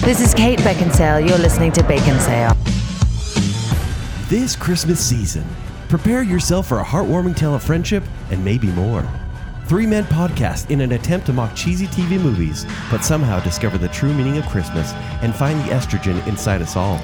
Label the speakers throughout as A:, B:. A: This is Kate Beckinsale. You're listening to Bacon Sale.
B: This Christmas season, prepare yourself for a heartwarming tale of friendship and maybe more. Three men podcast in an attempt to mock cheesy TV movies, but somehow discover the true meaning of Christmas and find the estrogen inside us all.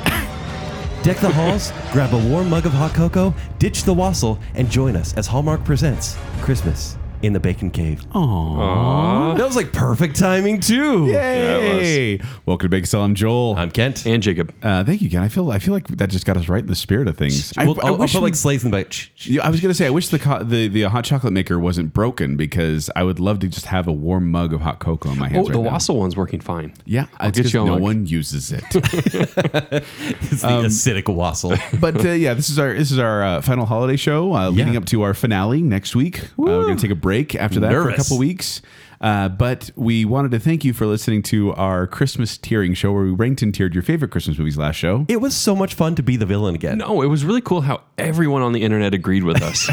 B: Deck the halls, grab a warm mug of hot cocoa, ditch the wassail, and join us as Hallmark presents Christmas in the Bacon Cave.
C: Oh.
B: Aww. That was like perfect timing, too.
C: Hey, welcome to Big Sell. I'm Joel.
B: I'm Kent.
D: and Jacob.
C: uh, thank you, Ken. I feel I feel like that just got us right in the spirit of things. I,
B: Well,
C: I
B: I'll, I'll
C: wish
B: put
C: we-
B: like Slays in the back. Shh, shh.
C: Yeah, I was gonna say I wish the, co- the the uh, hot chocolate maker wasn't broken because I would love to just have a warm mug of hot cocoa on my
D: Oh,
C: hands. right
D: the
C: now.
D: wassail one's working fine.
C: Yeah,
D: I'll
C: it's
D: get
C: 'cause
D: you on
C: No
D: one.
C: one uses it.
B: It's the
C: Um,
B: acidic wassail.
C: but uh, yeah, this is our this is our uh, final holiday show uh, leading up to our finale next week. Uh, we're going to take a break after that for a
B: Nervous.
C: couple weeks. Uh, but we wanted to thank you for listening to our Christmas tiering show where we ranked and tiered your favorite Christmas movies last show.
B: It was so much fun to be the villain again.
D: No, oh, it was really cool how everyone on the internet agreed with us.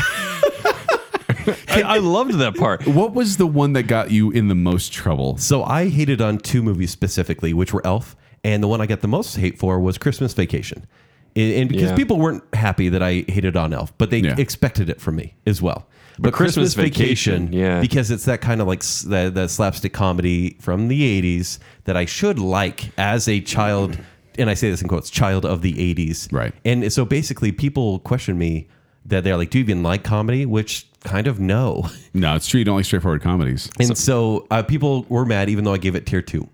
D: I, I loved that part.
C: What was the one that got you in the most trouble?
B: So I hated on two movies specifically, which were Elf, and the one I got the most hate for was Christmas Vacation. And and because
D: Yeah.
B: people weren't happy that I hated on Elf, but they
C: Yeah.
B: expected it from me as well. But,
D: Christmas Vacation, yeah.
B: because it's that kind of like s- that, that slapstick comedy from the '80s that I should like as a child, and I say this in quotes, child of the '80s,
C: Right.
B: And so basically, people question me that they're like, "Do you even like comedy?" Which kind of no.
C: No, it's true. You don't like straightforward comedies.
B: And so uh, people were mad, even though I gave it tier two.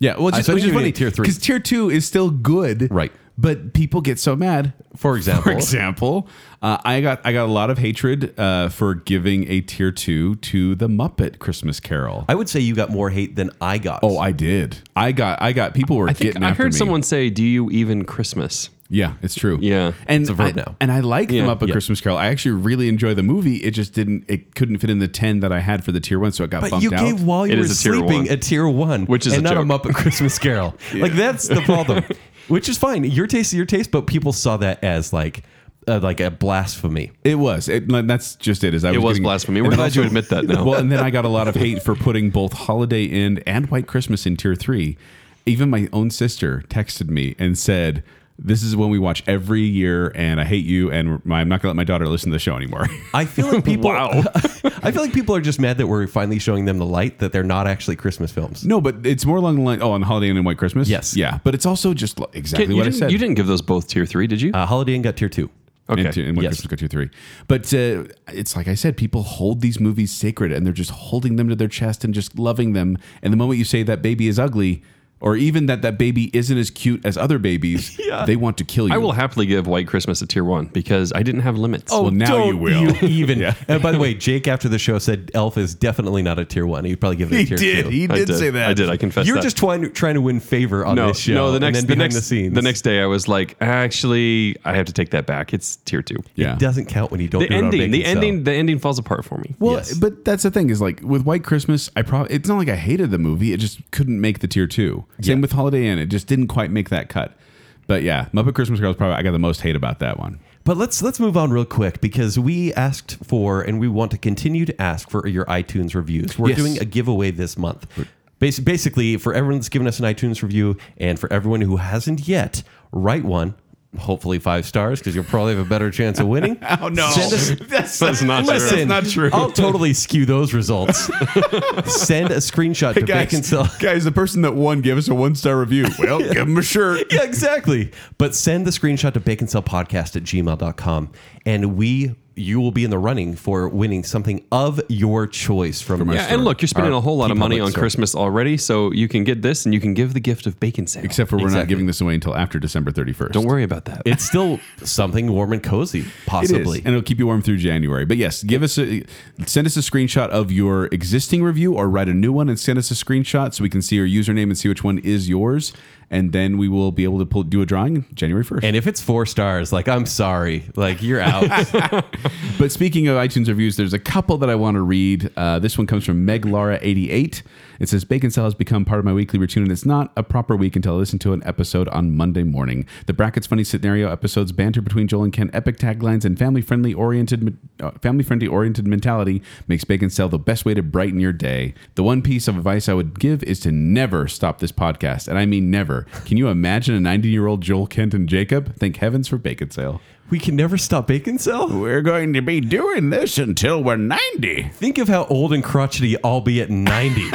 C: Yeah, well, it's just,
B: so I
C: which
B: didn't
C: is
B: even
C: funny.
B: need tier three.
C: because tier two is still good,
B: Right.
C: But people get so mad.
B: For example.
C: For example, uh, I got I got a lot of hatred uh, for giving a tier two to the Muppet Christmas Carol.
B: I would say you got more hate than I got.
C: oh, I did. I got I got people were
D: I think
C: getting.
D: I
C: after
D: heard
C: me.
D: someone say, "Do you even Christmas?"
C: Yeah, it's true.
D: Yeah.
C: and
B: It's a verb
C: I,
B: now.
C: And I like
D: Yeah.
C: the Muppet
B: Yeah.
C: Christmas Carol. I actually really enjoy the movie. It just didn't. It couldn't fit in the ten that I had for the tier one, so it got
B: but
C: bumped
B: you
C: out.
B: gave while you
D: It
B: were
D: is a tier
B: sleeping
D: one.
B: a tier one,
D: Which is
B: and
D: a
B: not
D: joke.
B: a Muppet Christmas Carol. Like that's the problem. Which is fine, your taste is your taste, but people saw that as like uh, like a blasphemy.
C: It was. It, like, that's just it. Is I
D: It was
C: getting-
D: blasphemy.
C: and
D: We're
C: then
D: glad you
C: also-
D: admit that now.
C: Well, and then I got a lot of hate for putting both Holiday Inn and White Christmas in Tier Three. Even my own sister texted me and said, "This is one we watch every year, and I hate you, and my, I'm not gonna let my daughter listen to the show anymore."
B: I feel like people.
D: Wow.
B: I feel like people are just mad that we're finally showing them the light that they're not actually Christmas films.
C: no, but it's more along the line. Oh, on Holiday Inn and White Christmas.
B: Yes.
C: Yeah, but it's also just li- exactly
D: Kent, you,
C: what I
D: didn't,
C: said.
D: you didn't give those both tier three, did you?
B: Uh, Holiday Inn got tier two.
D: okay.
C: Into, and White
B: Yes.
C: Christmas got tier three, but uh, it's like I said, people hold these movies sacred, and they're just holding them to their chest and just loving them. And the moment you say that baby is ugly, or even that that baby isn't as cute as other babies, they want to kill you.
D: I will happily give White Christmas a tier one because I didn't have limits.
C: well, now you
B: Oh, Don't
C: will.
B: even. And by the way, Jake after the show said Elf is definitely not a tier one. He'd probably give it a tier two.
D: I I did. I confess.
B: You're
D: that.
B: just trying, trying to win favor on
D: no,
B: this show.
D: no. The
B: and
D: next,
B: then
D: the
B: behind
D: next,
B: the scenes.
D: the next day, I was like, actually, I have to take that back. It's tier two.
C: Yeah.
B: It doesn't count when you don't
D: The
B: do it on
D: ending, the
B: Bacon Cell.
D: ending, the ending falls apart for me.
C: Well,
B: Yes.
C: but that's the thing is like with White Christmas, I probably it's not like I hated the movie. It just couldn't make the tier two. Same with Holiday Inn. It just didn't quite make that cut. But yeah, Muppet Christmas Carol is probably I got the most hate about that one.
B: But let's let's move on real quick because we asked for and we want to continue to ask for your iTunes reviews. We're
C: Yes.
B: doing a giveaway this month. Bas- Basically, for everyone that's given us an iTunes review, and for everyone who hasn't yet, write one. Hopefully, five stars because you'll probably have a better chance of winning. oh
C: no.
D: That's, not true.
B: Listen, I'll totally skew those results. Send a screenshot to
C: guys,
B: Bacon Cell.
C: guys, the person that won gave us a one star review. Well, give him a shirt.
B: yeah, exactly. But send the screenshot to baconcellpodcast at gmail.com and we you will be in the running for winning something of your choice from,
C: From our
D: Yeah, and look, you're spending a whole lot of money on Christmas already, so you can get this and you can give the gift of bacon sale.
C: Except for we're not
B: Exactly.
C: giving this away until after December 31st.
D: Don't worry about that.
B: It's still something warm and cozy,
C: It is,
B: possibly.
C: and it'll keep you warm through January. But yes, give us a send us a screenshot of your existing review, or write a new one and send us a screenshot so we can see your username and see which one is yours, and then we will be able to pull, do a drawing January first.
B: And if it's four stars, like I'm sorry, like you're out.
C: but speaking of iTunes reviews, there's a couple that I want to read. Uh, this one comes from Meg Lara 88. It says Bacon Cell has become part of my weekly routine, and it's not a proper week until I listen to an episode on Monday morning. The brackets funny scenario episodes, banter between Joel and Ken, epic taglines, and family friendly oriented uh, family friendly oriented mentality makes Bacon Cell the best way to brighten your day. The one piece of advice I would give is to never stop this podcast, and I mean never. Can you imagine a 90 year old Joel Kent and Jacob? Thank heavens for Bacon Sale.
B: We can never stop bacon cell.
C: We're going to be doing this until we're 90.
B: Think of how old and crotchety I'll be at 90.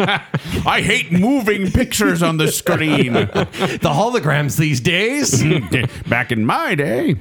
C: I hate moving pictures on the screen.
B: the holograms these days.
C: Back in my day.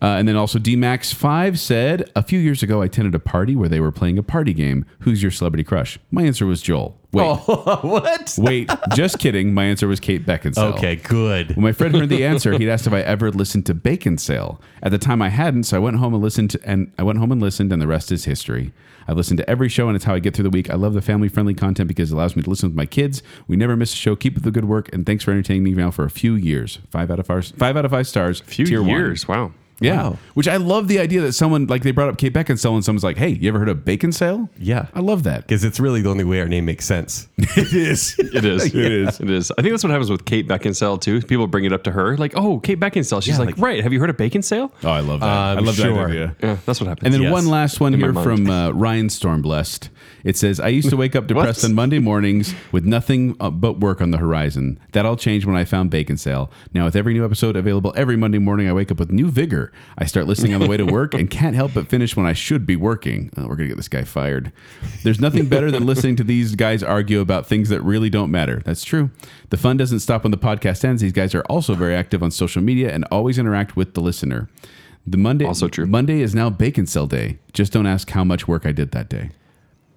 C: Uh, and then also DMAX5 said, A few years ago, I attended a party where they were playing a party game. Who's your celebrity crush? My answer was Joel. Wait,
B: what?
C: wait, just kidding. My answer was Kate Beckinsale.
B: Okay, good.
C: When my friend heard the answer, he'd asked if I ever listened to Bacon Sale. At the time, I hadn't, so I went home and listened. To, and I went home and listened, and the rest is history. I've listened to every show, and it's how I get through the week. I love the family-friendly content because it allows me to listen with my kids. We never miss a show. Keep up the good work, and thanks for entertaining me now for a few years. Five out of five. Five out of five stars.
D: Few
C: tier one.
D: years. Wow.
C: Yeah,
B: Wow.
C: which I love the idea that someone like they brought up Kate Beckinsale, and someone's like, "Hey, you ever heard of Bacon Sale?"
B: Yeah.
C: I love that.
B: Because it's really the only way our name makes sense. it is.
D: It is. It is. It is. I think that's what happens with Kate Beckinsale too. People bring it up to her, like, "Oh, Kate Beckinsale." She's
B: Yeah,
D: like,
B: like-
D: "Right? Have you heard of Bacon Sale?"
C: Oh, I love that. I
B: Um,
C: love that
B: sure.
C: idea.
D: Yeah, that's what happens.
C: And then
B: Yes.
C: one last one
D: In my
C: here
D: mind.
C: from uh, Ryan Stormblessed. It says, I used to wake up depressed
D: What?
C: on Monday mornings with nothing uh, but work on the horizon. That all changed when I found Bacon Sale. Now, with every new episode available every Monday morning, I wake up with new vigor. I start listening on the way to work and can't help but finish when I should be working. Oh, we're going to get this guy fired. There's nothing better than listening to these guys argue about things that really don't matter. That's true. The fun doesn't stop when the podcast ends. These guys are also very active on social media and always interact with the listener. The Monday
D: Also true.
C: Monday is now bacon cell day. Just don't ask how much work I did that day.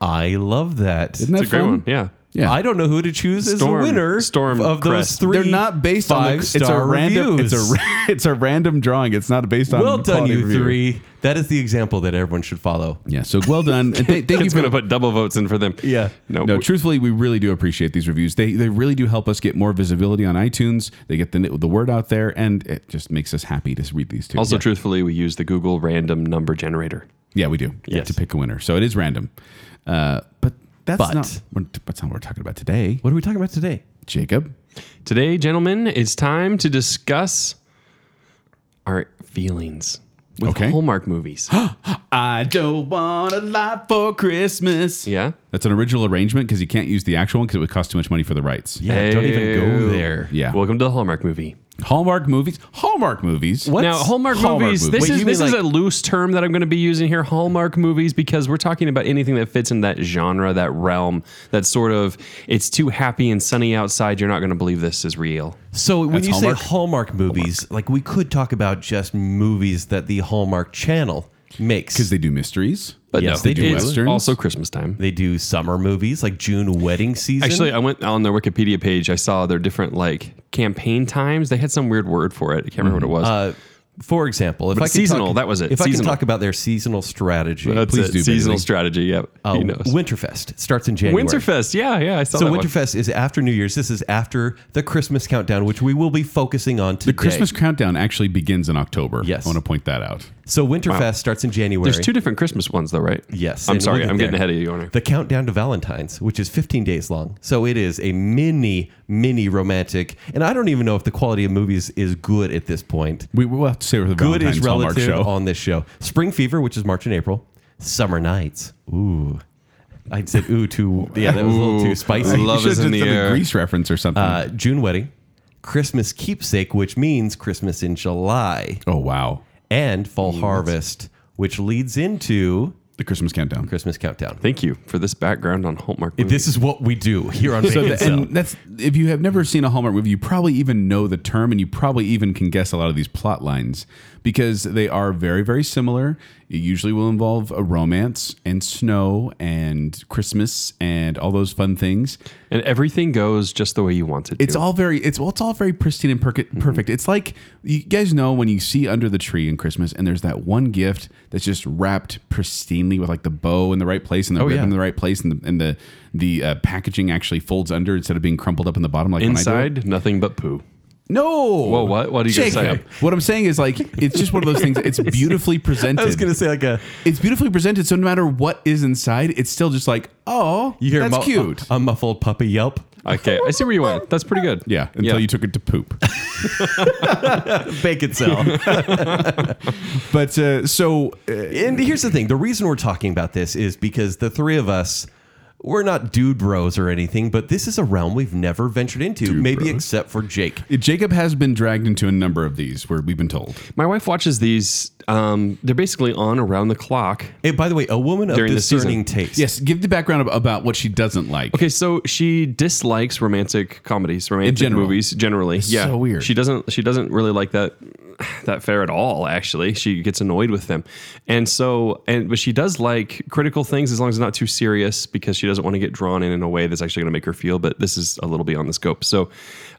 B: I love that.
C: Isn't that
D: It's a great
C: fun?
D: one. Yeah.
C: Yeah.
B: I don't know who to choose
D: Storm-
B: as the winner
D: Storm
B: of those
D: Crest.
B: three.
C: They're not based on
B: five
C: the,
B: star
C: it's a random
B: reviews.
C: it's a ra- it's a random drawing. It's not based on
B: well done,
C: quality
B: you
C: review.
B: three. That is the example that everyone should follow.
C: Yeah, so well done. And th- thank you
D: It's
C: for
D: going to put double votes in for them.
B: Yeah.
D: No.
C: No, truthfully, we really do appreciate these reviews. They they really do help us get more visibility on iTunes. They get the the word out there, and it just makes us happy to read these too.
D: also,
C: yeah.
D: truthfully, we use the Google random number generator.
C: Yeah, we do. You have
D: Yes.
C: to pick a winner, so it is random. Uh, but that's
B: But-
C: not we're- that's not what we're talking about today,
B: What are we talking about today?
C: Jacob.
D: Today, gentlemen, it's time to discuss our feelings with
C: Okay.
D: Hallmark movies.
C: I don't want a lot for Christmas.
D: yeah.
C: That's an original arrangement because you can't use the actual one because it would cost too much money for the rights.
B: Yeah, don't even go
D: Ew.
B: there.
C: Yeah.
D: Welcome to the Hallmark movie.
C: Hallmark movies. Hallmark movies.
B: What?
D: Now, Hallmark,
C: Hallmark
D: movies.
C: movie.
D: This
B: Wait,
D: is
B: you
D: this
B: mean
D: is
B: like-
D: a loose term that I'm going to be using here. Hallmark movies because we're talking about anything that fits in that genre, that realm, that sort of. It's too happy and sunny outside. You're not going to believe this is real.
B: So when
C: That's
B: you
C: Hallmark?
B: say Hallmark movies, like we could talk about just movies that the Hallmark Channel makes
C: Because they do mysteries.
D: But
B: Yes,
D: no,
B: they do
D: it's
C: westerns.
D: also Christmas time.
B: They do summer movies like June wedding season.
D: Actually, I went on their Wikipedia page. I saw their different like campaign times. They had some weird word for it. I can't remember what it was.
B: uh, for example, if
D: But
B: I could
D: seasonal,
B: talk,
D: that was it,
B: If I can
D: seasonal.
B: talk about their seasonal strategy,
D: That's
C: please
D: it.
C: do, Bailey.
D: seasonal strategy. Yep,
B: uh,
D: he knows.
B: Winterfest it starts in January.
D: Winterfest. Yeah, yeah. I saw
B: So
D: that one.
B: Winterfest is after New Year's. This is after the Christmas countdown, which we will be focusing on today.
C: The Christmas countdown actually begins in October.
B: Yes.
C: I want to point that out.
B: So Winterfest starts in January.
D: There's two different Christmas ones though, right?
B: Yes,
D: I'm
B: and
D: sorry.
B: we'll get
D: I'm getting
B: there.
D: ahead of you, Honor.
B: The countdown to Valentine's, which is 15 days long. So it is a mini, mini romantic. And I don't even know if the quality of movies is good at this point.
C: We will have to say with the
B: Good
C: Valentine's
B: is
C: Hallmark
B: relative
C: show.
B: on this show. Spring Fever, which is March and April. Summer Nights. Ooh. I said ooh too. Yeah, that was a little too spicy.
D: Love
C: You should
D: is
C: have
D: in
C: done
D: the air.
C: Grease reference or something.
B: Uh, June Wedding. Christmas Keepsake, which means Christmas in July.
C: oh wow,
B: And Fall Harvest, which leads into
C: the Christmas countdown.
B: Christmas Countdown.
D: Thank you for this background on Hallmark. Movies.
B: This is what we do here on
C: So
B: Bacon
C: the,
B: Cell.
C: and that's if you have never seen a Hallmark movie, you probably even know the term, and you probably even can guess a lot of these plot lines because they are very, very similar. It usually will involve a romance and snow and Christmas and all those fun things.
D: and everything goes just the way you want it.
C: It's
D: to.
C: all very, it's well, it's all very pristine and perc-
B: Mm-hmm.
C: perfect. It's like you guys know when you see under the tree in Christmas, and there's that one gift that's just wrapped pristinely with like the bow in the right place and the ribbon
B: Oh, yeah.
C: in the right place, and the and the the uh, packaging actually folds under instead of being crumpled up in the bottom like when I do it.
D: inside nothing but poo.
C: No. Whoa,
D: what? What are you gonna say?
C: What I'm saying is like it's just one of those things. It's beautifully presented.
B: I was gonna say like a
C: it's beautifully presented, so no matter what is inside, it's still just like, oh,
B: you hear
C: that's
B: mu-
C: cute.
B: a, a muffled puppy yelp.
D: Okay, I see where you went. That's pretty good.
C: yeah, until you took it to poop.
B: Bacon cell.
C: But uh, so uh,
B: and here's the thing: the reason we're talking about this is because the three of us. We're not dude bros or anything, but this is a realm we've never ventured into, maybe
C: bros.
B: except for Jake.
C: Jacob has been dragged into a number of these where we've been told.
D: My wife watches these. Um, they're basically on around the clock.
B: Hey, by the way, a woman of
D: During the
B: discerning
D: season.
B: taste.
C: Yes, give the background ab- about what she doesn't like.
D: Okay, so she dislikes romantic comedies, romantic
C: general.
D: movies generally. yeah,
C: so weird.
D: She doesn't. She doesn't really like that that fare at all. Actually, she gets annoyed with them, and so and but she does like critical things as long as it's not too serious because she doesn't want to get drawn in in a way that's actually going to make her feel. But this is a little beyond the scope. So,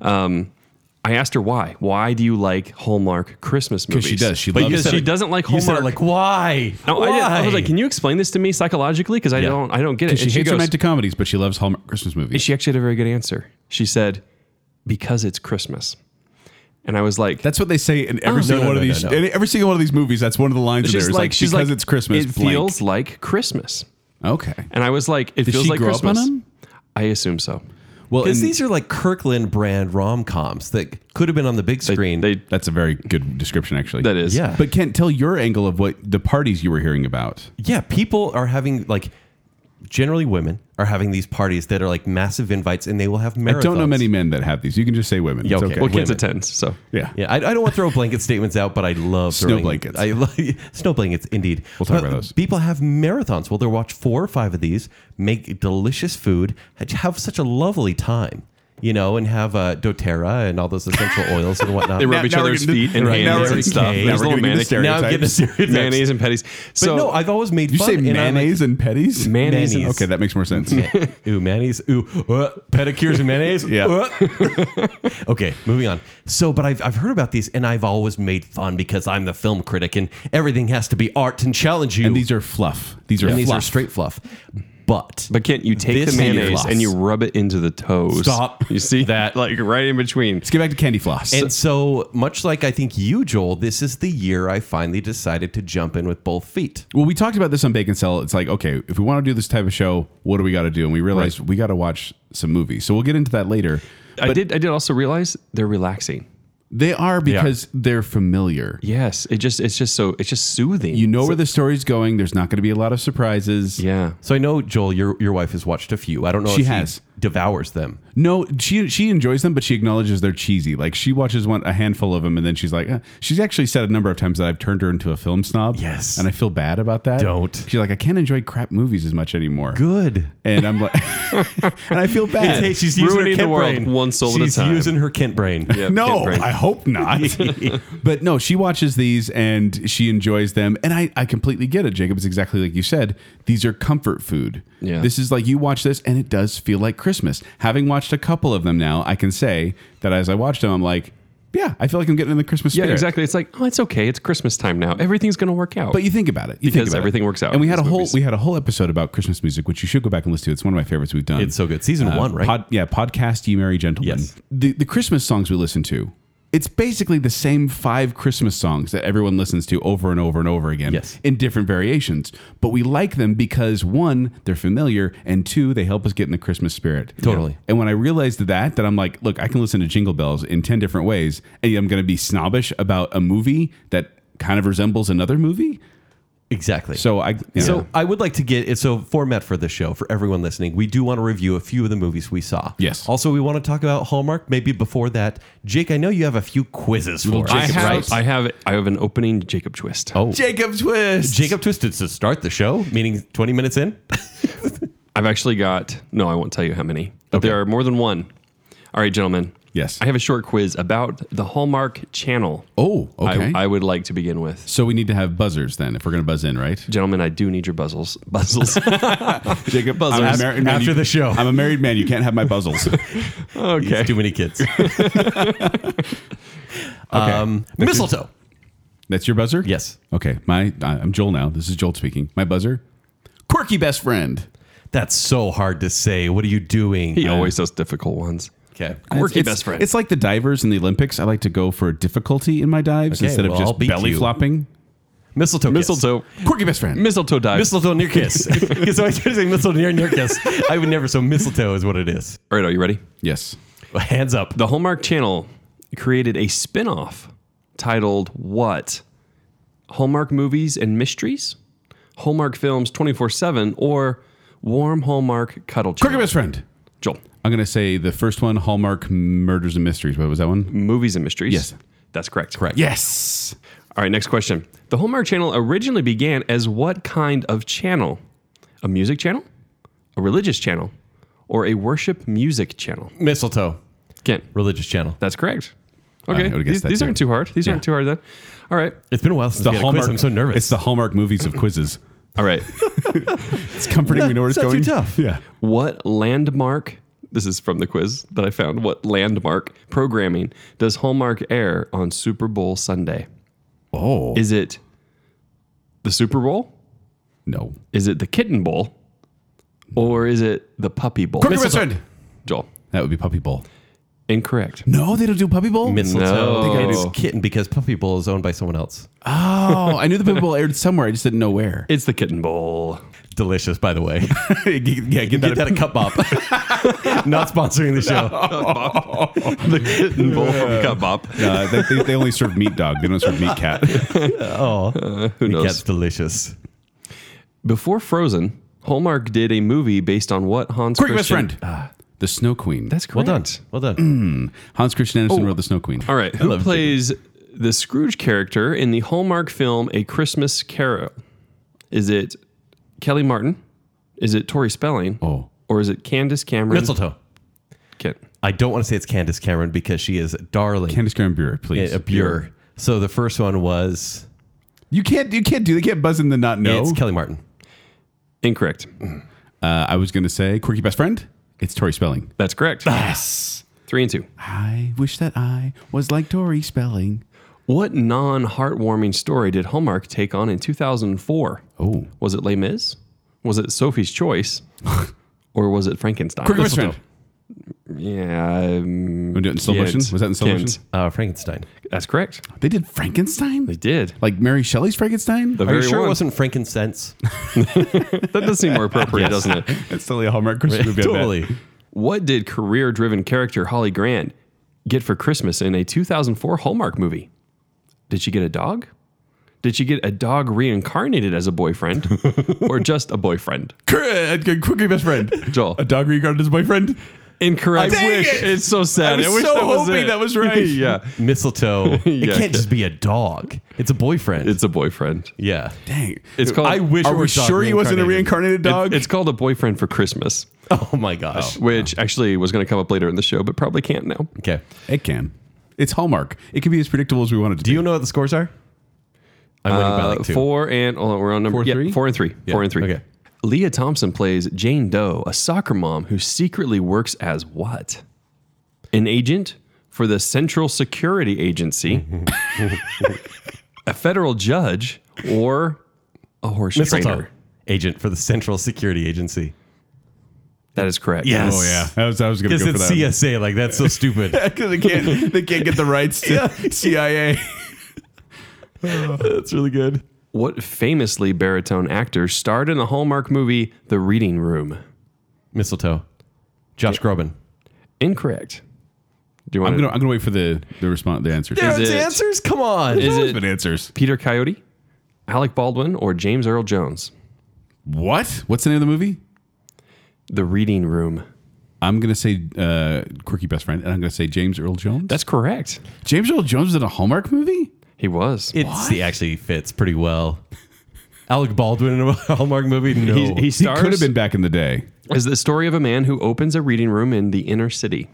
D: um, I asked her why. Why do you like Hallmark Christmas movies?
C: she does. She
B: But you
C: loves
D: because
B: said
D: she
B: it-
D: doesn't like
B: You said
D: Hallmark.
B: it like why?
D: no,
B: why?
D: I, did, I was like, can you explain this to me psychologically? Because I
B: Yeah.
D: don't, I don't get it.
C: She
D: And
C: hates
D: goes,
C: romantic comedies, but she loves Hallmark Christmas movies.
D: she actually had a very good answer. She said, "Because it's Christmas," and I was like,
C: That's what they say in every
B: Oh.
C: single
B: No, no,
C: one of
B: no,
C: these.
B: no, no.
C: in Every single one of these movies, that's one of the lines in there. It's like, because it's Christmas.
D: It
C: blank."
D: feels like Christmas,
C: okay.
D: and I was like, "It
C: Did
D: feels
C: she
D: like
C: grow up on
D: Christmas."
C: them?
D: I assume so.
C: Well,
B: Because
C: and
B: these are like Kirkland brand rom coms that could have been on the big screen.
D: They
C: that's a very good description, actually.
D: that is
B: Yeah.
C: But Kent, tell your angle of what the parties you were hearing about.
B: yeah, people are having like generally women are having these parties that are like massive invites, and they will have marathons.
C: I don't know many men that have these. You can just say women.
B: Yeah,
C: It's
B: okay.
C: okay.
D: Well, kids
B: Women.
D: attend, so
C: yeah.
B: Yeah, I, I don't want to throw blanket statements out, but I love throwing,
C: blankets.
B: I love snow blankets, indeed.
C: We'll talk
B: But
C: about those.
B: People have marathons. Well, they'll watch four or five of these, make delicious food, and have such a lovely time, you know, and have uh, DoTerra and all those essential oils and whatnot.
D: they rub
C: Now-
D: each
C: now we're
D: other's
C: getting to-
D: feet and
C: right, now
D: hands
C: we're
D: and stuff.
C: getting-
D: There's
C: now we're getting
D: little mayonnaise,
C: to
B: now I'm getting
C: stereotypes.
B: serious.
D: mayonnaise and patties.
B: But
D: So
B: no, I've always made
C: You
B: fun.
C: say
B: and I'm like-
C: mayonnaise and petties?
D: mayonnaise. and-
B: mayonnaise.
C: Okay, that makes more sense.
B: ooh, mayonnaise. Ooh, uh, pedicures and mayonnaise.
C: Yeah.
B: Uh. okay, moving on. So, but I've, I've heard about these and I've always made fun because I'm the film critic and everything has to be art and challenge you.
C: and these are fluff. These are
B: And these
C: fluff.
B: are straight fluff. But,
D: But Kent, you take
B: This
D: the
B: hand
D: mayonnaise
B: floss.
D: and you rub it into the toes.
B: Stop.
D: You see that, like right in between.
C: Let's get back to candy floss.
B: and so much like I think you, Joel, this is the year I finally decided to jump in with both feet.
C: well, we talked about this on Bacon Cell. It's like, okay, if we want to do this type of show, what do we got to do? And we realized we got to watch some movies. So we'll get into that later.
D: I did. I did also realize they're relaxing.
C: They are because they're familiar.
D: Yes, it just it's just so it's just soothing.
C: You know where the story's going. There's not going to be a lot of surprises.
D: yeah.
B: So I know, Joel, your, your wife has watched a few. I don't know
C: She
B: if
C: has.
B: she devours them.
C: No, she she enjoys them, but she acknowledges they're cheesy. Like she watches one a handful of them, and then she's like, eh. she's actually said a number of times that I've turned her into a film snob.
B: Yes.
C: and I feel bad about that.
B: Don't.
C: She's like, I can't enjoy crap movies as much anymore.
B: Good.
C: And I'm like, and I feel bad.
B: Hey, she's using her
D: Ruining the
B: Kent
D: world
B: brain.
D: one soul at a
B: she's
D: time.
B: using her Kent brain.
D: Yeah,
C: no,
D: Kent brain.
C: I hope not. but no, she watches these and she enjoys them. And I, I completely get it, Jacob. It's exactly like you said. These are comfort food.
D: Yeah.
C: This is like you watch this and it does feel like Christmas. Having watched a couple of them now, I can say that as I watched them, I'm like, yeah, I feel like I'm getting in the Christmas
D: Yeah,
C: spirit.
D: exactly. It's like, oh, it's okay. It's Christmas time now. Everything's going to work out.
C: But you think about it. You think
D: Because
C: about
D: everything works out
C: And we
D: in
C: had a
D: these
C: whole
D: movies.
C: we had a whole episode about Christmas music, which you should go back and listen to. It's one of my favorites we've done.
B: It's so good.
D: Uh,
B: Season one, right?
C: Uh, pod- yeah, podcast Ye Merry Gentlemen.
B: Yes.
C: The the Christmas songs we listen to. It's basically the same five Christmas songs that everyone listens to over and over and over again
B: Yes.
C: in different variations. But we like them because one, they're familiar, and two, they help us get in the Christmas spirit.
B: Totally.
C: And when I realized that, that I'm like, look, I can listen to Jingle Bells in 10 different ways, and I'm going to be snobbish about a movie that kind of resembles another movie.
B: Exactly.
C: So I
B: So
C: so
B: I would like to get it's a format for the show for everyone listening. We do want to review a few of the movies we saw.
C: Yes.
B: Also, we want to talk about Hallmark. Maybe before that, Jake, I know you have a few quizzes for us.
D: I have,
C: Twist.
D: I have, I have an opening Jacob twist.
B: Oh,
C: Jacob Twist.
B: Jacob Twisted to start the show, meaning twenty minutes in.
D: I've actually got. No, I won't tell you how many. But there are more than one. All right, gentlemen.
C: Yes.
D: I have a short quiz about the Hallmark Channel.
C: Oh, okay.
D: I, I would like to begin with,
C: so we need to have buzzers then if we're going to buzz in, right?
D: gentlemen. I do need your buzzles. Buzzles.
C: Jacob
B: Buzzers. After
C: you-
B: the show.
C: I'm a married man. You can't have my buzzles. okay.
D: okay.
B: It's too many kids. Um, mistletoe.
C: That's your buzzer?
B: Yes.
C: Okay. My I- I'm Joel now. This is Joel speaking. My buzzer. Quirky best friend.
B: That's so hard to say. What are you doing?
D: He always does difficult ones.
B: Okay.
D: Quirky
C: It's-
D: best friend.
C: It's like the divers in the Olympics. I like to go for difficulty in my dives
B: Okay,
C: instead
B: well,
C: of
B: I'll
C: just
B: beat
C: belly
B: you.
C: flopping.
B: Mistletoe. kiss.
D: mistletoe,
C: Quirky best friend.
D: mistletoe dive,
B: Mistletoe near kiss. Because I was trying to say mistletoe near near kiss. I would never. So mistletoe is what it is.
D: All right, are you ready?
C: yes.
B: Hands up.
D: The Hallmark Channel created a spin off titled What? Hallmark Movies and Mysteries? Hallmark Films 24 7 or Warm Hallmark Cuddle
C: Quirky
D: Channel?
C: best friend.
D: Joel.
C: I'm going to say the first one Hallmark Murders and Mysteries. What was that one?
D: Movies and Mysteries?
C: Yes.
D: That's correct. Correct.
C: Yes.
D: All right, next question. The Hallmark Channel originally began as what kind of channel? A music channel? A religious channel? Or a worship music channel?
B: Mistletoe.
D: Kent.
B: Religious channel.
D: That's correct.
C: I
D: Okay.
C: would've guessed
D: These,
C: that
D: these
C: too.
D: aren't too hard. These
C: Yeah.
D: aren't too hard then. All right.
B: It's been a while since we had a quiz. I'm so nervous.
C: It's the Hallmark movies of quizzes.
D: All right.
C: It's comforting. we know where it's,
B: it's not
C: going.
B: too tough.
C: Yeah.
D: What landmark? This is from the quiz that I found. What landmark programming does Hallmark air on Super Bowl Sunday?
C: Oh.
D: Is it the Super Bowl?
C: no.
D: Is it the Kitten Bowl? Or is it the Puppy Bowl?
C: Quirky best friend.
D: Joel.
C: That would be Puppy Bowl.
D: Incorrect.
C: No, they don't do Puppy Bowl?
B: mistletoe.
D: No.
B: It is kitten because Puppy Bowl is owned by someone else.
C: Oh, I knew the Puppy Bowl aired somewhere. I just didn't know where.
D: It's the Kitten Bowl.
B: Delicious, by the way.
C: yeah,
B: Get
C: get,
B: that a cup up. Not sponsoring the show.
D: The Kitten Bowl from Cup Bop.
C: Uh, they, they, they only serve meat dog. They don't serve meat cat.
D: Who
B: It
D: knows?
B: gets delicious.
D: Before Frozen, Hallmark did a movie based on what Hans
C: Quirky best
D: Christian.
C: friend. Ah, the Snow Queen.
D: That's
B: Well
D: correct.
B: done. Well done.
C: Hans Christian Andersen wrote The Snow Queen.
D: All right. Who plays the Scrooge character in the Hallmark film A Christmas Carol? Is it Kelly Martin? Is it Tori Spelling?
C: Oh.
D: Or is it Candace Cameron?
B: Mistletoe.
D: Kent.
B: I don't want to say it's Candace Cameron because she is darling.
C: Candace Cameron Bure,
B: Yeah,
C: please.
B: a pure. So the first one was
C: You can't. You can't do. They can't buzz in the not know.
B: it's Kelly Martin.
D: Incorrect.
C: uh, I was going to say quirky best friend. It's Tori Spelling.
D: That's correct.
C: Yes.
D: Three and two.
C: I wish that I was like Tori Spelling.
D: What non heartwarming story did Hallmark take on in 2004?
C: Oh.
D: Was it Les Mis? Was it Sophie's Choice? or was it Frankenstein?
C: Quirky best friend.
D: Yeah. Um,
C: Wanna do it in slow motion?
D: Kent.
C: Was that in slow
D: Kent.
C: motion?
B: Uh, Frankenstein.
D: That's correct.
C: They did Frankenstein.
D: They did.
C: Like Mary Shelley's Frankenstein.
D: The
B: Are you
D: very
B: sure
D: one.
B: it wasn't frankincense?
D: That does seem more appropriate, doesn't it?
C: That's totally a Hallmark Christmas movie. I bet.
B: totally.
D: What did career driven character Holly Grant get for Christmas in a 2004 Hallmark movie? Did she get a dog? Did she get a dog reincarnated as a boyfriend or just a boyfriend?
C: Qu- Quirky uh, best friend.
D: Joel.
C: A dog regarded as boyfriend.
D: Incorrect.
C: I wish.
D: It's so sad.
C: I was
D: wish
C: so
D: that was
C: hoping
D: it.
C: that was right.
D: yeah.
B: Mistletoe. it
D: Yeah,
B: can't
D: yeah.
B: just be a dog. It's a boyfriend.
D: It's a boyfriend.
B: yeah.
C: Dang.
D: It's called
B: I wish
C: Are
B: it
C: we
B: was dog
C: sure he wasn't a reincarnated dog?
D: It's called a boyfriend for Christmas,
B: Oh my gosh.
D: which actually was going to come up later in the show, but probably can't now.
B: Okay.
C: it can. It's Hallmark. It can be as predictable as we want it to.
B: Do you know what the scores are? I'm winning by like two.
D: Uh, Four and oh, we're on number
C: Four,
D: yeah,
C: three?
D: four and three. Four and three.
B: okay.
D: Leah Thompson plays Jane Doe, a soccer mom who secretly works as what? An agent for the Central Security Agency, a federal judge, or a horse
B: Mistletoe.
D: trainer.
B: Agent for the Central Security Agency.
D: That is correct.
B: Yes.
C: Oh yeah, I was, I was gonna
B: Because
C: go for
B: it's
C: that.
B: CSA. Like, that's so stupid.
C: Because they can't, they can't get the rights to CIA.
B: that's really good.
D: What famously baritone actor starred in the Hallmark movie The Reading Room?
B: Mistletoe. Josh Groban.
D: Incorrect. Do you
C: I'm
D: want
C: gonna,
D: to?
C: I'm gonna wait for the the response, the answers.
D: Is it-
B: answers? Come on.
D: Is
C: There's
D: it
C: been answers.
D: Peter Coyote, Alec Baldwin, or James Earl Jones?
C: What? What's the name of the movie?
D: The Reading Room.
C: I'm gonna say uh, quirky best friend, and I'm gonna say James Earl Jones.
D: That's correct.
C: James Earl Jones was in a Hallmark movie.
D: He was.
B: It's, he actually fits pretty well. Alec Baldwin in a Hallmark movie? No.
D: he, he
C: He
D: stars
C: could have been back in the day.
D: is the story of a man who opens a reading room in the inner city.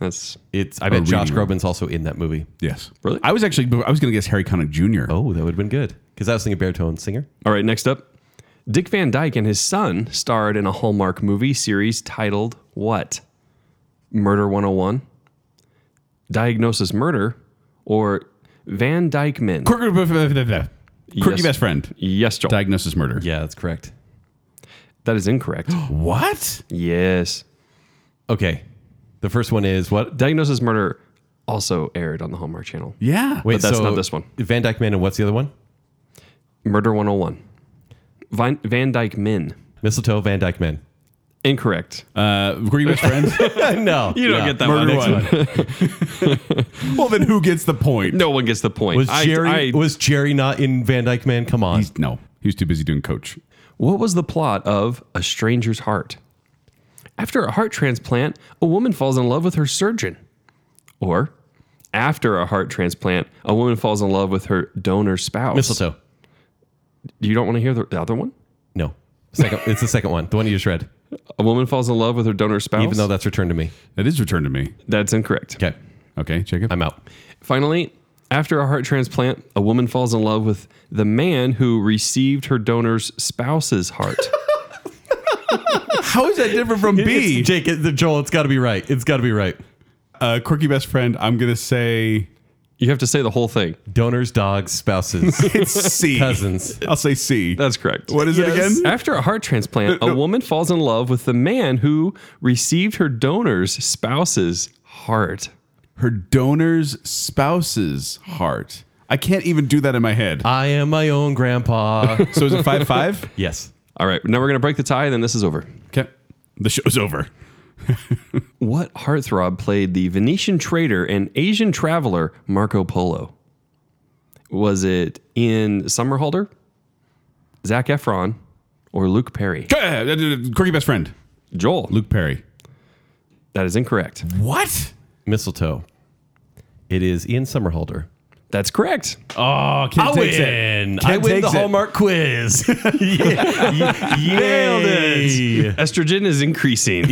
D: That's
B: it's I bet
C: reading
B: Josh
C: room.
B: Groban's also in that movie.
C: Yes,
D: Really?
C: I was actually I was gonna guess Harry Connick Jr.
B: Oh, that would have been good. Because I was thinking baritone singer.
D: all right. Next up, Dick Van Dyke and his son starred in a Hallmark movie series titled what? Murder 101, Diagnosis Murder, or Van Dyke Men.
C: Quirky, quirky
D: Yes.
C: best friend.
D: yes, Joel.
C: Diagnosis murder.
B: Yeah, that's correct.
D: that is incorrect.
C: What?
D: yes.
B: Okay. The first one is what?
D: Diagnosis Murder also aired on the Hallmark Channel.
C: Yeah.
B: Wait,
D: that's
B: so
D: not this one.
B: Van Dyke Man and what's the other one?
D: Murder 101. Van, Van Dyke Men.
B: Mistletoe Van Dyke Man.
D: Incorrect.
C: Uh, were you best friends?
B: no,
D: You don't
B: yeah.
D: get that
C: Murder
D: one.
C: one. well, then who gets the point?
D: No one gets the point.
B: Was
D: I-
B: Jerry
D: I-
B: was Jerry not in Van Dyke Man? Come on,
C: He's, no. He was too busy doing coach.
D: What was the plot of A Stranger's Heart? After a heart transplant, a woman falls in love with her surgeon. Or, after a heart transplant, a woman falls in love with her donor spouse.
B: mistletoe.
D: You don't want to hear the, the other one?
B: No, second, it's the second one, the one you just read.
D: A woman falls in love with her donor
C: Oh.
D: spouse.
B: Even though that's returned to me.
C: That is returned to me.
D: that's incorrect.
B: Okay,
C: Okay, Jacob.
B: I'm out.
D: Finally, after a heart transplant, a woman falls in love with the man who received her donor's spouse's heart.
C: How is that different from B?
B: Jake, it, Joel, it's got to be right. It's got to be right.
C: Uh, quirky best friend. I'm gonna say
D: you have to say the whole thing.
B: Donors, dogs, spouses,
C: it's C.
B: cousins.
C: I'll say C.
D: That's correct.
C: What is
B: Yes.
C: it again?
D: After a heart transplant, a woman falls in love with the man who received her donor's spouse's heart.
C: Her donor's spouse's heart. I can't even do that in my head.
B: I am my own grandpa.
C: So is it five five?
B: yes.
D: All right, now we're going to break the tie, and then this is over.
C: Okay. The show's over.
D: What heartthrob played the Venetian trader and Asian traveler Marco Polo? Was it in Summerhalder, Zach Efron, or Luke Perry?
C: Quirky best friend.
D: Joel.
C: Luke Perry.
D: That is incorrect.
C: What?
B: Mistletoe. It is Ian Somerhalder.
D: That's correct.
C: Oh, Kid
B: I
C: takes
B: win.
C: it.
B: I
C: Kid
B: win the
C: takes it.
B: Hallmark quiz. yeah. Nailed it.
D: Estrogen is increasing.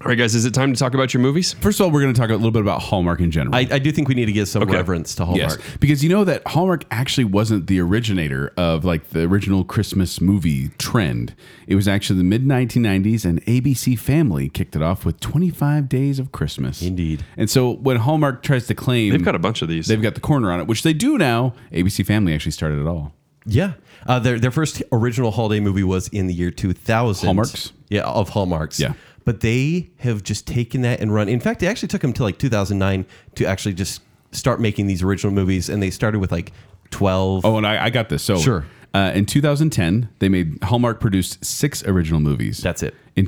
D: All right, guys, is it time to talk about your movies?
C: First of all, we're going to talk a little bit about Hallmark in general.
B: I, I do think we need to give some reverence to Hallmark.
C: Yes, because you know that Hallmark actually wasn't the originator of like the original Christmas movie trend. It was actually the mid 1990s, and ABC Family kicked it off with 25 Days of Christmas.
B: Indeed.
C: And so when Hallmark tries to claim
D: They've got a bunch of these.
C: they've got the corner on it, which they do now, ABC Family actually started it all.
B: Yeah. Uh, their, their first original holiday movie was in the year 2000.
C: Hallmarks?
B: Yeah, of Hallmarks.
C: Yeah.
B: But they have just taken that and run. In fact, it actually took them to like 2009 to actually just start making these original movies. And they started with like 12.
C: Oh, and I, I got this. So
B: Sure.
C: Uh, in 2010, they made Hallmark produced six original movies.
B: That's it.
C: In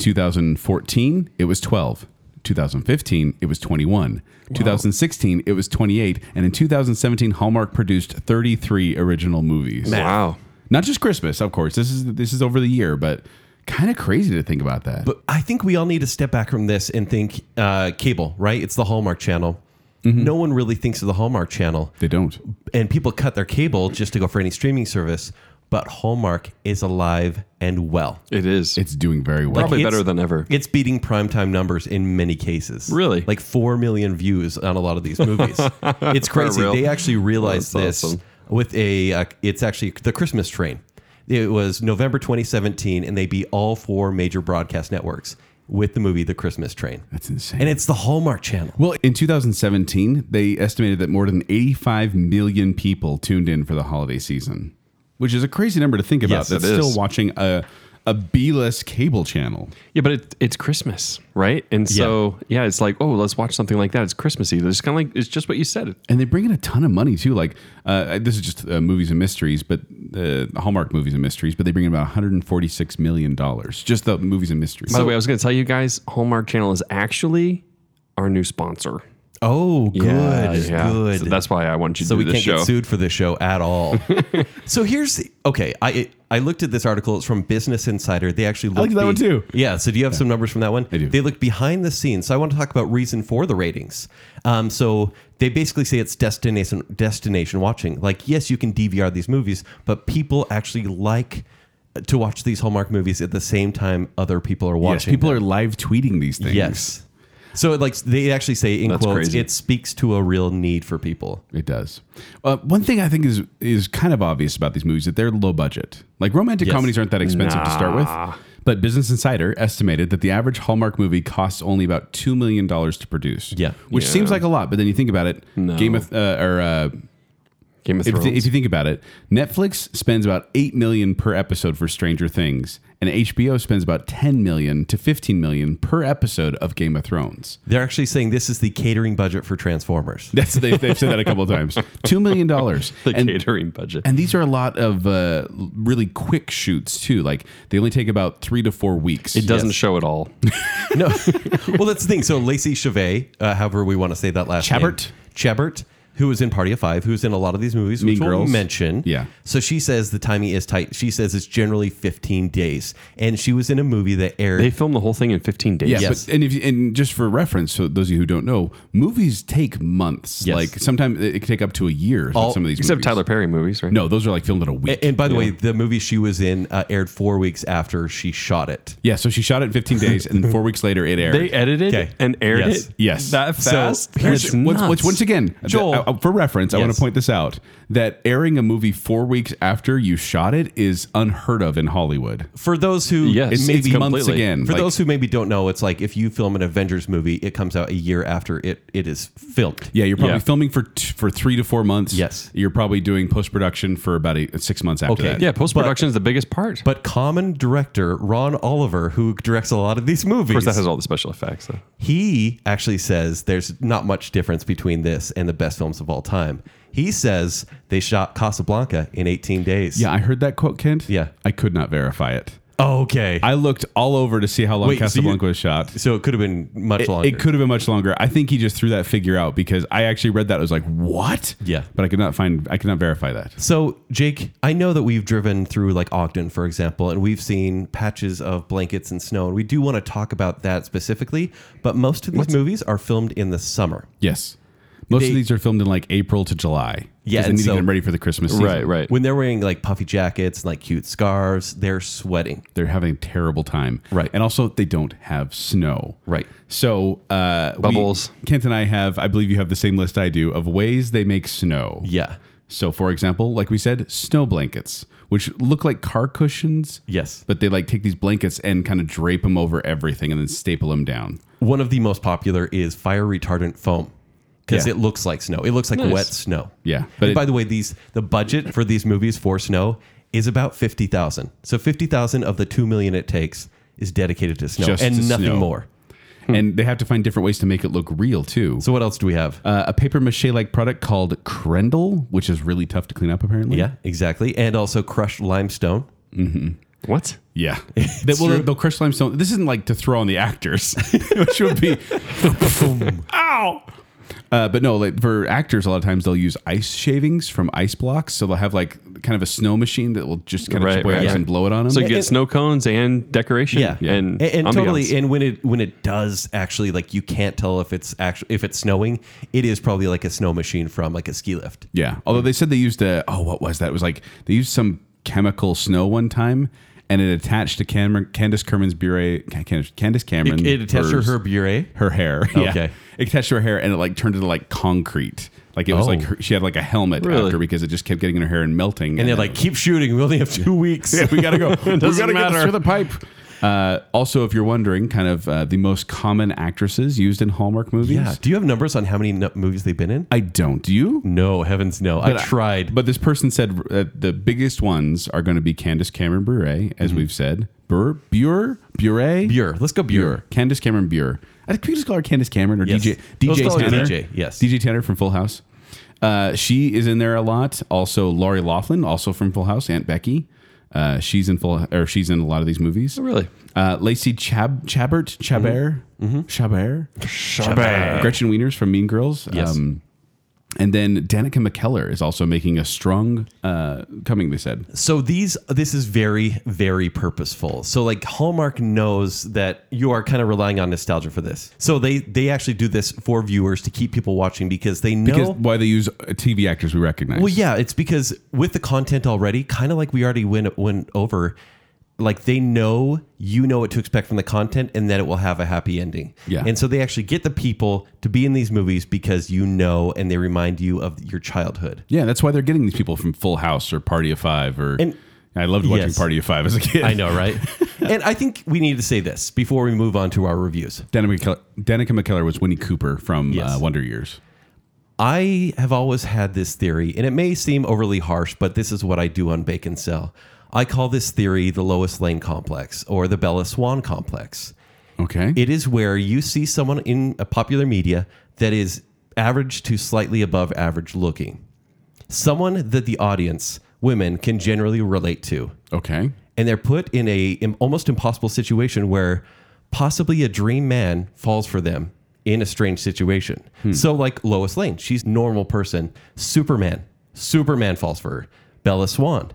C: 2014, it was 12. 2015, it was 21. 2016, it was 28. And in 2017, Hallmark produced 33 original movies.
D: wow.
C: Not just Christmas, of course. This is this is over the year, but kind of crazy to think about that.
B: But I think we all need to step back from this and think uh, cable, right? It's the Hallmark channel.
C: Mm-hmm.
B: No one really thinks of the Hallmark channel.
C: they don't.
B: and people cut their cable just to go for any streaming service. But Hallmark is alive and well.
D: It is.
C: It's doing very well.
D: Probably
B: it's-
D: better than ever.
B: It's beating primetime numbers in many cases.
D: Really?
B: Like 4 million views on a lot of these movies. it's crazy.
D: real?
B: They actually realized
D: That's
B: this
D: awesome.
B: with a, uh, it's actually the Christmas train. It was November 2017, and they beat all four major broadcast networks with the movie The Christmas Train.
C: That's insane.
B: And it's the Hallmark channel.
C: Well, in 2017, they estimated that more than 85 million people tuned in for the holiday season, which is a crazy number to think about.
B: Yes,
C: That's
D: it is.
C: still watching a a B-list cable channel.
D: yeah, but it, it's Christmas, right? And so, yeah. it's like, oh, let's watch something like that. It's Christmas Eve. It's kind of like, it's just what you said.
C: And they bring in a ton of money too. Like uh, this is just uh, movies and mysteries, but uh, Hallmark movies and mysteries. But they bring in about 146 million dollars just the movies and mysteries.
D: By the way, I was going to tell you guys Hallmark Channel is actually our new sponsor.
B: Oh, good. Good.
D: So that's why I want you to
B: so
D: do
B: we
D: this
B: can't
D: show.
B: get sued for this show at all. so here's the, okay. I I looked at this article. It's from Business Insider. They actually looked
C: liked that one
B: be-
C: too.
B: Yeah. So do you have some numbers from that one? I
C: do.
B: They looked behind the scenes. So I want to talk about reason for the ratings. Um, so they basically say it's destination destination watching. Like yes, you can DVR these movies, but people actually like to watch these Hallmark movies at the same time other people are
C: yes,
B: watching.
C: people are live tweeting these things.
B: yes. So like they actually say in
D: That's
B: quotes,
D: crazy.
B: it speaks to a real need for people.
C: It does. Uh, one thing I think is is kind of obvious about these movies that they're low budget. Like romantic
B: Yes.
C: comedies aren't that expensive to start
D: Nah.
C: with. But Business Insider estimated that the average Hallmark movie costs only about two million dollars to produce.
B: Yeah.
C: which
D: Yeah.
C: seems like a lot, but then you think about it,
D: No.
C: Game of uh, or uh,
D: Game of
C: if,
D: Thrones.
C: th- if you think about it, Netflix spends about eight million per episode for Stranger Things, and HBO spends about ten million to fifteen million per episode of Game of Thrones.
B: They're actually saying this is the catering budget for Transformers.
C: That's they, they've said that a couple of times. Two million dollars.
D: the
C: and,
D: catering budget.
C: and these are a lot of uh, really quick shoots too. Like they only take about three to four weeks.
D: it doesn't show at all.
B: No. well, that's the thing. So Lacey Chabert, uh, however we want to say that last
C: Chabert.
B: name. Chabert, who was in Party of Five, who's in a lot of these movies,
C: Mean
B: which we'll
C: Girls.
B: mention.
C: Yeah.
B: So she says the timing is tight. She says it's generally 15 days. And she was in a movie that aired.
D: They filmed the whole thing in 15 days.
C: Yeah,
B: Yes.
C: but and if you- and just for reference, so those of you who don't know, movies take months.
B: Yes.
C: Like sometimes it can take up to a year.
B: All-
C: some of these,
D: Except
C: movies.
D: Tyler Perry movies, right?
C: No, those are like filmed in a week.
B: A- and by the way, the movie she was in uh, aired four weeks after she shot it.
C: yeah, so she shot it in 15 days, and four weeks later it aired.
D: They edited
B: Okay.
D: and aired
B: Yes.
D: it
C: Yes.
D: that
B: So,
D: fast.
B: here's-
D: That's
C: Which- once,
D: nuts.
C: which- once again,
B: Joel.
C: th- uh, for reference, I want
B: Yes.
C: to point this out that airing a movie four weeks after you shot it is unheard of in Hollywood.
B: For those who
D: Yes. It's-
C: It's,
B: maybe
C: it's months
D: completely-
C: again.
B: For
C: like-
B: those who maybe don't know, it's like if you film an Avengers movie, it comes out a year after it, it is filmed.
C: yeah, you're probably
D: Yeah.
C: filming for t- for three to four months.
B: Yes.
C: you're probably doing post production for about a, six months after
B: Okay.
C: that.
D: yeah, post production is the biggest part.
B: But common director Ron Oliver, who directs a lot of these movies,
D: of course, that has all the special effects. Though.
B: he actually says there's not much difference between this and the best films of all time. He says they shot Casablanca in 18 days.
C: Yeah, I heard that quote, Kent.
B: Yeah.
C: I could not verify it.
B: Okay.
C: I looked all over to see how long
B: Wait, so
C: Casablanca
B: you-
C: was shot.
B: so it could have been much
C: It,
B: longer.
C: it could have been much longer. I think he just threw that figure out because I actually read that. I was like, what?
B: Yeah.
C: But I could not find, I could not verify that.
B: So, Jake, I know that we've driven through like Ogden, for example, and we've seen patches of blankets and snow, and we do want to talk about that specifically. But most of these movies are filmed in the summer.
C: Yes. Most
B: They-
C: of these are filmed in like April to July.
B: Yeah,
C: 'Cause They
B: and
C: need
B: so-
C: to get them ready for the Christmas season.
D: right.
B: When they're wearing like puffy jackets and like cute scarves, they're sweating.
C: They're having a terrible time.
B: Right.
C: And also, they don't have snow.
B: Right.
C: So, uh, we-
D: Bubbles.
C: Kent and I have, I believe you have the same list I do of ways they make snow.
B: Yeah.
C: So, for example, like we said, snow blankets, which look like car cushions.
B: Yes.
C: But they like take these blankets and kind of drape them over everything and then staple them down.
B: One of the most popular is fire retardant foam because
C: Yeah.
B: it looks like snow. It looks like
D: Nice.
B: wet snow.
C: Yeah, but
B: But
C: it-
B: by the way, these the budget for these movies for snow is about fifty thousand. So fifty thousand of the two million it takes is dedicated to snow
C: Just
B: and
C: to
B: nothing
C: snow.
B: more.
C: And they have to find different ways to make it look real too.
B: Hmm. So what else do we have?
C: uh, a paper mache like product called Krendel, which is really tough to clean up apparently.
B: yeah, exactly. And also crushed limestone.
D: What?
C: Yeah. They, well, they'll crush limestone. This isn't like to throw on the actors, which would be. Ow! Uh, but no, like for actors, a lot of times they'll use ice shavings from ice blocks. So they'll have like kind of a snow machine that will just kind of
D: Right,
C: spray
D: right,
C: ice
B: right.
C: and blow it on them.
D: So you get
B: and-
D: snow cones and decoration.
B: Yeah,
D: And,
B: and, and
D: ambiance.
B: totally. And when it when it does actually like you can't tell if it's actually if it's snowing, it is probably like a snow machine from like a ski lift.
C: Yeah. Although they said they used a oh what was that? It was like they used some chemical snow one time and it attached to Cameron Candace Cameron's bure Candace, Candace Cameron
B: It, it attests to her bure.
C: her hair. Yeah.
B: Okay.
C: It attached to her hair and it like turned into like concrete. Like it was
B: Oh.
C: like her, she had like a helmet
D: Really?
C: after because it just kept getting in her hair and melting.
B: And they're like, keep shooting. We only have two weeks.
C: yeah, we gotta go. we
D: doesn't
C: gotta get
D: matter.
C: this through the pipe. Uh, also, if you're wondering, kind of uh, the most common actresses used in Hallmark movies.
B: Yeah. Do you have numbers on how many no- movies they've been in?
C: I don't. Do you?
B: No, heavens no. I
C: But I-
B: tried.
C: But this person said uh, the biggest ones are going to be Candace Cameron Bure, as we've said. Bure, Bure, Bure,
B: Mm-hmm. Bure. Let's go Bure.
C: Bure. Candace Cameron Bure. I think we just call her Candace Cameron or
B: Yes.
C: DJ
B: Let's
C: DJ
B: call her
C: Tanner.
B: DJ, yes.
C: DJ Tanner from Full House. Uh, she is in there a lot. Also, Laurie Laughlin, also from Full House, Aunt Becky. Uh, she's in full, or she's in a lot of these movies.
D: Oh, really?
C: Uh, Lacey Chab, Chabert, Chabert,
B: Mm-hmm.
C: Chabert, Gretchen Wieners from Mean Girls. Um,
B: Yes.
C: and then Danica McKellar is also making a strong uh, coming. They said
B: So these this is very very purposeful. So like Hallmark knows that you are kind of relying on nostalgia for this. So they they actually do this for viewers to keep people watching because they know
C: because why they use uh, TV actors we recognize.
B: Well, yeah, it's because with the content already, kind of like we already went went over, like they know you know what to expect from the content, and that it will have a happy ending.
C: Yeah.
B: and so they actually get the people to be in these movies because you know, and they remind you of your childhood.
C: yeah, that's why they're getting these people from Full House or Party of Five or.
B: And-
C: I loved watching
B: Yes.
C: Party of Five as a kid.
B: I know, right? and I think we need to say this before we move on to our reviews.
C: Danica McKellar, Danica McKellar was Winnie Cooper from
B: Yes.
C: uh, Wonder Years.
B: I have always had this theory, and it may seem overly harsh, but this is what I do on Bacon Cell. I call this theory the Lois Lane complex or the Bella Swan complex.
C: Okay.
B: It is where you see someone in a popular media that is average to slightly above average looking. Someone that the audience, women, can generally relate to.
C: okay.
B: And they're put in a im- almost impossible situation where possibly a dream man falls for them in a strange situation.
C: Hmm.
B: So like Lois Lane, she's normal person, Superman. Superman falls for her. Bella Swan.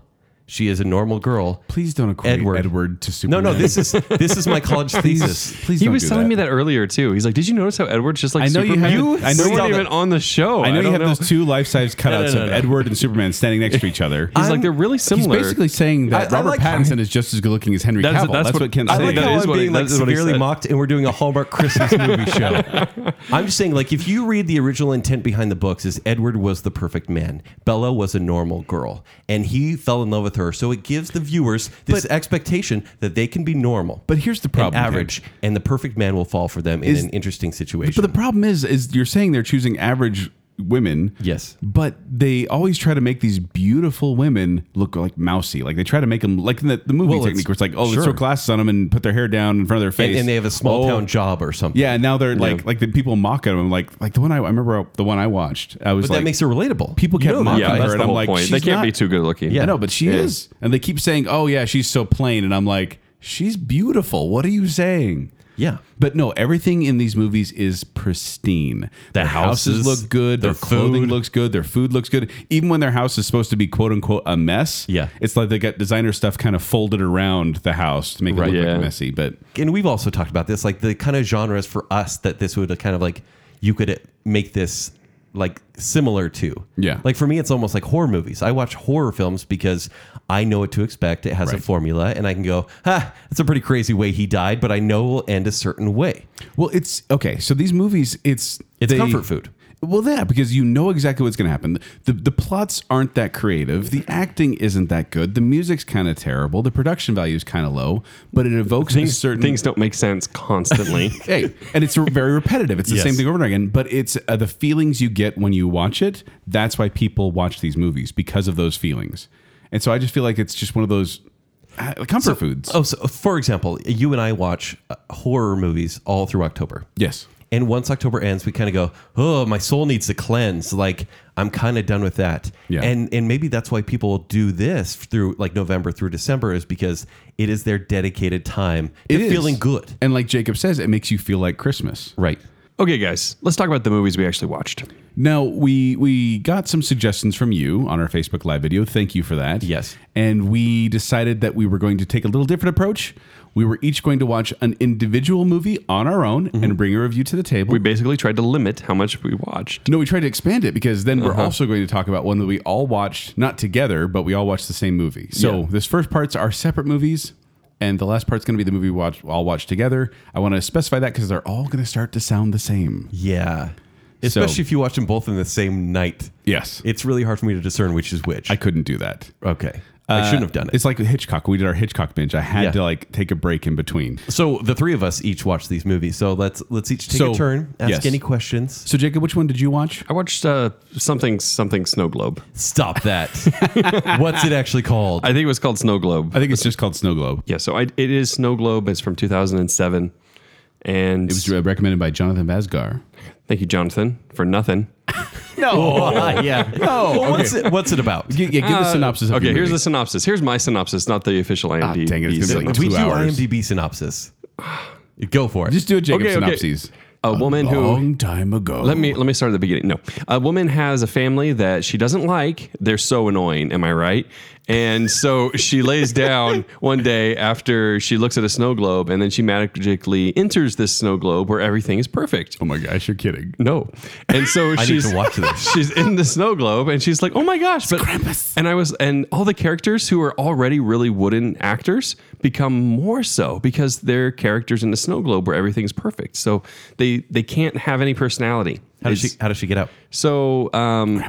B: She is a normal girl.
C: Please don't equate
B: Edward.
C: Edward, to
B: No,
C: Superman.
B: no, this is this is my college thesis.
C: Please
D: He
C: don't
D: was
C: do
D: telling
C: that.
D: me that earlier too. He's like, "Did you notice how Edward's just like
C: I know you
D: Superman?
C: haven't- I know you
D: we weren't
C: haven't-
D: even on the show.
C: I know you
D: don't
C: have those two life-size cutouts
B: no,
C: of
B: no.
C: Edward and Superman standing next to each other.
D: He's like they're really
C: He's
D: similar.
C: basically saying that
B: I- I
C: Robert
B: like-
C: Pattinson is just as good looking as Henry
D: That's-
C: Cavill. That's,
D: that's
C: what,
D: what-
C: Ken
D: I
C: said.
B: I like
D: that
B: how
D: is
B: I'm
D: what he-
B: being like
D: that is what he
B: severely
D: said.
B: mocked, and we're doing a Hallmark Christmas movie show. I'm just saying, like, if you read the original intent behind the books, is Edward was the perfect man, Bella was a normal girl, and he fell in love with her. So it gives the viewers this expectation that they can be normal,
C: But here's the
B: and
C: problem, Ken.
B: average, and the perfect man will fall for them in
C: Is-
B: an interesting
C: But
B: situation.
C: the problem is, is you're saying they're choosing average women.
B: Yes.
C: But they always try to make these beautiful women look like mousy. Like they try to make them like in the, the movie
B: Well, it's-
C: technique where it's like, oh, let's
B: sure.
C: throw glasses on them and put their hair down in front of their face.
B: and, and they have a small
C: Oh,
B: town job or something.
C: Yeah, and now they're like, like the people mock at them. Like, like the one I, I remember the one I watched. I was
B: but that
C: like,
B: makes it relatable.
C: people
B: You
C: kept
B: know that,
C: mocking
D: yeah,
C: her,
D: that's
C: and
D: the
C: I'm
D: whole
C: like,
D: point. They
C: she's
D: can't be
C: not-
D: too good looking.
C: I know, but she is. And they keep saying, oh, yeah, she's so plain. And I'm like, she's beautiful. What are you saying?
B: Yeah.
C: But no, everything in these movies is pristine.
B: The
C: Their houses,
B: houses,
C: look good. Their,
B: their
C: clothing
B: food.
C: looks good. Their food looks good. Even when their house is supposed to be quote unquote a mess.
B: Yeah.
C: It's like they got designer stuff kind of folded around the house to make
B: Right,
C: it look
D: yeah.
C: like messy. But
B: and we've also talked about this, like the kind of genres for us that this would uh, kind of like you could uh, make this like similar to.
C: Yeah.
B: Like for me, it's almost like horror movies. I watch horror films because I know what to expect. It has a
C: Right.
B: formula, and I can go, "Ha, that's a pretty crazy way he died," but I know it will end a certain way.
C: well, it's okay. So these movies, it's
B: It's comfort food.
C: Well, yeah, because you know exactly what's going to happen. The, the plots aren't that creative. The acting isn't that good. The music's kind of terrible. The production value is kind of low. But it evokes a
D: things
C: certain
D: things don't make sense constantly.
C: hey, and it's very repetitive. It's the
B: Yes.
C: same thing over and over again, but it's uh, the feelings you get when you watch it. That's why people watch these movies because of those feelings. And so I just feel like it's just one of those uh, comfort foods.
B: Oh, so for example, you and I watch uh, horror movies all through October.
C: Yes.
B: And once October ends, we kind of go, "Oh, my soul needs to cleanse." Like I'm kind of done with that.
C: Yeah.
B: And and maybe that's why people do this through like November through December is because it is their dedicated time to
C: It is.
B: feeling good.
C: And like Jacob says, it makes you feel like Christmas.
B: Right.
D: okay, guys, let's talk about the movies we actually watched.
C: Now we we got some suggestions from you on our Facebook live video. Thank you for that.
B: Yes.
C: And we decided that we were going to take a little different approach. We were each going to watch an individual movie on our own
B: Mm-hmm.
C: and bring a review to the table.
D: We basically tried to limit how much we watched.
C: No, we tried to expand it because then we're also going to talk about one that we all watched, not together, but we all watched the same movie. So
B: Yeah.
C: this first part's our separate movies, and the last part's going to be the movie we watch, all watched together. I want to specify that because they're all going to start to sound the same.
B: Yeah.
C: So-
B: Especially if you watch them both in the same night.
C: Yes.
B: It's really hard for me to discern which is which.
C: I couldn't do that. Uh,
B: okay. Uh, I shouldn't have done it.
C: It's like with Hitchcock. We did our Hitchcock binge. I had
B: Yeah.
C: to like take a break in between.
B: So the three of us each watch these movies. So let's let's each take
C: So,
B: a turn, ask
C: yes.
B: any questions.
C: So Jacob, which one did you watch?
D: I watched uh, something something Snow Globe.
B: Stop that. What's it actually called?
D: I think it was called Snow Globe.
C: I think it's just called Snow Globe.
D: yeah, so I, it is Snow Globe. It's from 2007, and
C: It was uh, recommended by Jonathan Vasgar.
D: thank you, Jonathan, for nothing.
B: Oh, yeah. No. What's, it, what's it about?
C: Yeah, give the synopsis. Of
D: Uh, okay,
C: the
D: here's the
C: movie.
D: synopsis. Here's my synopsis, not the official IMDb.
C: Ah, dang it, it's gonna be like
D: synopsis.
C: two
B: we do
C: hours.
B: IMDb synopsis. Go for it.
C: Just do a Jacob
D: Okay, okay.
C: synopsis.
D: A woman who-
C: long time ago.
D: Let me let me start at the beginning. No, a woman has a family that she doesn't like. They're so annoying. Am I right? And so she lays down one day after she looks at a snow globe, and then she magically enters this snow globe where everything is perfect.
C: Oh my gosh, you're kidding.
D: No, and so
B: I need
D: she's
B: to watch this.
D: she's in the snow globe, and she's like, "Oh my gosh!" But
C: Krampus.
D: and I was and all the characters who are already really wooden actors become more so because they're characters in the snow globe where everything's perfect. So they they can't have any personality.
B: How does
D: It's-
B: she? How does she get out?
D: so um,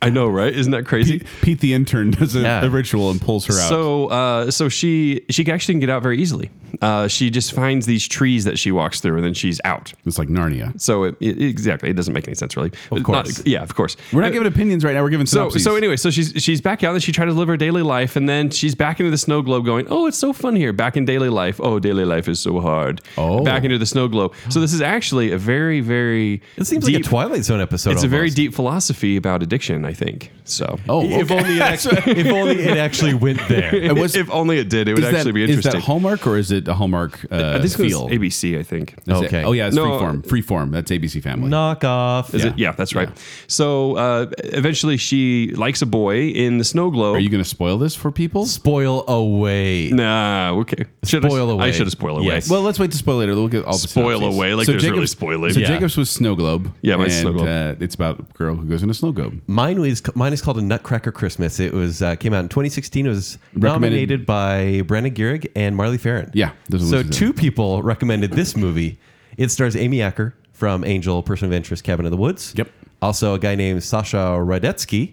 D: I know, right? Isn't that crazy?
C: Pete, Pete the intern does a,
B: Yeah.
C: a ritual and pulls her out.
D: So uh, so she she actually can get out very easily. Uh, she just finds these trees that she walks through, and then she's out.
C: It's like Narnia.
D: So it, it- exactly, it doesn't make any sense, really. Of
B: course.
D: yeah, of course. Uh,
C: We're not giving opinions right now. We're giving
D: So,
C: synopses.
D: so anyway, so she's she's back out and she tried to live her daily life, and then she's back into the snow globe, going, "Oh, it's so fun here." Back in daily life, oh, daily life is so hard.
C: Oh.
D: back into the snow globe. So this is actually a very, very
B: It seems like
D: deep,
B: a Twilight Zone episode.
D: It's a very
B: almost.
D: deep philosophy about addiction, I think. So,
C: oh, okay.
B: If only it actually, if only it actually went there.
C: It was-
D: if only it did, it would
C: is
D: actually
C: that,
D: be
C: is
D: interesting.
C: that Hallmark or is it a Hallmark uh,
D: this was
C: feel?
D: ABC, I think.
C: Is it-
B: Okay.
C: oh yeah, it's
D: No.
C: freeform. Freeform. That's ABC Family.
B: Knock off.
D: Is it- yeah. that's right. So uh, eventually, she likes a boy in the snow globe.
C: Are you going to spoil this for people?
B: Spoil away.
D: nah, okay. Should
B: Spoil
D: I,
B: away.
D: I should have spoiled away.
B: Yes.
C: Well, let's wait to spoil later. We'll get all the
D: Spoil
C: synopses.
D: away, like there's really spoilage.
C: So
B: Yeah.
C: Jacobs was Snow Globe.
D: Yeah, mine's Snow
C: and,
D: Globe.
C: Uh, it's about a girl who goes in a snow globe.
B: Mine was mine is called a Nutcracker Christmas. It was uh, came out in 2016. It was
C: Recommended-
B: nominated by Brenna Gehrig and Marley Farron.
C: Yeah, those are
B: So
C: losers.
B: two people recommended this movie. It stars Amy Acker from Angel, Person of Interest, Cabin in the Woods.
C: Yep.
B: Also a guy named Sasha Radetsky.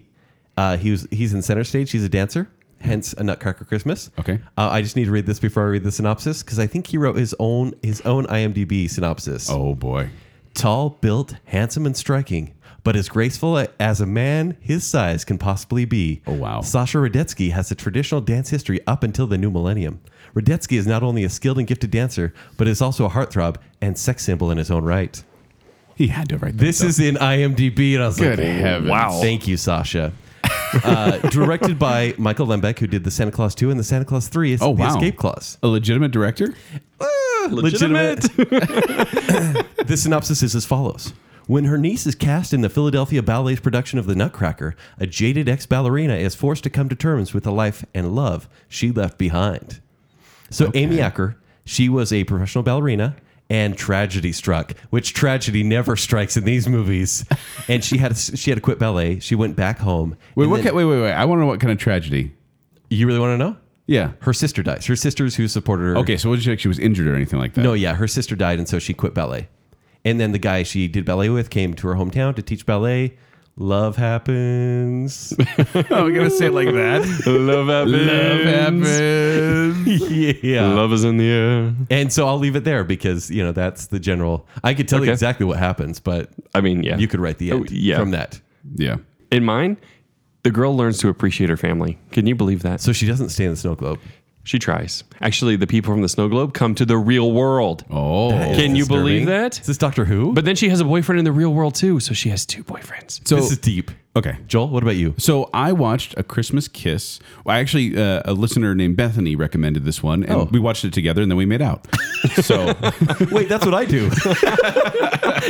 B: Uh, he was he's in center stage. He's a dancer. Hence a Nutcracker Christmas.
C: Okay.
B: Uh, I just need to read this before I read the synopsis because I think he wrote his own his own IMDb synopsis.
C: Oh boy.
B: Tall, built, handsome, and striking, but as graceful a- as a man his size can possibly be.
C: Oh, wow.
B: Sasha Radetsky has a traditional dance history up until the new millennium. Radetsky is not only a skilled and gifted dancer, but is also a heartthrob and sex symbol in his own right.
C: He had to write
B: This is in IMDb, and I was
C: Good
B: like,
C: heavens.
D: Wow.
B: Thank you, Sasha. uh, directed by Michael Lembeck, who did the Santa Claus 2 and the Santa Claus 3 is
C: Oh,
B: the
C: wow.
B: Escape Clause.
C: a legitimate director.
D: legitimate.
B: The Eh, synopsis is as follows. When her niece is cast in the Philadelphia Ballet's production of The Nutcracker, a jaded ex ballerina is forced to come to terms with the life and love she left behind. So, Amy Acker, she was a professional ballerina and tragedy struck, which tragedy never strikes in these movies. and she had she had to quit ballet. She went back home.
C: Wait,
B: And
C: what
B: then-
C: ki- wait, wait, wait. I want to know what kind of tragedy.
B: you really want to know?
C: Yeah.
B: Her sister dies. Her sisters who supported her.
C: Okay, so what did you like? She was injured or anything like that?
B: No, yeah, her sister died, and so she quit ballet. And then the guy she did ballet with came to her hometown to teach ballet. Love happens.
C: I'm gonna say it like that.
D: Love happens.
C: Love happens.
B: yeah.
D: Love is in the air.
B: And so I'll leave it there because you know that's the general. I could tell you
D: Okay.
B: exactly what happens, but
D: I mean, yeah.
B: you could write the
D: Oh,
B: end
D: yeah.
B: from that.
C: yeah.
D: In mine, the girl learns to appreciate her family. Can you believe that?
B: So she doesn't stay in the snow globe.
D: She tries. Actually, the people from the snow globe come to the real world.
C: Oh.
D: Can you
B: Disturbing.
D: believe that?
B: Is this Doctor Who?
D: But then she has a boyfriend in the real world too, so she has two boyfriends.
C: so
B: this is deep.
C: okay.
B: Joel, what about you?
C: So I watched A Christmas Kiss. Well, actually, uh, a listener named Bethany recommended this one, and
B: Oh.
C: we watched it together, and then we made out. So
B: Wait, that's what I do.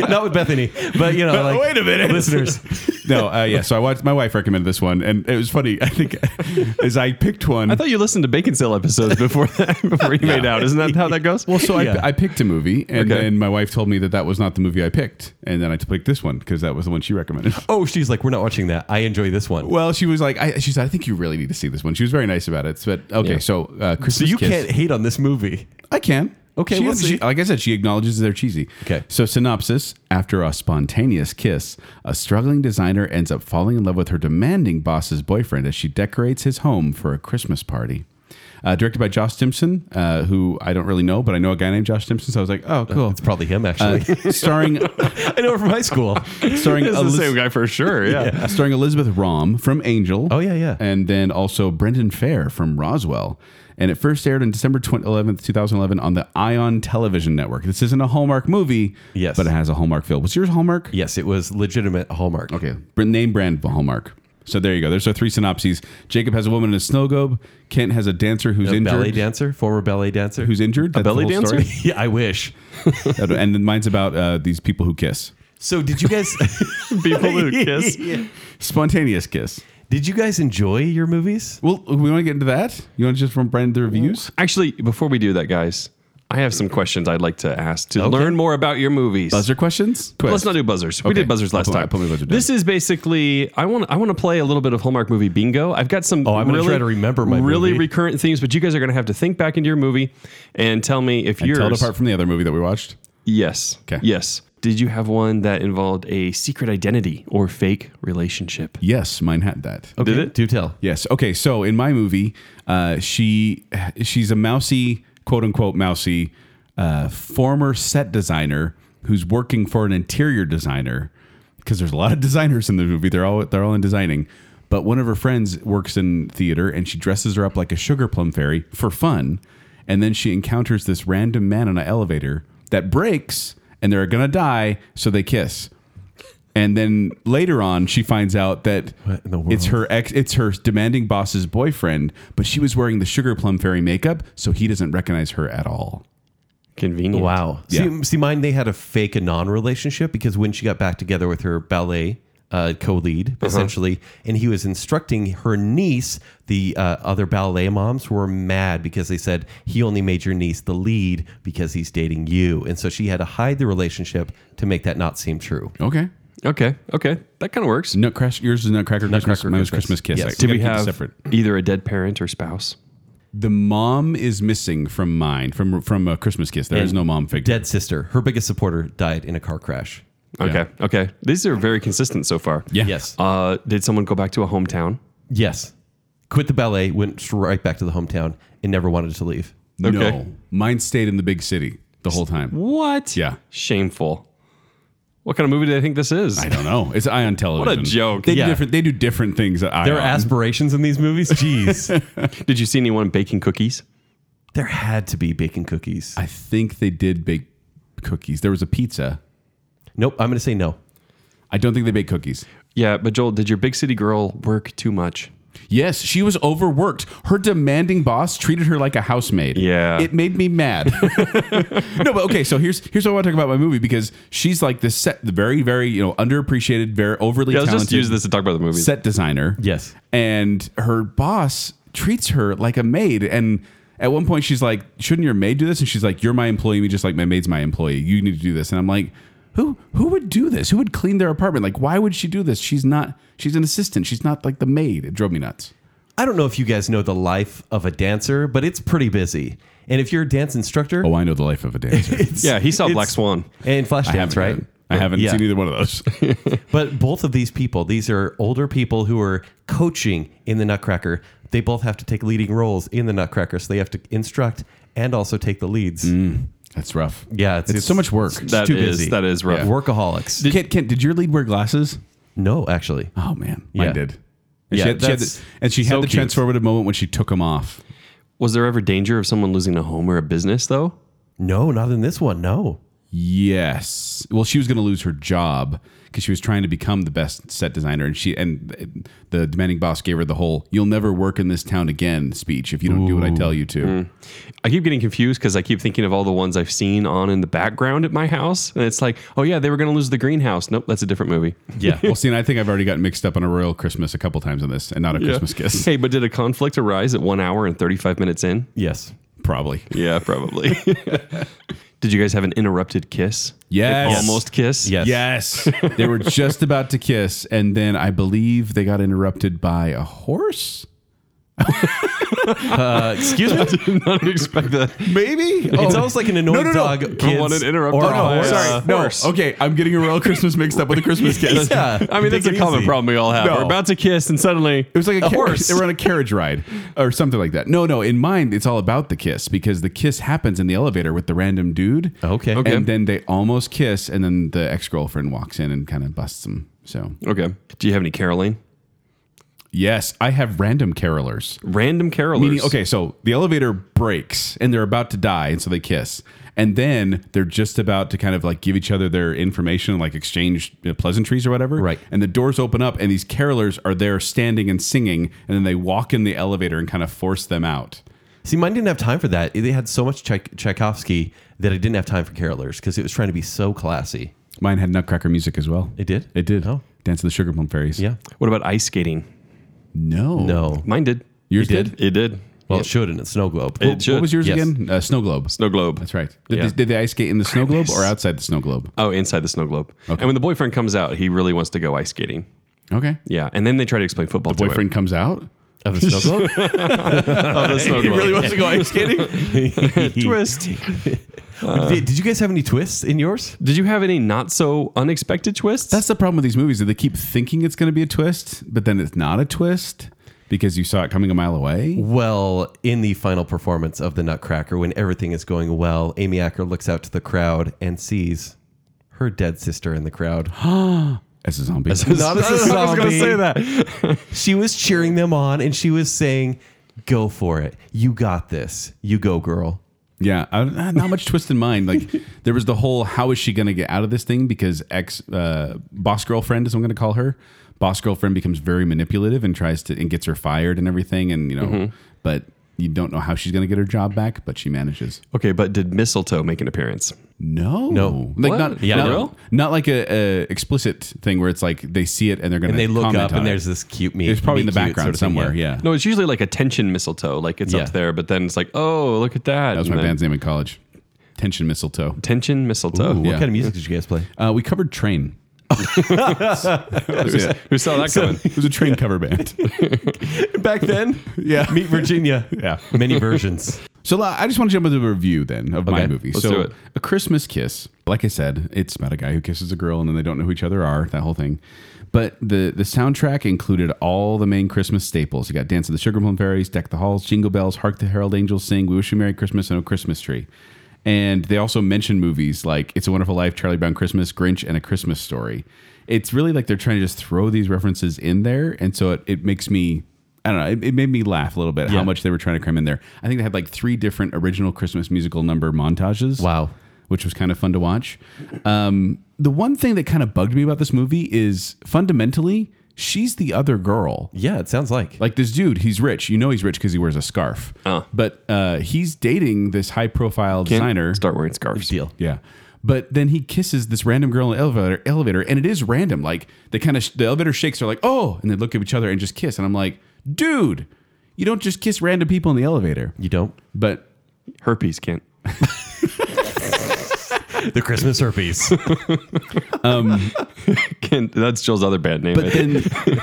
B: Not with Bethany, but you know, like
C: Wait a minute.
B: listeners.
C: no, uh, yeah. So I watched. My wife recommended this one, and it was funny. I think as I picked one,
D: I thought you listened to Bacon Sale episodes before that, before you made out. Isn't that how that goes?
C: Well, so
B: Yeah.
C: I, I picked a movie, and
D: Okay.
C: then my wife told me that that was not the movie I picked, and then I picked this one because that was the one she recommended.
B: Oh, she's like, we're not watching that. I enjoy this one.
C: Well, she was like, I, she said, I think you really need to see this one. She was very nice about it. But okay,
D: Yeah.
C: so uh, Christmas
B: So you
C: Kiss-
B: can't hate on this movie.
C: I can.
B: Okay,
C: She-
B: we'll see.
C: she- like I said, she acknowledges they're cheesy.
B: Okay.
C: So synopsis: After a spontaneous kiss, a struggling designer ends up falling in love with her demanding boss's boyfriend as she decorates his home for a Christmas party. Uh, directed by Josh Simpson, uh, who I don't really know, but I know a guy named Josh Simpson. So I was like, oh, cool.
B: It's probably him,
C: Uh,
B: actually.
C: starring
B: I know her from high school.
C: starring
D: it's the
C: Eliz-
D: same guy for sure. Yeah.
C: uh, starring Elizabeth Rom from Angel.
B: Oh, yeah, yeah.
C: And then also Brendan Fair from Roswell. And it first aired on December 20- 11th, 2011 on the Ion Television Network. This isn't a Hallmark movie,
B: Yes.
C: but it has a Hallmark feel. Was yours Hallmark?
B: Yes, it was legitimate Hallmark.
C: Okay. Br- Name brand Hallmark. So there you go. There's our three synopses. Jacob has a woman in a snow globe. Kent has a dancer who's
B: A
C: injured.
B: ballet dancer, former ballet dancer.
C: Who's injured? That's the
D: belly
C: whole story.
B: yeah, I wish.
C: and then mine's about uh, these people who kiss.
B: So did you guys
D: People who kiss.
C: Spontaneous kiss.
B: Did you guys enjoy your movies?
C: Well, we want to get into that. You want to just from Brandon the reviews?
D: Actually, before we do that, guys, I have some questions I'd like to ask to learn more about your movies.
C: Buzzer questions?
D: Let's not do buzzers. We
C: Okay.
D: did buzzers
C: I'll
D: last
C: put my-
D: time.
C: put my buzzer down.
D: this is basically I want I want to play a little bit of Hallmark movie bingo. I've got some.
B: Oh, I'm gonna
D: really,
B: try to remember my
D: really
B: movie.
D: recurrent themes, but you guys are going to have to think back into your movie and tell me if
C: And
D: yours.
C: tell it apart from the other movie that we watched.
D: yes.
C: 'Kay.
D: Yes. Did you have one that involved a secret identity or fake relationship?
C: Yes, mine had that.
B: Okay,
D: Did it?
B: Do tell.
C: Yes. Okay. So in my movie, uh, she she's a mousy quote unquote mousy uh, former set designer who's working for an interior designer because there's a lot of designers in the movie. They're all they're all in designing. But one of her friends works in theater and she dresses her up like a sugar plum fairy for fun. And then she encounters this random man on an elevator that breaks and they're gonna die, so they kiss. And then later on, she finds out that
B: What in the world?
C: it's her ex, it's her demanding boss's boyfriend, but she was wearing the sugar plum fairy makeup, so he doesn't recognize her at all.
D: Convenient.
B: Wow. See,
C: Yeah.
B: see, mine, they had a fake and non relationship because when she got back together with her ballet uh, co lead, essentially, and he was instructing her niece, the uh, other ballet moms were mad because they said he only made your niece the lead because he's dating you. And so she had to hide the relationship to make that not seem true.
C: Okay.
D: Okay. Okay. That kind of works.
C: Nutcrash, yours is Nutcracker,
B: Nutcracker
C: Christmas, mine was
B: Christmas.
C: Christmas Kiss.
B: Yes.
C: I-
D: Did
C: I
D: we
C: kept it
D: have
C: separate?
D: either a dead parent or spouse?
C: The mom is missing from mine from from a Christmas Kiss. There is no mom figure.
B: Dead sister, her biggest supporter, died in a car crash.
D: Okay. Okay. These are very consistent so far.
C: Yeah.
B: Yes.
D: Uh, did someone go back to a hometown?
B: Yes. Quit the ballet, went right back to the hometown, and never wanted to leave.
C: No,
D: okay.
C: mine stayed in the big city the whole time.
D: What?
C: Yeah.
D: Shameful. What kind of movie do I think this is?
C: I don't know. It's Ion Television.
D: joke.
C: They
B: Yeah.
C: do different. They do different things. At
B: There are
C: Ion.
B: aspirations in these movies? Jeez.
D: Did you see anyone baking cookies?
B: There had to be bacon cookies.
C: I think they did bake cookies. There was a pizza.
B: nope, I'm going to say no.
C: I don't think they bake cookies.
D: Yeah, but Joel, did your big city girl work too much?
C: Yes, she was overworked. Her demanding boss treated her like a housemaid.
D: Yeah.
C: It made me mad. no, but okay, so here's here's what I want to talk about my movie because she's like this set the very, very, you know, underappreciated, very overly
D: Yeah, let's
C: talented
D: just use this to talk about the movie.
C: set designer.
B: Yes.
C: And her boss treats her like a maid. And at one point she's like, Shouldn't your maid do this? And she's like, You're my employee, me just like my maid's my employee. You need to do this. And I'm like, who, who would do this? Who would clean their apartment? Like, why would she do this? She's not, she's an assistant. She's not like the maid. It drove me nuts.
B: I don't know if you guys know the life of a dancer, but it's pretty busy. And if you're a dance instructor,
C: Oh, I know the life of a dancer.
D: yeah, he saw
B: it's-
D: Black Swan.
B: and flash
C: I
B: dance,
C: haven't,
B: right?
C: I haven't
B: Yeah.
C: seen either one of those.
B: But both of these people, these are older people who are coaching in the Nutcracker. They both have to take leading roles in the Nutcracker, so they have to instruct and also take the leads.
C: Mm. That's rough.
B: Yeah,
C: It's, so much work.
B: It's
D: That
B: too
D: is-
B: busy.
D: that is rough.
B: Workaholics.
C: Kent, Kent, did your lead wear glasses?
B: no, actually,
C: Oh man,
B: Yeah.
C: mine did. And
B: Yeah,
C: she had, she had
B: that's
C: the, and she had
B: so
C: the
B: cute.
C: transformative moment when she took them off.
D: Was there ever danger of someone losing a home or a business though?
B: no, not in this one. No.
C: Yes. Well, she was going to lose her job because she was trying to become the best set designer, and she and the demanding boss gave her the whole "You'll never work in this town again" speech if you don't do what I tell you to.
B: Mm.
D: I keep getting confused because I keep thinking of all the ones I've seen on in the background at my house, and it's like, oh yeah, they were going to lose the greenhouse. Nope, that's a different movie.
B: Yeah.
C: well, see, and I think I've already gotten mixed up on a royal Christmas a couple times on this, and not a Christmas kiss,
D: Hey, but did a conflict arise at one hour and thirty-five minutes in?
B: yes.
C: probably.
D: Yeah, probably. did you guys have an interrupted kiss?
C: Yes.
D: Like, almost kiss.
B: Yes.
C: Yes. they were just about to kiss, and then I believe they got interrupted by a horse.
B: Excuse me.
D: did not expect that.
C: Maybe
B: It's almost like an annoyed
C: Oh. no, no.
B: dog.
C: I
B: kids,
D: wanted interrupted
B: or
D: by
B: a
D: a
B: horse.
D: sorry.
C: no.
D: horse.
C: Okay, I'm getting a royal Christmas mixed up with a Christmas kiss.
B: Yeah.
D: I mean,
B: Take
D: that's a
B: it
D: common
B: easy.
D: problem we all have.
C: No.
D: We're about to kiss, and suddenly
C: It was like a,
B: A
C: car-
B: horse.
C: They were on a carriage ride or something like that. No, no. In mine, it's all about the kiss because the kiss happens in the elevator with the random dude.
B: Okay. Okay.
C: And then they almost kiss, and then the ex girlfriend walks in and kind of busts them. So
D: okay. Do you have any caroling?
C: yes, I have random carolers.
D: Random carolers.
C: Meaning, okay, so the elevator breaks and they're about to die, and so they kiss, and then they're just about to kind of like give each other their information, like exchange you know, pleasantries or whatever.
B: Right.
C: And the doors open up, and these carolers are there standing and singing, and then they walk in the elevator and kind of force them out.
B: See, mine didn't have time for that. They had so much Czech- Tchaikovsky that I didn't have time for carolers because it was trying to be so classy.
C: Mine had Nutcracker music as well.
B: It did?
C: It did.
B: Oh.
C: Dance of the Sugar Plum Fairies.
B: Yeah.
D: What about ice skating?
C: No.
B: No.
D: Mine did.
C: Yours
B: It did?
C: did?
D: It did.
B: Well, it should in a snow globe.
D: It should.
C: What was yours
B: Yes.
C: again? Uh, snow globe.
D: Snow globe.
C: That's right. Did,
D: Yeah.
C: they, did they ice skate in the snow globe or outside the snow globe?
D: Oh, inside the snow globe.
C: Okay.
D: And when the boyfriend comes out, he really wants to go ice skating.
C: Okay.
D: Yeah, and then they try to explain football. to him.
C: Boyfriend comes out.
B: Of a snow globe?
D: Oh, the snow globe.
B: wants to go ice skating?
D: Twist.
B: did, did you guys have any twists in yours?
D: Did you have any not so unexpected twists?
C: That's the problem with these movies. That they keep thinking it's going to be a twist, but then it's not a twist. because you saw it coming a mile away.
B: Well, in the final performance of the Nutcracker, when everything is going well, Amy Acker looks out to the crowd and sees her dead sister in the crowd.
C: As a zombie.
B: Not as a zombie.
D: I was going to say that.
B: She was cheering them on and she was saying, Go for it. You got this. You go, girl.
C: Yeah, I, I- not much twist in mind. Like there was the whole how is she going to get out of this thing because ex uh, boss girlfriend is what I'm going to call her. Boss girlfriend becomes very manipulative and tries to and gets her fired and everything and you know, but you don't know how she's going to get her job back, but she manages.
D: Okay, but did mistletoe make an appearance?
C: No,
B: No.
C: like
D: What?
C: not
D: Yeah,
C: not,
D: no.
C: not like a, a explicit thing where it's like they see it and they're going
B: And they
C: to
B: look
C: comment
B: up and
C: on it.
B: there's this cute me.
C: it's probably in the
B: me-cute sort
C: background
B: of thing,
C: somewhere. yeah,
D: No, it's usually like a tension mistletoe. Like it's
B: Yeah.
D: up there, but then it's like, oh, look at that.
C: that was my band's name in college. Tension mistletoe.
D: Tension mistletoe.
B: What
C: Yeah.
B: kind of music did you guys play?
C: Uh, we covered train.
D: Who- Who saw that coming?
C: It was a train cover band.
B: Back then,
C: yeah.
B: Meet Virginia.
C: Yeah.
B: Many versions.
C: So La, I just want to jump into the review then of my
D: Okay,
C: movie.
D: let's
C: so
D: do it.
C: A Christmas Kiss. Like I said, it's about a guy who kisses a girl and then they don't know who each other are, that whole thing. But the the soundtrack included all the main Christmas staples. You got Dance of the Sugar Plum Fairies, Deck the Halls, Jingle Bells, Hark the Herald Angels Sing, We Wish You Merry Christmas, and O Christmas Tree. And they also mention movies like It's a Wonderful Life, Charlie Brown Christmas, Grinch, and A Christmas Story. It's really like they're trying to just throw these references in there. And so it, it makes me I don't know. It, it made me laugh a little bit
B: Yeah.
C: how much they were trying to cram in there. I think they had like three different original Christmas musical number montages.
B: Wow.
C: Which was kind of fun to watch. Um, the one thing that kind of bugged me about this movie is fundamentally, she's the other girl.
B: Yeah, it sounds like.
C: Like this dude, he's rich. You know he's rich because he wears a scarf.
D: Oh.
C: But uh, he's dating this high profile
D: Can't
C: designer.
D: Start wearing scarves.
B: deal.
C: Yeah. But then he kisses this random girl in the elevator, elevator, and it is random. Like they kind of sh- the elevator shakes. They're like, oh, and they look at each other and just kiss. And I'm like, dude, you don't just kiss random people in the elevator.
B: You don't?
C: But
D: Herpes, Kent.
B: The Christmas herpes.
D: Kent. That's Jill's other band name. I
C: but
D: think.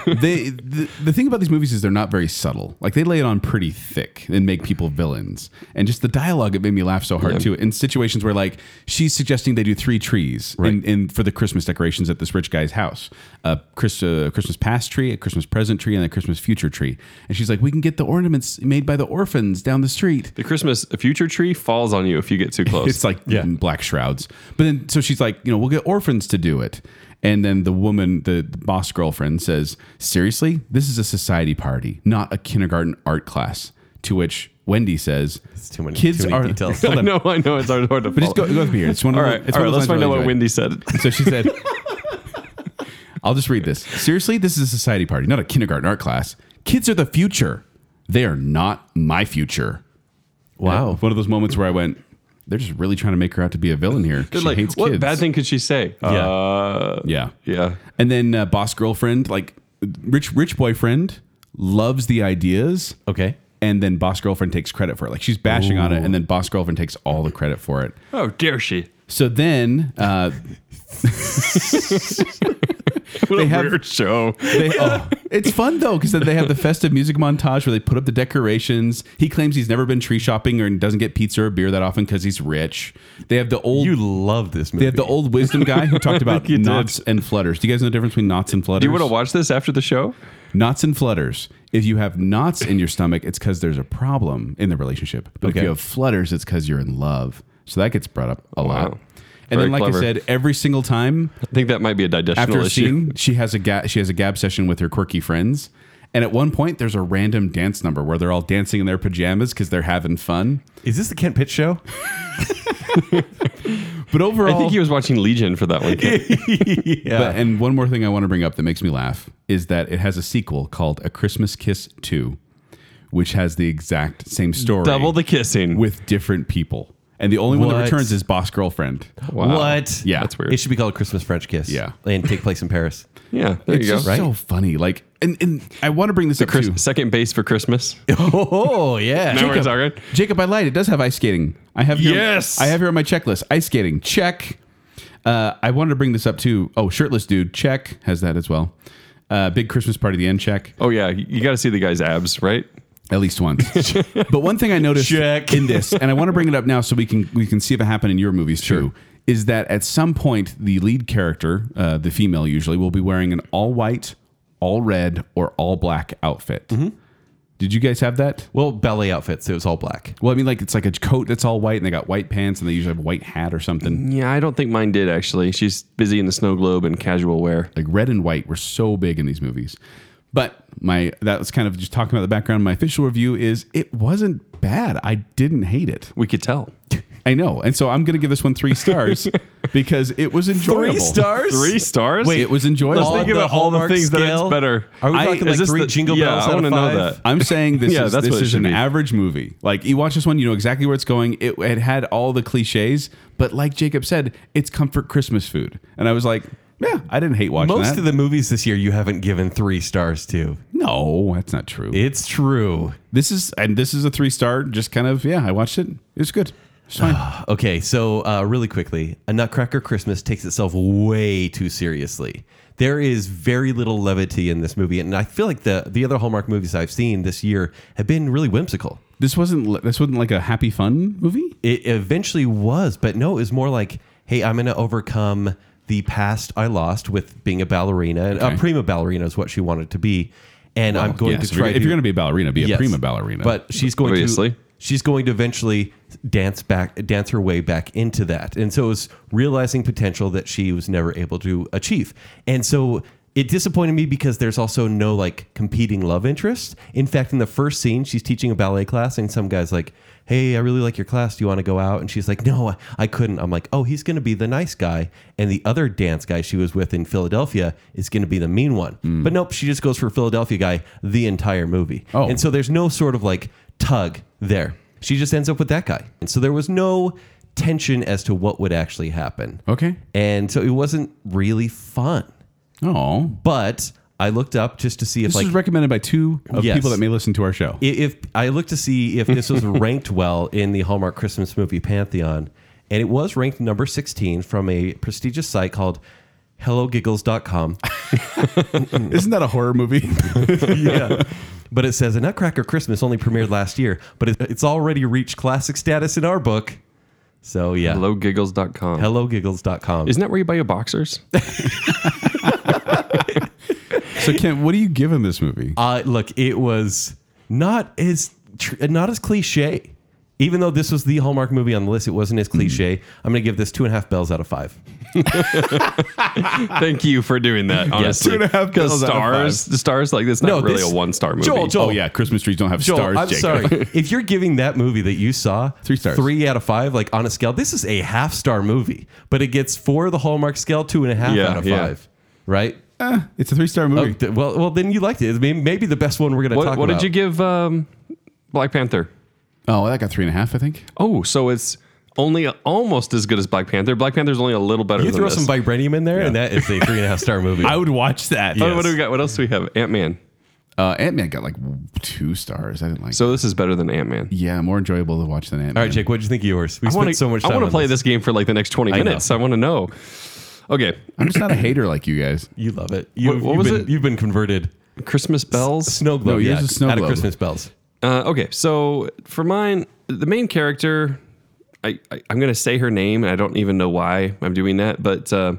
C: then they the, the thing about these movies is they're not very subtle. Like they lay it on pretty thick and make people villains. And just the dialogue, it made me laugh so hard
D: Yeah.
C: too. In situations where like she's suggesting they do three trees in, in for the Christmas decorations at this rich guy's house, a Chris, uh, Christmas past tree, a Christmas present tree, and a Christmas future tree. And she's like, we can get the ornaments made by the orphans down the street.
D: the Christmas future tree falls on you if you get too close.
C: It's like
B: Yeah.
C: black shrouds. But then, so she's like, you know, we'll get orphans to do it. And then the woman, the, the boss girlfriend says, seriously, this is a society party, not a kindergarten art class. To which Wendy says,
B: too many-
C: kids
B: too many
C: are.
B: details.
C: Hold
D: I
C: on.
D: know, I know. It's hard, hard to.
C: But just go,
D: follow.
C: go with me here. It's one of
D: all
C: the-
D: right,
C: it's
D: all
C: one of
D: right. Let's
C: those lines
D: find
C: I
D: out what
C: really enjoy.
D: Wendy said.
C: So she said, I'll just read this. Seriously, this is a society party, not a kindergarten art class. Kids are the future. They are not my future.
B: Wow.
C: One of those moments where I went, they're just really trying to make her out to be a villain here.
D: They're
C: she
D: like,
C: hates
D: what
C: kids.
D: bad thing could she say? Yeah, uh,
C: Yeah.
D: yeah.
C: And then uh, boss girlfriend, like rich rich boyfriend loves the ideas.
B: Okay.
C: And then boss girlfriend takes credit for it. Like she's bashing on it and then boss girlfriend takes all the credit for it.
D: Oh, dare she?
C: So then uh,
D: What
C: They
D: a
C: have-
D: weird show.
C: they, oh, it's fun though because then they have the festive music montage where they put up the decorations. He claims he's never been tree shopping or doesn't get pizza or beer that often because he's rich. They have the old
B: You love this movie.
C: they have the old wisdom guy who talked about
D: you did.
C: knots and flutters. Do you guys know the difference between knots and flutters?
D: Do you want to watch this after the show?
C: Knots and flutters. If you have knots in your stomach, it's because there's a problem in the relationship. But if
B: Okay.
C: you have flutters, it's because you're in love. So that gets brought up a lot.
D: Wow.
C: And
D: Very
C: then, like I
D: clever.
C: said, every single time
D: I think that might be a digestional
C: after a
D: issue.
C: scene, she has a ga- she has a gab session with her quirky friends. And at one point, there's a random dance number where they're all dancing in their pajamas because they're having fun.
B: Is this the Kent Pitts show?
C: But overall,
D: I think he was watching Legion for that one. Ken.
C: But, and one more thing I want to bring up that makes me laugh is that it has a sequel called A Christmas Kiss 2, which has the exact same story.
D: Double the kissing.
C: with different people. And the only one that
B: What?
C: returns is boss girlfriend.
D: Wow.
B: What?
C: Yeah.
D: That's
B: It
D: weird.
B: should be called Christmas French Kiss.
C: Yeah.
B: And take place in Paris.
D: Yeah, there
C: it's
D: you go.
C: just so funny. Like, and, and I want to bring this up
D: Chris-
C: too.
D: second base for Christmas.
B: Oh, yeah.
D: Now we're talking.
C: Jacob, I lied. It does have ice skating. I have here,
D: Yes!
C: I have here on my checklist ice skating. Check. Uh, I wanted to bring this up too. Oh, shirtless dude. Check has that as well. Uh, big Christmas party. at The end. Check
D: Oh yeah, you got to see the guy's abs, right?
C: at least once. but one thing I noticed
B: Check.
C: in this, and I want to bring it up now so we can we can see if it happened in your movies too, is that at some point the lead character, uh, the female usually, will be wearing an all white, all red, or all black outfit. Did you guys have that?
B: Well, ballet outfits. It was all black.
C: Well, I mean, like it's like a coat that's all white, and they got white pants, and they usually have a white hat or something.
D: Yeah, I don't think mine did actually. She's busy in the snow globe and casual wear.
C: Like red and white were so big in these movies. But my that was kind of just talking about the background. My official review is it wasn't bad. I didn't hate it.
D: We could tell.
C: I know, and so I'm gonna give this one three stars because it was enjoyable.
D: Three stars?
C: Wait, it was enjoyable.
D: Let's think
B: the
D: about all the
B: Hallmark
D: things that
B: scale?
D: it's better.
B: Are we talking
D: is
B: like
D: this
B: three Jingle
D: yeah,
B: Bells
D: I
B: out
D: wanna
B: of
D: know
B: five?
D: that.
C: I'm saying this
D: Yeah,
C: is
D: that's
C: this
D: what it
C: is
D: should
C: an
D: be.
C: average movie. Like you watch this one, you know exactly where it's going. It, it had all the cliches, but like Jacob said, it's comfort Christmas food. And I was like, yeah, I didn't hate watching
B: Most
C: that.
B: of the movies this year you haven't given three stars to.
C: no, that's not true.
B: It's true.
C: this is and this is a three star. Just kind of yeah, I watched it. It was good. It's fine.
B: Okay, so uh, really quickly, a Nutcracker Christmas takes itself way too seriously. There is very little levity in this movie, and I feel like the the other Hallmark movies I've seen this year have been really whimsical.
C: this wasn't li- this wasn't like a happy fun movie.
B: It eventually was, but no, it was more like, hey, I'm going to overcome the past I lost with being a ballerina, and
C: Okay.
B: a prima ballerina is what she wanted to be, and I'm going
C: Yeah,
B: to
C: so if
B: try.
C: you're- If
B: to-
C: you're, going to be a ballerina, be a
B: Yes.
C: prima ballerina.
B: But she's going
D: Obviously.
B: to she's going to eventually dance back dance her way back into that. And so it's realizing potential that she was never able to achieve. And so it disappointed me because there's also no like competing love interest. In fact, in the first scene, she's teaching a ballet class and some guy's like, "Hey, I really like your class. Do you want to go out?" And she's like, "No, I- I couldn't." I'm like, "Oh, he's going to be the nice guy." And the other dance guy she was with in Philadelphia is going to be the mean one.
C: Mm.
B: But nope, she just goes for Philadelphia guy the entire movie.
C: Oh.
B: And so there's no sort of like tug there. She just ends up with that guy. And so there was no tension as to what would actually happen.
C: okay.
B: And so it wasn't really fun.
C: Oh,
B: But I looked up just to see if
C: this
B: like
C: was recommended by two of
B: Yes.
C: people that may listen to our show.
B: i- if I looked to see if this was ranked well in the Hallmark Christmas movie pantheon, and it was ranked number 16 from a prestigious site called hellogiggles.com.
C: Isn't that a horror movie?
B: yeah. But it says a Nutcracker Christmas only premiered last year, but it, it's already reached classic status in our book. So yeah.
D: HelloGiggles.com.
B: HelloGiggles.com.
D: Isn't that where you buy your boxers?
C: so, Kent, what do you give in this movie?
B: Uh, look, it was not as tr- not as cliche. Even though this was the Hallmark movie on the list, it wasn't as cliche. I'm going to give this two and a half bells out of five.
D: Thank you for doing that, honestly.
C: Two and a half
D: Because
C: bells out of
D: stars, the stars like this, not
B: No,
D: really
B: this-
D: a one star movie.
B: Joel, Joel.
C: oh yeah, Christmas trees don't have
B: Joel,
C: stars.
B: I'm
C: Jacob.
B: sorry. if you're giving that movie that you saw
C: Three stars.
B: three out of five, like on a scale, this is a half star movie, but it gets four of the Hallmark scale, two and a half
D: Yeah,
B: out of
D: yeah.
B: five, right?
C: Eh, it's a three star
B: Oh,
C: movie.
B: th- well, well, then you liked it. It's may- Maybe the best one we're going to
D: What,
B: talk
D: what
B: about.
D: did you give um, Black Panther?
C: Oh, that got three and a half, I think.
D: Oh, so it's only almost as good as Black Panther. Black Panther's only a little better
B: You
D: than
B: throw
D: this.
B: some vibranium in there, and that is a three and a half star movie.
C: would watch that.
D: Oh, What do we got? What else do we have? Ant Man.
C: Uh, Ant Man got like two stars. I didn't like.
D: So this is better than Ant Man.
C: yeah, more enjoyable to watch than Ant Man.
B: All right, Jake, what did you think of yours? We
D: I want
B: spent
D: to
B: so much time.
D: I want to
B: on
D: play this. game for like the next twenty minutes. I, want to know. Okay,
C: I'm just not a hater like you guys.
B: You love it. You,
D: What- what
B: you've
D: was
B: been,
D: it?
B: You've been converted.
D: Christmas bells.
B: Snow globe.
C: No,
B: yeah,
C: yours is snow
B: out
C: globe.
B: of Christmas bells.
D: Uh, okay, so for mine, the main character, I, I I'm gonna say her name, and I don't even know why I'm doing that, but uh,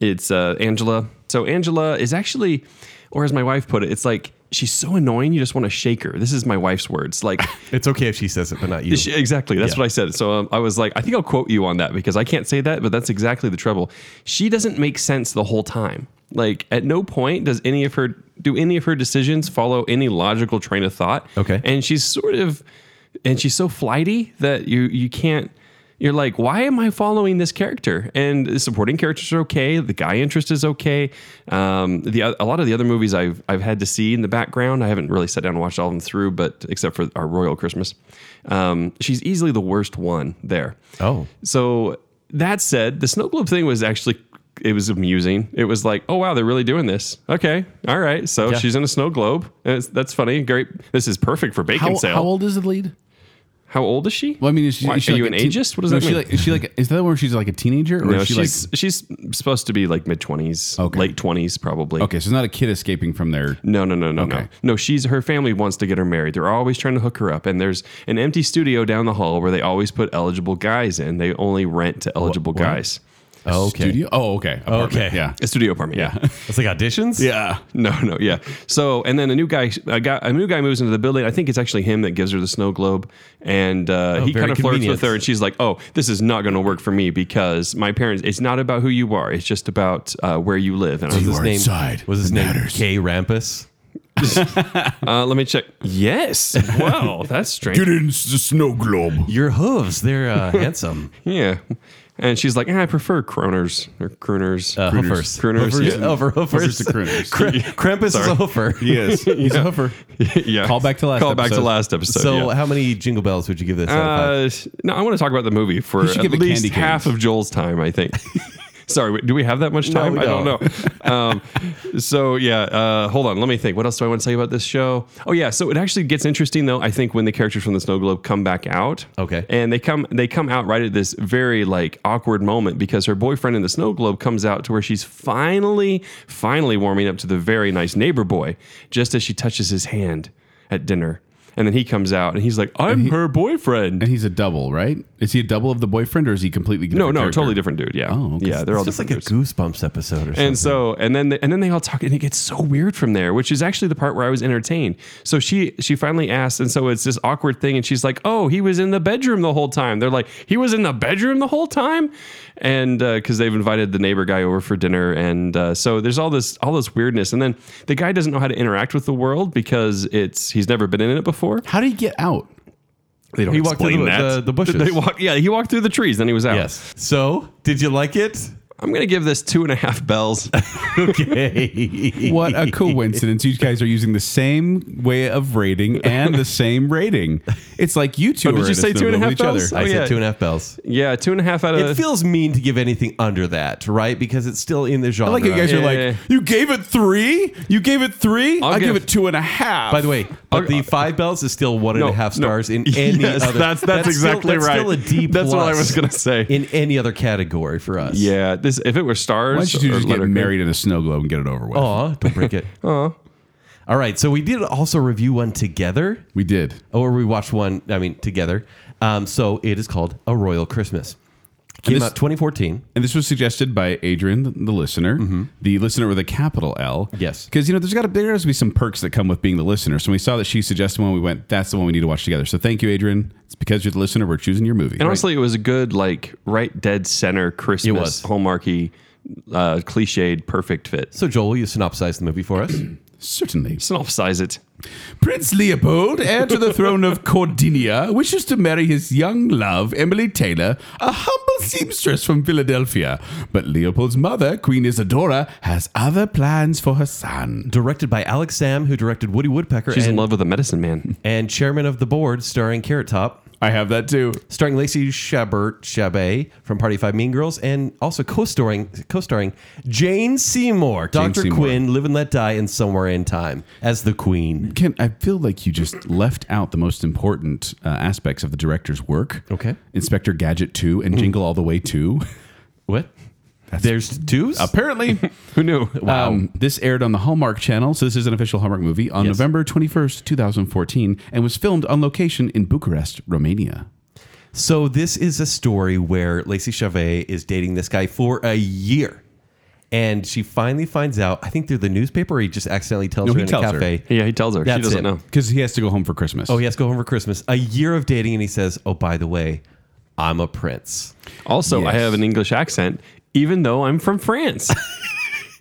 D: it's uh, Angela. So Angela is actually, or as my wife put it, it's like she's so annoying. You just want to shake her. This is my wife's words. Like
B: It's okay if she says it, but not you.
D: She- exactly. That's
B: Yeah.
D: what I said. So um, I was like, I think I'll quote you on that because I can't say that, but that's exactly the trouble. She doesn't make sense the whole time. Like at no point does any of her do any of her decisions follow any logical train of thought.
B: Okay.
D: And she's sort of and she's so flighty that you you can't you're like, why am I following this character? And the supporting characters are okay. The guy interest is okay. Um, the o- a lot of the other movies I've I've had to see in the background, I haven't really sat down and watched all of them through, but except for our Royal Christmas, um, she's easily the worst one there.
B: Oh.
D: So that said, the snow globe thing was actually it was amusing. It was like, oh wow, they're really doing this. Okay, all right. So
B: Yeah.
D: she's in a snow globe. That's, that's funny. Great. This is perfect for bacon
C: How,
D: sale.
C: how old is the lead?
D: How old is she?
C: Well, I mean, is she,
D: Why-
C: is she
D: are
C: like
D: you
C: a
D: an
C: teen-
D: ageist? What does
C: no,
D: that
C: she
D: mean?
C: Like, is she like? Is that where she's like a teenager, or
D: no,
C: is she
D: she's
C: like?
D: she's supposed to be like mid twenties,
C: Okay.
D: late twenties probably.
C: Okay, so it's not a kid escaping from their.
D: No, no, no, no, no.
C: Okay.
D: No, she's her family wants to get her married. They're always trying to hook her up, and there's an empty studio down the hall where they always put eligible guys in. They only rent to eligible guys.
B: Oh, okay.
C: Studio? Oh, okay. Apartment.
B: Okay.
C: Yeah.
D: A studio apartment.
C: Yeah.
B: It's like auditions?
C: Yeah.
D: No, no, yeah. So, and then a new guy, a guy, a new guy moves into the building. I think it's actually him that gives her the snow globe, and uh, he
B: very
D: kind of flirts
B: convenient.
D: with her, and she's like, "Oh, this is not going to work for me because my parents. It's not about who you are; it's just about uh, where you live." And I was
B: Was
D: like,
B: his
C: are
B: name,
C: inside.
B: was his
C: It
B: name
C: matters.
B: K Rampus?
D: uh, "Let me check." Yes. Wow, that's strange.
C: Get in the snow globe.
B: Your hooves, they're uh, handsome.
D: Yeah. And she's like, "Eh, "I prefer crooners or crooners,
B: Uh, hoofers.
D: crooners."
B: Hoofers,
D: yeah.
B: Over
C: Hoofers
B: hoofers.
C: to crooners.
B: Cra- Krampus is
D: Sorry.
B: a hoofer.
C: Yes. He's a hoofer.
D: yeah.
C: Call back to last
D: Call back to
C: episode.
D: last episode.
B: So,
D: yeah.
B: how many jingle bells would you give this? out of five?
D: Uh, no, I want to talk about the movie for
C: should
D: at
C: give it
D: least
C: candy
D: half
C: canes.
D: of Joel's time, I think. Sorry, wait, do we have that much time?
B: we
D: I don't know. um, so yeah, uh, hold on. Let me think. What else do I want to tell you about this show? Oh yeah, so it actually gets interesting though. I think when the characters from the Snow Globe come back out,
B: Okay.
D: and they come they come out right at this very like awkward moment because her boyfriend in the Snow Globe comes out to where she's finally finally warming up to the very nice neighbor boy just as she touches his hand at dinner, and then he comes out and he's like, "I'm her boyfriend."
C: And he's a double, right? Is he a double of the boyfriend or is he completely
D: No,
C: different
D: no,
C: character?
D: totally different dude. Yeah.
C: Oh, okay.
D: yeah, they're all
B: It's just
D: different
B: like a
D: dudes.
B: Goosebumps episode or something.
D: and so, and then, and then they all talk, and it gets so weird from there, which is actually the part where I was entertained. So she, she finally asks, and so it's this awkward thing, and she's like, "Oh, he was in the bedroom the whole time." They're like, "He was in the bedroom the whole time," and because they've invited the neighbor guy over for dinner, and uh, so there's all this, all this weirdness, and then the guy doesn't know how to interact with the world because it's he's never been in it before.
C: How did he get out?
D: They don't
B: He walked through
D: explain
B: the-
D: that.
B: the- the bushes.
D: They walk, yeah, he walked through the trees, then he was out.
B: yes. So, did you like it?
D: I'm gonna give this two and a half bells.
B: Okay.
C: What a coincidence. You guys are using the same way of rating and the same rating. It's like you two
D: Oh, did
C: are
D: you
C: in a
D: say
C: snow
D: two and a
C: globe
D: half
C: with each other.
D: bells?
B: I
D: Oh,
B: said
D: yeah. Uh,
B: two and a half bells.
D: Yeah, two and a half out of.
B: It feels mean to give anything under that, right? Because it's still in the genre.
C: I like how you guys are
D: Yeah.
C: like, you gave it three? You gave it three?
D: I'll
C: I'll give
D: give-
C: it two and a half.
B: By the way, but
D: Okay.
B: the five bells is still one and a
D: No,
B: half
D: no.
B: stars in any
D: Yes,
B: other.
D: that's- that's
B: still-
D: exactly
B: that's Still a
D: right.
B: D.
D: That's what I
B: plus
D: was gonna say.
B: In any other category for us.
D: yeah, this if it were stars.
C: Why don't you two
D: or
C: just get
D: uh, letter-
C: married in a snow globe and get it over with?
B: Aw, don't break it. Aw. All right. So we did also review one together,
C: We did.
B: or we watched one. I mean, together. Um, so it is called A Royal Christmas. Came
C: this-
B: out 2014.
C: And this was suggested by Adrian, the- the listener,
D: Mm-hmm.
C: the listener with a capital L.
B: Yes.
C: Because, you know, there's got to there has to be some perks that come with being the listener. So when we saw that she suggested one, we went, that's the one we need to watch together. So thank you, Adrian. It's because you're the listener, we're choosing your movie.
D: And honestly, it was a good like right dead center Christmas
B: was.
D: hallmarky, uh, cliched perfect fit.
B: So Joel, will you synopsize the movie for us?
C: Certainly.
D: Synopsize it.
C: Prince Leopold, heir to the throne of Cordinia, wishes to marry his young love, Emily Taylor, a humble seamstress from Philadelphia. But Leopold's mother, Queen Isadora, has other plans for her son.
B: Directed by Alex Sam, who directed Woody Woodpecker
D: She's in
B: and,
D: love with a medicine man.
B: and Chairman of the Board, starring Carrot Top.
C: I have that too.
B: starring Lacey Chabert Chabet from Party of Five Mean Girls, and also co-starring co-starring Jane Seymour, Doctor
C: Seymour.
B: Quinn, Live and Let Die, and Somewhere in Time as the Queen.
C: Ken, I feel like you just left out the most important uh, aspects of the director's work.
B: Okay.
C: Inspector Gadget 2 and Jingle All the Way 2.
B: What? There's twos.
C: Apparently,
D: Who knew?
C: um, this aired on the Hallmark Channel, so this is an official Hallmark movie, on
B: Yes.
C: November 21st, 2014, and was filmed on location in Bucharest, Romania.
B: So this is a story where Lacey Chabet is dating this guy for a year. And she finally finds out, I think through the newspaper, or he just accidentally tells
C: No,
B: her
C: he
B: in
C: tells
B: a
C: her.
B: cafe.
D: yeah, he tells her. She
B: That's
D: doesn't
B: it.
D: know.
C: Because he has to go home for Christmas.
B: Oh, he has to go home for Christmas. A year of dating, and he says, Oh, by the way, I'm a prince.
D: Also, I
C: Yes.
D: have an English accent, even though I'm from France.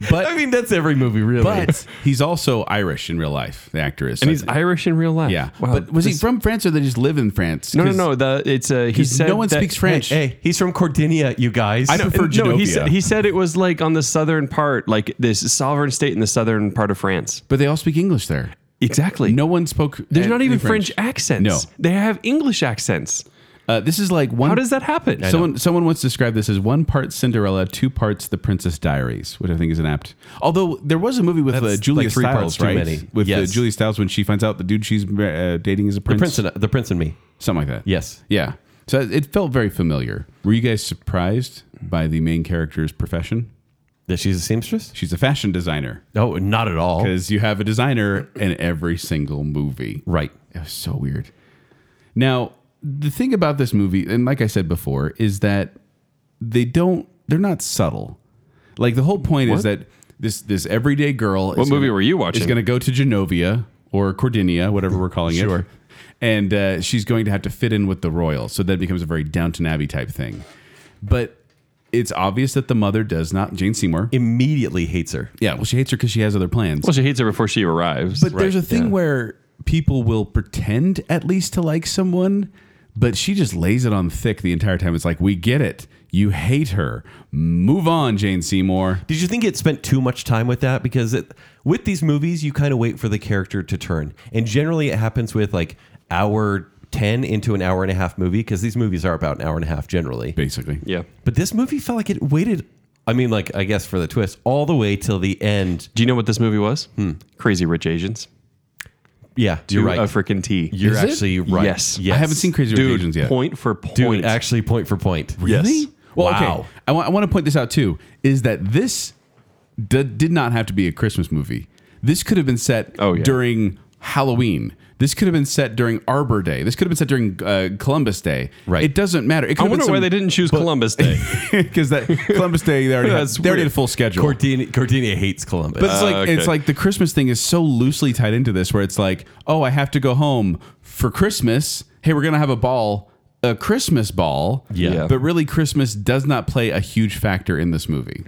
C: But,
B: I mean, that's every movie, really.
C: but he's also Irish in real life, the actor is.
D: and he's Irish in real life.
C: Yeah.
D: Wow,
C: but was he
D: this-
C: from France or they just live in France?
D: No, no,
C: 'Cause-
D: no. The it's uh, he
C: 'cause
D: said
C: no one
D: that-
C: speaks French.
B: Hey, hey, he's from Cordinia, you guys.
C: I know. prefer
D: no, he
C: Genovia.
D: said, he said it was like on the southern part, like this sovereign state in the southern part of France.
C: But they all speak English there.
D: Exactly.
C: No one spoke.
D: There's
C: a-
D: not even
C: any
D: French. accents.
C: No.
D: They have English accents.
C: Uh, this is like one.
D: How does that happen?
C: Someone someone once described this as one part Cinderella, two parts The Princess Diaries, which I think is an apt. Although there was a movie with uh,
B: That's
C: Julia
B: like three
C: Stiles,
B: parts too
C: right?
B: many.
C: With uh,
B: Yes.
C: Julia Stiles when she finds out the dude she's uh, dating is a
B: the
C: prince,
B: prince and the prince and me.
C: something like that.
B: Yes.
C: yeah. So it felt very familiar. Were you guys surprised by the main character's profession?
B: That she's a seamstress?
C: She's a fashion designer
B: No, not at all.
C: because you have a designer in every single movie.
B: Right.
C: It was so weird. Now, the thing about this movie, and like I said before, is that they don't they're not subtle. Like the whole point is
D: What?
C: that this this everyday girl. What
D: movie were you watching?
C: Is going to go to Genovia or Cordinia, whatever we're calling it.
D: Sure.
C: And uh, she's going to have to fit in with the royal, so that becomes a very Downton Abbey type thing. But it's obvious that the mother does not Jane Seymour.
B: Immediately hates her.
C: yeah, well, she hates her because she has other plans.
D: Well, she hates her before she arrives.
C: But there's a thing where people will pretend at least to like someone, but she just lays it on thick the entire time. It's like, we get it. You hate her. Move on, Jane Seymour.
B: Did you think it spent too much time with that? Because it, with these movies, you kind of wait for the character to turn, and generally it happens with like hour ten into an hour and a half movie, because these movies are about an hour and a half generally.
C: Basically.
D: yeah.
B: But this movie felt like it waited. I mean, like I guess for the twist, all the way till the end.
D: Do you know what this movie was? Crazy Rich Asians.
B: Yeah, you're
D: To
B: right.
D: A freaking T.
B: you're
C: Is it?
B: actually right.
D: Yes.
C: I haven't seen Crazy Rich
D: Dude,
C: Asians yet.
D: point for point.
B: Dude, actually, point for point.
C: Really? Well,
B: Wow.
C: okay. I want to point this out too is that this d- did not have to be a Christmas movie. This could have been set
D: Oh, yeah.
C: during Halloween. This could have been set during Arbor Day. This could have been set during uh, Columbus Day.
B: Right.
C: It doesn't matter. It could
D: I
C: have been
D: wonder why
C: some-
D: they didn't choose Columbus Day.
C: because that Columbus Day they already had,
D: That's
C: they already
D: weird.
C: had a
D: Ah,
C: full schedule.
B: Cordelia, Cordelia hates Columbus.
C: but it's like
D: okay.
C: it's like the Christmas thing is so loosely tied into this, where it's like, oh, I have to go home for Christmas. Hey, we're gonna have a ball, a Christmas ball.
B: Yeah.
D: Yeah.
C: But really, Christmas does not play a huge factor in this movie.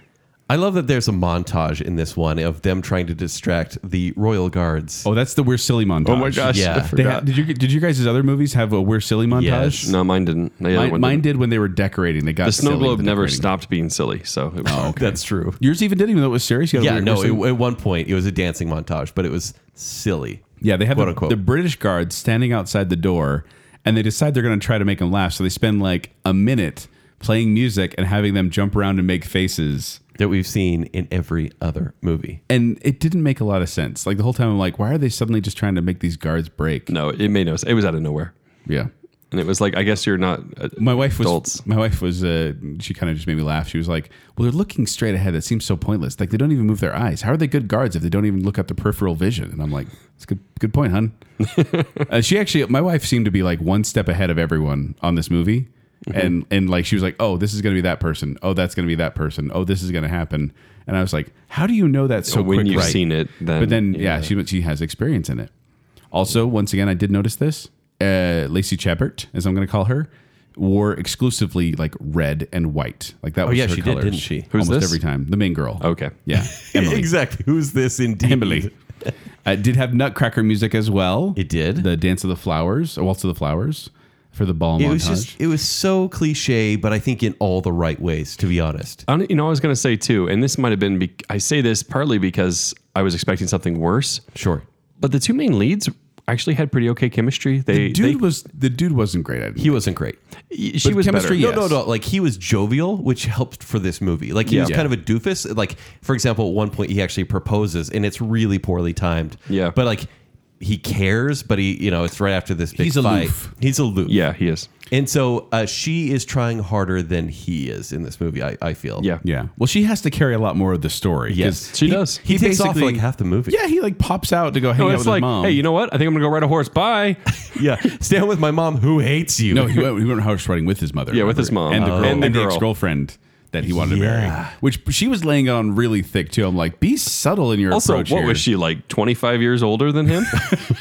B: I love that there's a montage in this one of them trying to distract the royal guards.
C: Oh, that's the we're silly montage.
D: oh my gosh.
B: Yeah.
D: I
B: They
C: They
D: forgot.
C: ha- did you did you guys' other movies have a we're silly montage?
B: Yes.
D: no, mine didn't. The other
C: Mine,
D: one
C: mine
D: didn't.
C: did when they were decorating. They got
D: The snow
C: silly with
D: globe never
C: decorating.
D: stopped being silly. So it was
B: That's true.
C: Yours even did, even though it was serious. You had a
B: Yeah,
C: weird
B: no.
C: We're Silly-
B: It, at one point, it was a dancing montage, but it was silly.
C: Yeah, they have
B: Quote,
C: the,
B: unquote.
C: the British guards standing outside the door, and they decide they're going to try to make them laugh. So they spend like a minute playing music and having them jump around and make faces.
B: that we've seen in every other movie.
C: And it didn't make a lot of sense. Like the whole time, I'm like, why are they suddenly just trying to make these guards break?
D: no, it made no sense. It was out of nowhere.
C: Yeah.
D: And it was like, I guess you're not. uh,
C: My wife was.
D: Adults.
C: My wife was. Uh, she kind of just made me laugh. She was like, "Well, they're looking straight ahead. That seems so pointless. Like they don't even move their eyes. How are they good guards if they don't even look at the peripheral vision?" And I'm like, "It's good. Good point, hun." uh, she actually, my wife seemed to be like one step ahead of everyone on this movie,
D: Mm-hmm.
C: and and like she was like, "Oh, this is going to be that person. Oh, that's going to be that person. Oh, this is going to happen." And I was like, "How do you know that so
D: when
C: quickly?"
D: you've seen it, then.
C: but then yeah, she she has experience in it. Also, once again, I did notice this. Uh, Lacey Chabert, as I'm going to call her, wore exclusively like red and white. Like that. Oh was
B: yeah,
C: her
B: she did,
C: colors.
B: didn't she?
D: Who's
C: Almost
D: this?
C: every time. The main girl.
D: Okay.
C: Yeah, Emily.
B: exactly. Who's this indeed?
C: Emily. Uh, did have Nutcracker music as well.
B: It did?
C: The Dance of the Flowers, a Waltz of the Flowers, for the ball
B: It
C: montage.
B: was just. It was so cliche, but I think in all the right ways. To be honest,
C: Uh,
D: I don't- you know, I was going to say too, and this might have been, be- I say this partly because I was expecting something worse,
B: sure.
D: but the two main leads actually had pretty okay chemistry. They,
C: dude
D: they-
C: was the dude wasn't great at. it.
B: He wasn't great.
D: she was
C: chemistry, yeah.
D: better.
B: No, no,
C: Yes.
B: no. Like he was jovial, which helped for this movie. Like he was
D: Yeah.
B: kind of a doofus. Like for example, at one point he actually proposes, and it's really poorly timed.
D: Yeah.
B: but like he cares, but he, you know, it's right after this big
C: He's
B: fight.
C: aloof.
B: He's aloof.
D: Yeah, he is.
B: and so uh, she is trying harder than he is in this movie. I, I feel.
D: Yeah.
C: Yeah. Well, she has to carry a lot more of the story. 'cause
B: Yes.
D: She does.
B: he, takes off
C: basically-
B: like half the movie. Oh,
C: Yeah, he like pops out to go hang
D: No,
C: out
D: it's
C: with
D: like,
C: his mom.
D: hey, you know what? I think I'm going to go ride a horse. Bye.
B: yeah. Stand with my mom who hates you.
C: No, he went, he went horse riding with his mother.
D: Yeah, with
C: remember?
D: his mom.
C: and the
D: Oh.
C: girl,
D: And the
C: and the
D: girl.
C: ex-girlfriend that he wanted to
B: Yeah.
C: marry, which she was laying on really thick too. I'm like, be subtle in your
D: also, what
C: approach. here.
D: was she like? 25 years older than him?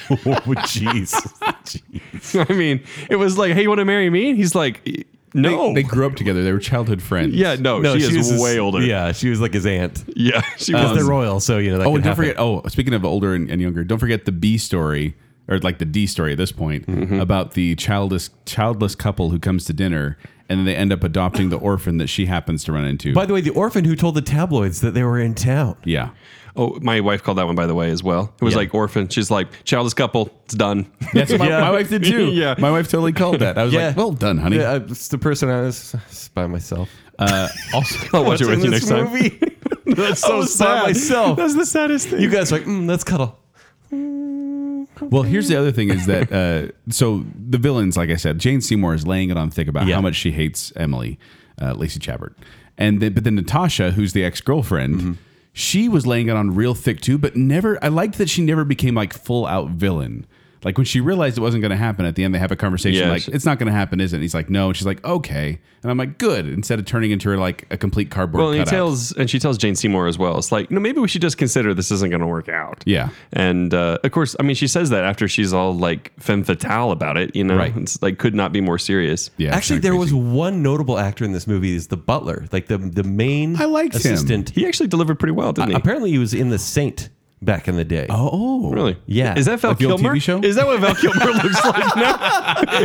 B: Oh, jeez.
D: I mean, it was like, hey, you want to marry me? And he's like,
C: They,
D: no.
C: they grew up together. They were childhood friends.
D: yeah, no, she, is
B: his-
D: way older.
B: Yeah, she was like his aunt. Um,
D: Yeah, she
C: uh,
B: Because
D: was.
B: they're royal, so you know. That
C: Oh,
B: can
C: and don't
B: happen.
C: forget. Oh, speaking of older and, and younger, don't forget the B story or like the D story at this point
D: Mm-hmm.
C: about the childless childless couple who comes to dinner and then they end up adopting the orphan that she happens to run into.
B: By the way, the orphan who told the tabloids that they were in town.
C: yeah,
D: Oh, my wife called that one by the way as well. It was
C: Yeah.
D: like orphan. She's like childless couple. It's done.
C: that's what my,
B: Yeah.
C: my wife did too.
D: Yeah.
C: my wife totally called that. I was like, well done, honey.
B: Yeah, it's the person I was it's by myself.
C: Uh, also,
D: I'll watch it with you next time.
B: time. That's
D: I
B: so
D: was
B: sad.
D: by
B: myself.
D: That's the saddest thing.
B: you guys are like, mm, let's cuddle.
C: Well, here's the other thing is that uh, so the villains, like I said, Jane Seymour is laying it on thick about
B: Yeah.
C: how much she hates Emily, uh, Lacey Chabert, and then, but then Natasha, who's the ex girlfriend, she was laying it on real thick too, but never. I liked that she never became like full out villain. Like when she realized it wasn't going to happen at the end, they have a conversation
D: Yeah,
C: like,
D: she-
C: it's not going to happen, is it? And he's like, no. And she's like, okay. And I'm like, good. Instead of turning into her like a complete cardboard
D: Well, and he
C: cutout.
D: tells, and she tells Jane Seymour as well. It's like, no, maybe we should just consider this isn't going to work out.
C: Yeah.
D: And uh, of course, I mean, she says that after she's all like femme fatale about it. You know,
C: Right.
D: it's like could not be more serious.
C: yeah. it's
B: Actually,
C: kinda
B: there was
C: crazy.
B: one notable actor in this movie is the butler, like the the main
C: I liked him.
B: assistant.
D: He actually delivered pretty well, didn't he?
B: Apparently, he was in The Saint back in the day.
C: Oh.
D: Really?
B: Yeah.
D: Is that Val
C: Like the old
D: Kilmer?
C: TV show?
D: Is that what Val Kilmer looks like now?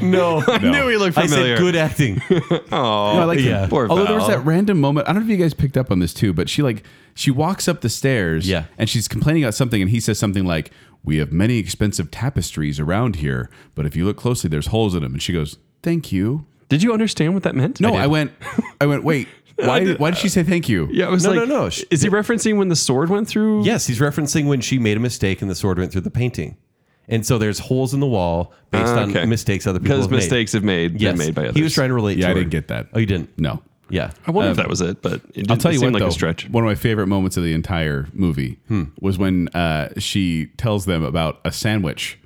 B: no,
D: I knew he looked
B: I
D: familiar.
B: said good acting.
C: No, I like
B: Yeah.
C: yeah.
D: Poor
C: Although there was
D: Val.
C: that random moment. I don't know if you guys picked up on this too, but she like she walks up the stairs
B: Yeah.
C: and she's complaining about something and he says something like, "We have many expensive tapestries around here, but if you look closely there's holes in them." And she goes, "Thank you."
D: Did you understand what that meant?
C: No,
D: did.
C: I, went I went, "Wait, why did, why did she say thank you?"
D: Yeah, I was
B: No,
D: like,
B: no, no.
D: Is he referencing when the sword went through?
B: yes, he's referencing when she made a mistake and the sword went through the painting, and so there's holes in the wall based
D: Ah, okay.
B: on mistakes other people
D: Because
B: have made.
D: mistakes have made
B: yes.
D: been made by others.
B: He was trying to um, relate.
C: Yeah,
B: to
C: I
B: her.
C: didn't get that.
B: Oh, you didn't?
C: No.
B: Yeah.
D: I wonder if that was it, but it didn't
C: I'll tell you
D: seem
C: what,
D: like
C: though,
D: a stretch.
C: one of my favorite moments of the entire movie
B: Hmm.
C: was when uh, she tells them about a sandwich,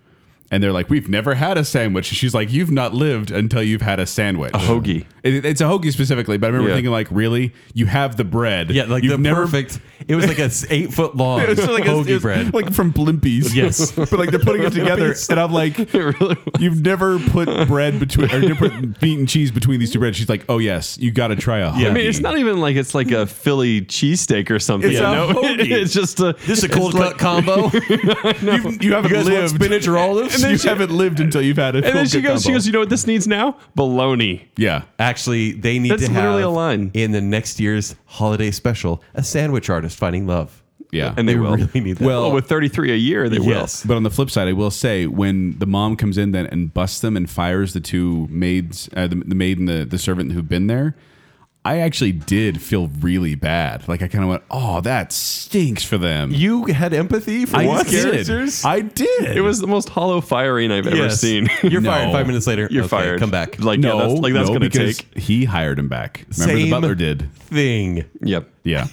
C: and they're like, "We've never had a sandwich." And she's like, "You've not lived until you've had a sandwich, a
D: hoagie.
C: it's a hoagie specifically, but I remember
D: Yeah.
C: thinking, like, really, you have the bread,
B: Yeah, like
C: you've
B: the perfect. It was like a s- eight foot long
C: It's just like a-
B: hoagie
C: it's
B: bread.
C: like from Blimpies.
B: Yes.
C: but like they're putting it together, and I'm like, "You've never put bread between, or you never put meat and cheese between these two breads." She's like, "Oh yes, you got to try a hoagie."
D: I mean, it's not even like it's like a Philly cheesesteak or something.
C: It's
D: you
C: a
D: know?
C: hoagie.
D: it's just a.
B: this is a cold cut combo.
C: You've- you haven't
B: You guys want
C: lived
B: spinach or olives?
C: And then you
D: You
C: haven't lived until you've had a.
D: and then she goes, she goes, you know what this needs now? Bologna.
C: yeah.
B: Actually, they need
D: That's
B: to have
D: literally a line.
B: in the next year's holiday special. A sandwich artist finding love.
C: Yeah.
D: And they,
B: They
D: will.
B: really need that.
D: Well,
C: Well-
D: with 33 a year, they
B: Yes.
D: will.
C: but on the flip side, I will say when the mom comes in then and busts them and fires the two maids, uh, the, the maid and the, the servant who've been there, I actually did feel really bad. Like I kind of went, "Oh, that stinks for them."
B: You had empathy for
C: I
B: these
C: did.
B: characters.
C: I did.
D: It was the most hollow firing I've ever
B: Yes.
D: seen.
B: You're
C: No.
B: fired. Five minutes later,
D: You're
B: Okay,
D: fired.
B: Come back.
D: Like,
C: no,
D: yeah, that's, like that's
C: no,
D: gonna
C: because
D: take.
C: He hired him back. Remember
B: Same
C: the butler did.
B: thing.
D: Yep.
C: Yeah.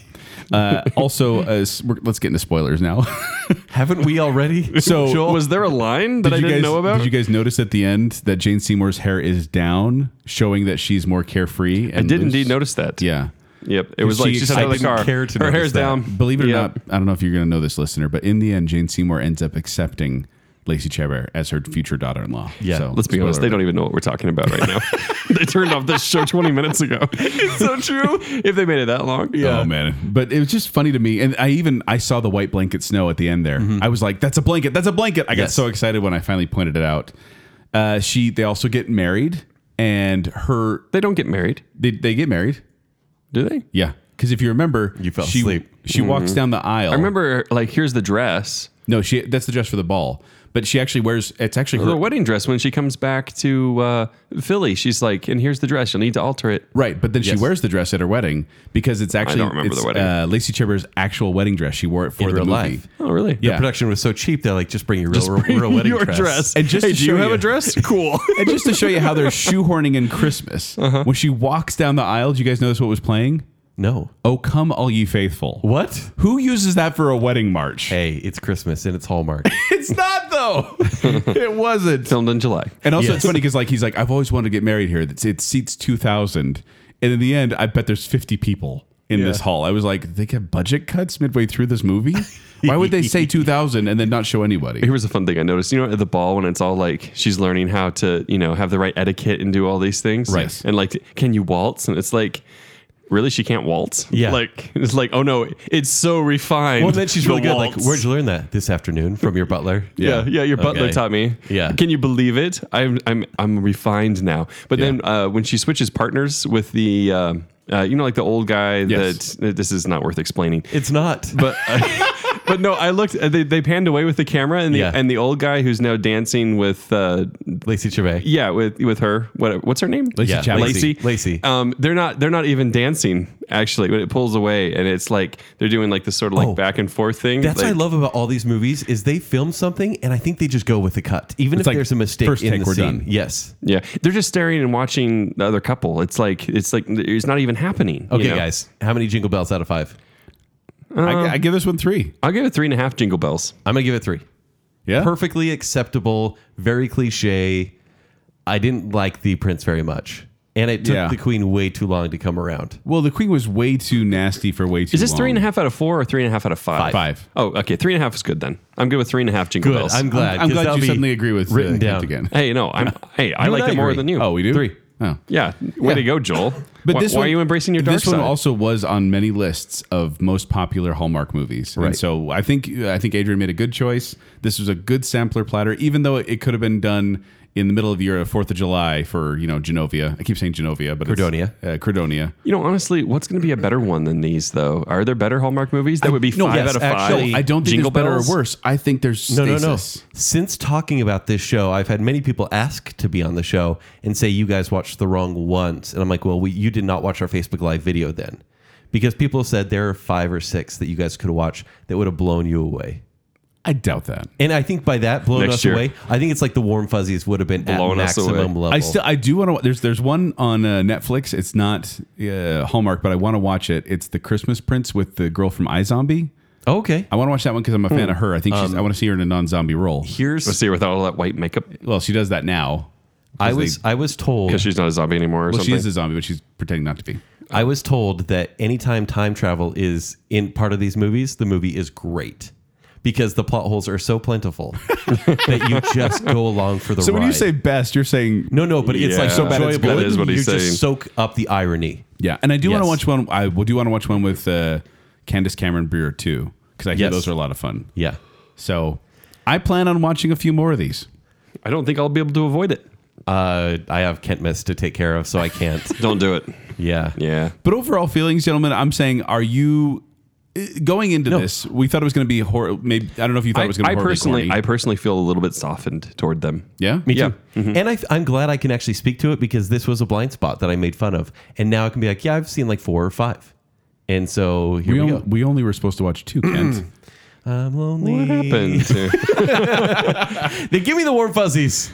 C: Uh, also, uh, s- we're- let's get into spoilers now.
B: Haven't we already?
C: So-
B: Joel?
D: Was there a line that I
C: you
D: didn't
C: guys,
D: know about?
C: Did you guys notice at the end that Jane Seymour's hair is down, showing that she's more carefree? And
D: I did indeed
C: loose?
D: notice that.
C: Yeah.
D: Yep. It was
C: She
D: like she's out of the
B: didn't
D: car.
B: care to
D: Her
B: notice
D: hair's
B: that.
D: down.
C: Believe it or
D: Yep.
C: not, I don't know if you're going to know this, listener, but in the end, Jane Seymour ends up accepting Lacey Chabert as her future daughter-in-law.
B: Yeah,
D: Let's be honest, they don't even know what we're talking about right now. they turned off this show 20 minutes ago. It's so true. If they made it that long.
B: Yeah.
C: Oh man! But it was just funny to me, and I even I saw the white blanket snow at the end there.
D: Mm-hmm.
C: I was like, "That's a blanket! That's a blanket!" I got
B: Yes.
C: so excited when I finally pointed it out. Uh, she they also get married, and her
D: They don't get married,
C: they, they get married.
D: do they?
C: Yeah, because if you remember, you
B: fell
C: she,
B: asleep.
C: She walks down the aisle.
D: I remember like here's the dress.
C: No, she that's the dress for the ball, but she actually wears it's actually
D: Her
C: her.
D: wedding dress when she comes back to uh, Philly, she's like, and here's the dress. You'll need to alter it.
C: Right, but then
B: Yes.
C: she wears the dress at her wedding because it's actually
D: don't remember
C: it's,
D: the wedding.
C: Uh, Lacey Chabert's actual wedding dress. She wore it for
B: In
C: the
B: real
C: movie.
B: life.
D: Oh, really?
C: Yeah.
B: Production was so cheap. They're like, just bring your real, real wedding
D: Your dress.
C: And just
D: hey,
C: to
D: do you
C: show
D: have
C: you-
D: a dress? Cool.
C: And just to show you how they're shoehorning in Christmas, when she walks down the aisle, do you guys notice what was playing?
B: No.
C: Oh, come all ye faithful.
B: What?
C: Who uses that for a wedding march?
B: Hey, it's Christmas and it's Hallmark.
C: It's not though. it wasn't.
D: Filmed in July.
C: And also,
B: Yes.
C: it's funny because like he's like, I've always wanted to get married here. It's, it seats two thousand, and in the end, I bet there's fifty people in this hall. I was like, they get budget cuts midway through this movie. Why would they say two thousand and then not show anybody?
D: Here was a fun thing I noticed. You know, at the ball when it's all like she's learning how to, you know, have the right etiquette and do all these things.
C: Right.
D: And like, can you waltz? And it's like, really, she can't waltz.
B: Yeah.
D: Like it's like, oh no, it's so refined.
B: well, then she's
D: the
B: really good. Like,
D: waltz.
B: where'd you learn that this afternoon from your butler?
D: Yeah, yeah, your butler
B: Okay.
D: taught me.
B: Yeah.
D: Can you believe it? I'm I'm I'm refined now. But then uh, when she switches partners with the um uh, you know like the old guy
C: Yes.
D: that, that this is not worth explaining.
B: It's not.
D: But uh, but no, I looked uh, they, they panned away with the camera and the
B: Yeah.
D: and the old guy who's now dancing with uh
B: Lacey Chabert.
D: yeah, with with her. What what's her name?
C: Lacey Yeah, Chabert.
D: Lacey.
B: Lacey.
D: Um, they're not they're not even dancing actually. When it pulls away and it's like they're doing like this sort of like
B: Oh.
D: back and forth thing.
B: That's
D: like,
B: what I love about all these movies is they film something and I think they just go with the cut, even if
C: like,
B: there's a mistake
C: first
B: in
C: take,
B: the
C: we're
B: scene.
C: done.
B: Yes.
D: Yeah, they're just staring and watching the other couple. It's like it's like it's not even happening. you
B: Okay,
D: know?
B: guys, how many jingle bells out of five?
C: I, I give this one three.
D: I'll give it three and a half jingle bells.
B: I'm gonna give it three.
C: Yeah.
B: Perfectly acceptable, very cliche. I didn't like the prince very much. And it took
C: Yeah.
B: the queen way too long to come around.
C: Well, the queen was way too nasty for way too.
D: Is this three and a
C: long.
D: half out of four or three and a half out of five?
C: Five.
D: Oh, okay. Three and a half is good then. I'm good with three and a half jingle
B: Good.
D: bells.
B: I'm glad.
C: I'm
B: 'cause
C: glad
B: that'll
C: you
B: be
C: suddenly agree with
B: written
C: uh,
B: down.
C: Hint again.
D: hey, no, I'm. Hey, I
B: You
D: like
B: and I
D: it more
B: agree.
D: than you.
C: Oh, we do
B: Three.
C: Oh.
D: yeah. Way to go, Joel.
C: But
D: why,
C: this
D: why
C: one,
D: are you embracing your dark
C: This
D: side?
C: one also was on many lists of most popular Hallmark movies, and
B: Right.
C: so I think I think Adrian made a good choice. This was a good sampler platter, even though it could have been done in the middle of the year, Fourth of July for you know Genovia. I keep saying Genovia, but it's-
B: Credonia.
C: uh, Credonia.
D: you know, honestly, what's going to be a better one than these though? Are there better Hallmark movies that would be
B: no,
D: five
B: yes,
D: out of five?
B: actually-
C: I don't think
D: jingle
C: there's better or
D: bells?
C: worse. I think there's
B: No, no, no.
C: stasis.
B: Since talking about this show, I've had many people ask to be on the show and say you guys watched the wrong ones, and I'm like, well, we, you did not watch our Facebook Live video then, because people said there are five or six that you guys could watch that would have blown you away.
C: I doubt that.
B: And I think by that blown
D: Next
B: us
D: year.
B: away, I think it's like the warm fuzzies would have been
D: Blown
B: at
D: us away.
B: maximum level.
C: I still I do want to. There's there's one on uh, Netflix. It's not uh, Hallmark, but I want to watch it. It's the Christmas Prince with the girl from iZombie.
B: okay.
C: I want to watch that one because I'm a fan of her. I think she's, I want to see her in a non-zombie role.
D: Let's
B: Here's
D: see without all that white makeup
C: Well, she does that now.
B: I
C: 'Cause
B: was
C: they-
B: I was told
D: because she's not a zombie anymore. Or
C: well, she
D: something.
C: is a zombie, but she's pretending not to be.
B: I was told that anytime time travel is in part of these movies, the movie is great because the plot holes are so plentiful that you just go along for the
C: So
B: ride.
C: when you say best, you're saying
B: no, no, but it's like
D: Yeah. So bad it's
B: enjoyable.
D: good is what he's
B: you
D: saying.
B: just soak up the irony.
C: yeah. And I do want to
B: Yes.
C: watch one. I do want to watch one with uh, Candace Cameron Brewer too, because I hear
B: Yes.
C: those are a lot of fun.
B: Yeah.
C: So I plan on watching a few more of these.
D: I don't think I'll be able to avoid it.
B: Uh, I have Kent Miss to take care of, so I can't.
D: Don't do it.
B: Yeah.
D: Yeah.
C: But overall feelings, gentlemen, I'm saying, are you uh, going into
B: No.
C: this? We thought it was going to be horror. Maybe I don't know if you thought
D: I,
C: it was going to
D: I
C: be horribly
D: personally,
C: corny.
D: I personally feel a little bit softened toward them.
C: yeah,
B: Me too.
D: Yeah. Mm-hmm.
B: And I, I'm glad I can actually speak to it because this was a blind spot that I made fun of, and now I can be like, yeah, I've seen like four or five, and so here
C: We,
B: we,
C: on-
B: go.
C: we only were supposed to watch two, Kent.
B: I'm lonely.
D: What happened?
B: They give me the warm fuzzies.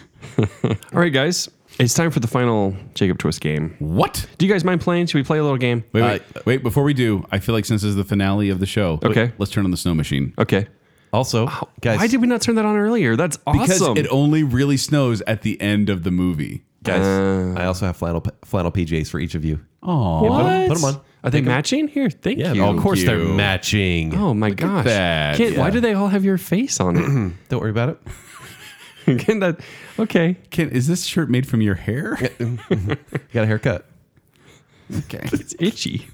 D: All right, guys. It's time for the final Jacob Twist game.
C: what?
D: Do you guys mind playing? Should we play a little game?
C: Wait, wait, wait! Before we do, I feel like since this is the finale of the show,
D: Okay.
C: wait, let's turn on the snow machine
D: Okay.
B: Also, guys,
D: Why did we not turn that on earlier? That's
C: because
D: awesome.
C: it only really snows at the end of the movie.
B: guys, I also have flannel flannel PJs for each of you.
C: Uh, Oh,
D: what?
B: put 'em on.
D: Are they matching? Here, thank you.
B: of course they're
C: you.
B: matching.
D: Oh my gosh.
C: that.
D: Can't- Why
C: Yeah.
D: do they all have your face on
B: Don't worry about it.
D: it? Can that, okay.
C: Kent, is this shirt made from your hair?
B: You got a haircut.
C: okay.
D: It's itchy.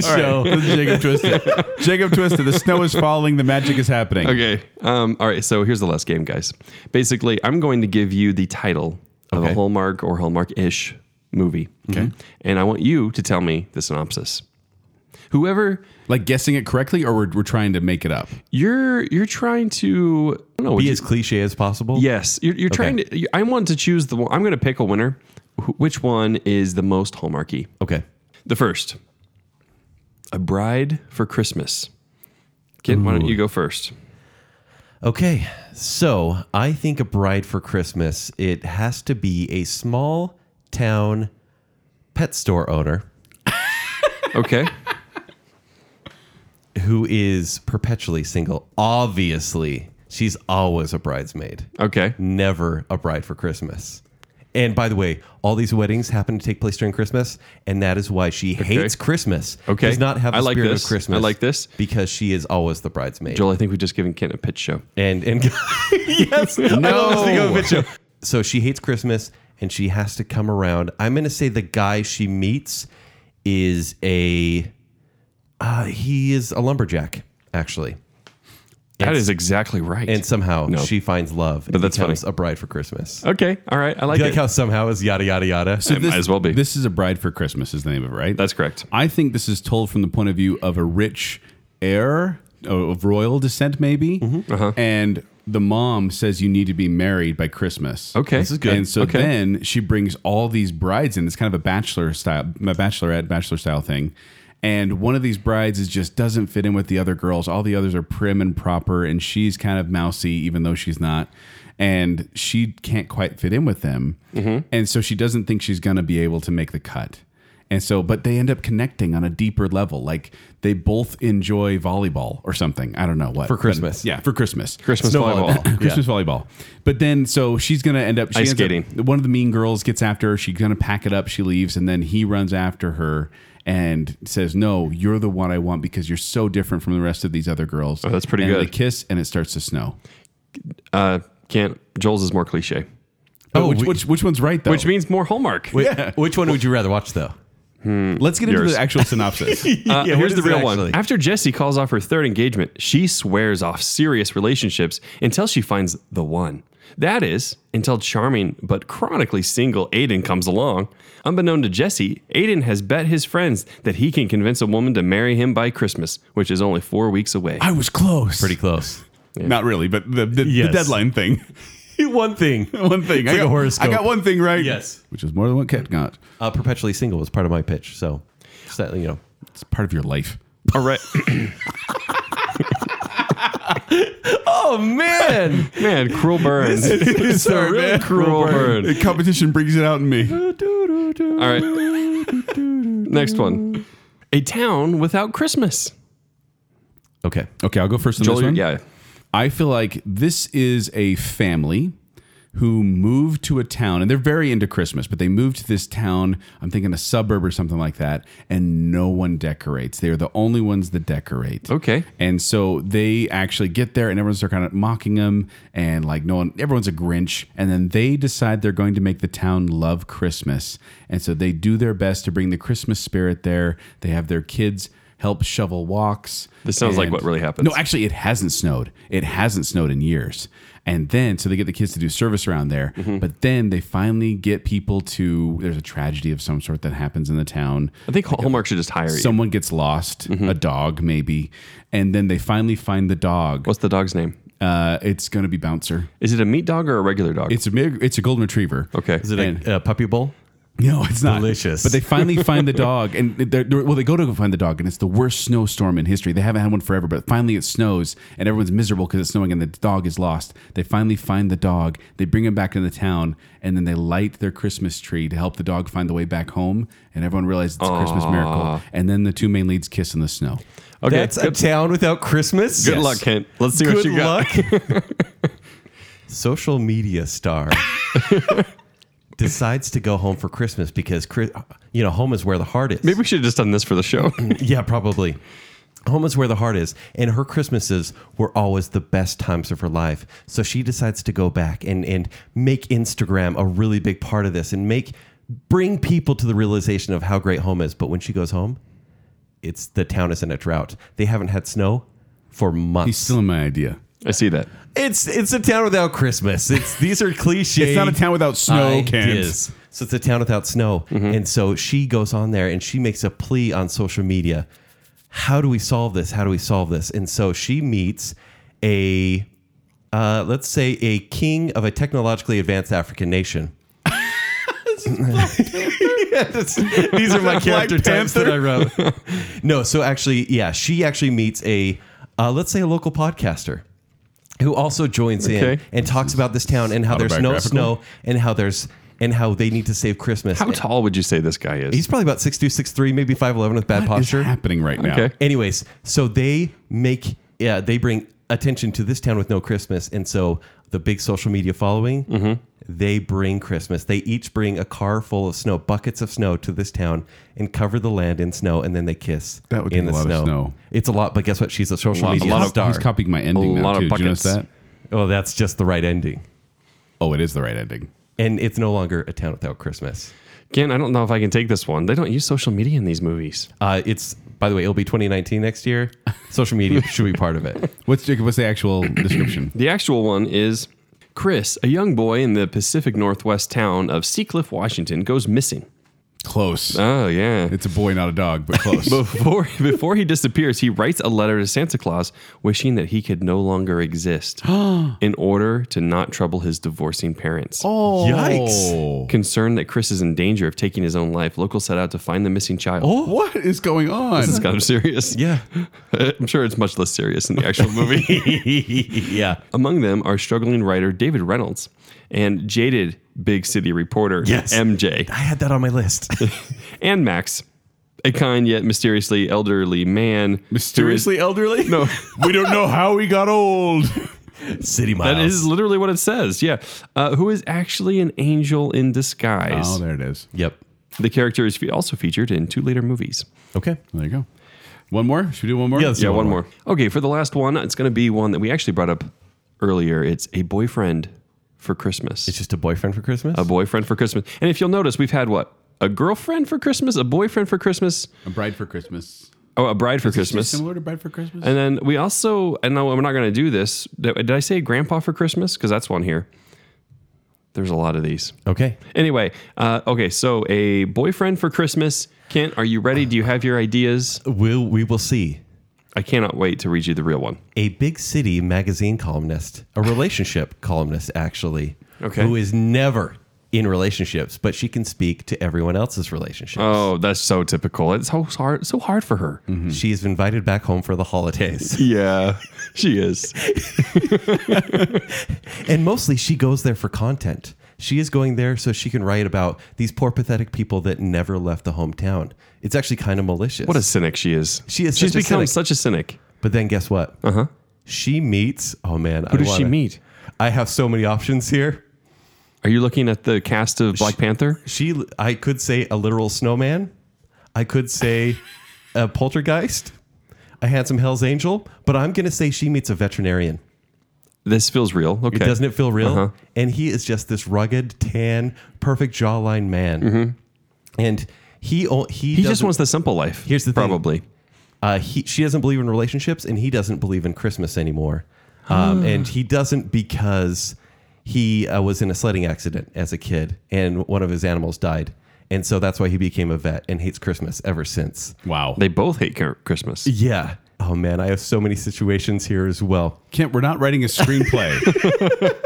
B: so
C: Jacob Twisted. Jacob Twisted. The snow is falling. The magic is happening.
D: Okay. Um, all right. So here's the last game, guys. Basically, I'm going to give you the title of
B: Okay.
D: a Hallmark or Hallmark ish movie. Okay. And I want you to tell me the synopsis. Whoever
C: Like guessing it correctly, or we're, we're trying to make it up.
D: you're you're trying to I don't know, would
B: be
D: you-
B: as cliche as possible.
D: yes you're, you're trying to you- I want to choose the one I'm going to pick a winner. Wh- Which one is the most Hallmarky?
B: Okay.
D: The first, A Bride for Christmas. Kid, why don't you go first?
B: Okay. So I think a bride for Christmas. It has to be a small town pet store owner
D: Okay.
B: who is perpetually single. Obviously, she's always a bridesmaid.
D: Okay.
B: never a bride for Christmas. And by the way, all these weddings happen to take place during Christmas, and that is why she hates Christmas.
D: Okay.
B: does not have
D: I
B: the
D: like
B: spirit
D: this.
B: of Christmas.
D: I like this.
B: because she is always the bridesmaid.
D: Joel, I think we've just given Kent a pitch show.
B: And and yes, I love this thing of a bitch show. So she hates Christmas, and she has to come around. I'm going to say the guy she meets is a uh, he is a lumberjack, actually,
D: That is exactly right.
B: and somehow
D: No.
B: she finds love. But
D: that's
B: becomes
D: funny.
B: a bride for Christmas.
D: okay, all right, I like,
B: You like
D: it.
B: how somehow is yada yada yada.
C: So
D: It might as well be.
C: This is a bride for Christmas. Is the name of it, right?
D: That's correct.
C: I think this is told from the point of view of a rich heir o- of royal descent, maybe,
D: Mm-hmm. Uh-huh.
C: and the mom says you need to be married by Christmas.
D: Okay. This is good.
C: And so
D: Okay.
C: then she brings all these brides in. It's kind of a bachelor style, a bachelorette, bachelor style thing. And one of these brides is just doesn't fit in with the other girls. All the others are prim and proper, and she's kind of mousy, even though she's not. And
D: Mm-hmm.
C: she can't quite fit in with them. And so she doesn't think she's going to be able to make the cut. And so, but they end up connecting on a deeper level. Like they both enjoy volleyball or something. I don't know what
B: For
C: But-
B: Christmas.
C: yeah, for Christmas.
D: Christmas
C: Snow
D: volleyball.
C: volleyball. Christmas volleyball. But then, so she's gonna end up she ends
D: Ice
C: up-
D: skating.
C: one of the mean girls gets after her. She's gonna pack it up. She leaves, and then he runs after her and says, "No, you're the one I want because you're so different from the rest of these other
B: Oh,
C: girls."
D: that's pretty
C: and
D: good.
C: They kiss, and it starts to snow.
D: Uh, can't Joel's is more cliche,
C: But
B: Oh,
C: which,
B: we-
C: which which one's right though?
D: which means more Hallmark.
B: Wait, Which one would you rather watch, though?
C: let's get into
D: Yours.
C: the actual synopsis.
D: Uh,
B: Yeah, what
D: here's the
B: is it
D: real
B: actually?
D: one. After Jesse calls off her third engagement, she swears off serious relationships until she finds the one. That is, until charming but chronically single Aiden comes along. Unbeknown to Jesse, Aiden has bet his friends that he can convince a woman to marry him by Christmas, which is only four weeks away.
C: I was close.
B: Pretty close.
C: Not really, but the the,
B: Yes.
C: the deadline thing.
B: one thing.
C: one thing.
B: like
C: I got,
B: a horoscope.
C: I got one thing right.
B: Yes.
C: Which is more than what Kat got.
B: Uh, perpetually single was part of my pitch. So, just that, you know.
C: It's part of your life.
D: All right.
B: Oh, man.
D: Man, cruel burn.
B: it's a
C: Sorry,
B: real
C: man.
D: cruel burn.
C: The competition brings it out in me.
D: All right. Next one. A town without Christmas.
B: Okay.
C: Okay, I'll go first on
D: Joel,
C: this one.
D: yeah.
C: I feel like this is a family who moved to a town and they're very into Christmas, but they moved to this town, I'm thinking a suburb or something like that, and no one decorates. They're the only ones that decorate.
D: Okay.
C: And so they actually get there and everyone's kind of mocking them and like no one everyone's a Grinch. And then they decide they're going to make the town love Christmas. And so they do their best to bring the Christmas spirit there. They have their kids help shovel walks.
D: This sounds like what really happens.
C: No, actually it hasn't snowed. It hasn't snowed in years. And then so they get the kids to do service around there.
D: Mm-hmm.
C: But then they finally get people to there's a tragedy of some sort that happens in the town.
D: I think Hallmark should just hire you. Mm-hmm.
C: Someone gets lost, a dog maybe, and then they finally find the dog.
D: What's the dog's name?
C: Uh, it's gonna be Bouncer.
D: Is it a meat dog or a regular dog?
C: It's a mig- it's a golden retriever.
D: okay.
B: Is it
C: And-
B: a, a puppy bowl?
C: No, it's not
B: Delicious.
C: But they finally find the dog, and they're, they're- well, they go to go find the dog, and it's the worst snowstorm in history. They haven't had one forever, but finally it snows, and everyone's miserable because it's snowing, and the dog is lost. They finally find the dog. They bring him back into town, and then they light their Christmas tree to help the dog find the way back home. And everyone realizes it's a Christmas miracle. And then the two main leads kiss in the snow.
D: Okay.
B: That's
D: good
B: a town without Christmas.
D: good luck, Kent. Let's see what
B: Good
D: you got.
B: luck. Social media star decides to go home for Christmas because Chri- you know home is where the heart is.
D: Maybe we should have just done this for the show.
B: Yeah, probably. Home is where the heart is, and her Christmases were always the best times of her life. So she decides to go back and and make Instagram a really big part of this, and make bring people to the realization of how great home is. But when she goes home, it's the town is in a drought. They haven't had snow for months.
C: He's still in my idea.
D: I see that.
B: It's it's a town without Christmas. It's these are cliche.
C: It's not a town without snow, Mm-hmm. Kent.
B: ideas. So it's a town without snow, and so she goes on there and she makes a plea on social media. How do we solve this? How do we solve this? And so she meets a, uh, let's say, a king of a technologically advanced African nation. Yes. These are my character types that I wrote. no, so actually, yeah, she actually meets a, uh, let's say, a local podcaster who also joins in
D: Okay.
B: and talks about this town and how there's no
C: Autobiographical?
B: snow and how there's and how they need to save Christmas.
D: How tall would you say this guy is?
B: He's probably about six two, six three, maybe five eleven with bad
C: What is
B: posture.
C: happening right now?
D: Okay.
B: Anyways, so they make yeah they bring attention to this town with no Christmas, and so the big social media following they bring Christmas. They each bring a car full of snow, buckets of snow to this town, and cover the land in snow, and then they kiss.
C: That would
B: in
C: be a
B: the
C: lot of
B: snow.
C: snow.
B: It's a lot, but guess what? She's a social
D: lot- a
B: media
D: lot of-
B: star.
C: He's copying my ending
D: A
C: now
D: lot
C: too.
D: of
C: Do you notice that?
D: buckets.
B: oh, that's just the right ending,
C: Oh, it is the right ending.
B: and it's no longer a town without Christmas.
D: Again, I don't know if I can take this one. They don't use social media in these movies.
B: Uh, it's by the way, it'll be 2019 next year. Social media should be part of it.
C: What's Jacob? What's the actual description?
D: The actual one is Chris, a young boy in the Pacific Northwest town of Seacliff, Washington, goes missing.
C: Close.
D: Oh, yeah.
C: It's a boy, not a dog, but close.
D: Before, before he disappears, he writes a letter to Santa Claus wishing that he could no longer exist in order to not trouble his divorcing parents.
C: oh,
B: Yikes.
D: Concerned that Chris is in danger of taking his own life, locals set out to find the missing child.
C: What is going on?
D: It's kind of serious.
B: Yeah,
D: I'm sure it's much less serious in the actual movie.
B: yeah.
D: Um, Among them are struggling writer David Reynolds and jaded big city reporter,
B: Yes.
D: MJ,
B: I had that on my list.
D: and Max, a kind yet mysteriously elderly man. who is-
C: Mysteriously elderly?
D: No.
C: we don't know how he got old.
B: City Miles.
D: That is literally what it says. Yeah. Uh, who is actually an angel in disguise.
C: Oh, there it is.
B: Yep.
D: The character is fe- also featured in two later movies.
B: Okay.
C: There you go. One more? Should we do one more?
B: Yeah, let's do
D: yeah, one more. Okay, for the last one, it's going to be one that we actually brought up earlier. It's a boyfriend for Christmas.
B: It's just a boyfriend for Christmas.
D: a boyfriend for Christmas. And if you'll notice, we've had what? A girlfriend for Christmas, a boyfriend for Christmas,
C: A bride for Christmas.
D: oh, a bride for Christmas.
C: Similar to bride for Christmas?
D: And then we also, and no, we're not going to do this. Did did I say grandpa for Christmas? Because that's one here. There's a lot of these.
B: okay.
D: Anyway, uh, okay, so a boyfriend for Christmas. Kent, are you ready? Do you have your ideas?
B: We'll, we will see.
D: I cannot wait to read you the real one.
B: a big city magazine columnist, a relationship columnist actually,
D: Okay.
B: who is never in relationships, but she can speak to everyone else's relationships.
D: Oh, that's so typical. It's so hard, so hard for her.
B: She is invited back home for the holidays,
D: Yeah, she is.
B: and mostly she goes there for content. She is going there so she can write about these poor, pathetic people that never left the hometown. It's actually kind of malicious.
D: What a cynic she is.
B: She is
D: She's
B: such a
D: become
B: cynic.
D: such a cynic.
B: But then guess what? Uh huh. She meets. Oh man, who
D: Uh-huh. does she meet?
B: I have so many options here.
D: Are you looking at the cast of Black Panther?
B: She, I could say a literal snowman. I could say a poltergeist, a handsome Hell's Angel, but I'm going to say she meets a veterinarian.
D: This feels real. Okay.
B: Doesn't it feel real?
D: Uh-huh.
B: And he is just this rugged, tan, perfect jawline man. And he o- he
D: Mm-hmm. He just
B: doesn't-
D: wants the simple life.
B: Here's the thing.
D: probably.
B: uh, he she doesn't believe in relationships and he doesn't believe in Christmas anymore. Um, and
D: Ah.
B: he doesn't because he uh, was in a sledding accident as a kid and one of his animals died. And so that's why he became a vet and hates Christmas ever since.
C: wow.
D: They both hate Car- Christmas.
B: Yeah. Oh man, I have so many situations here as well.
C: Kent, we're not writing a screenplay.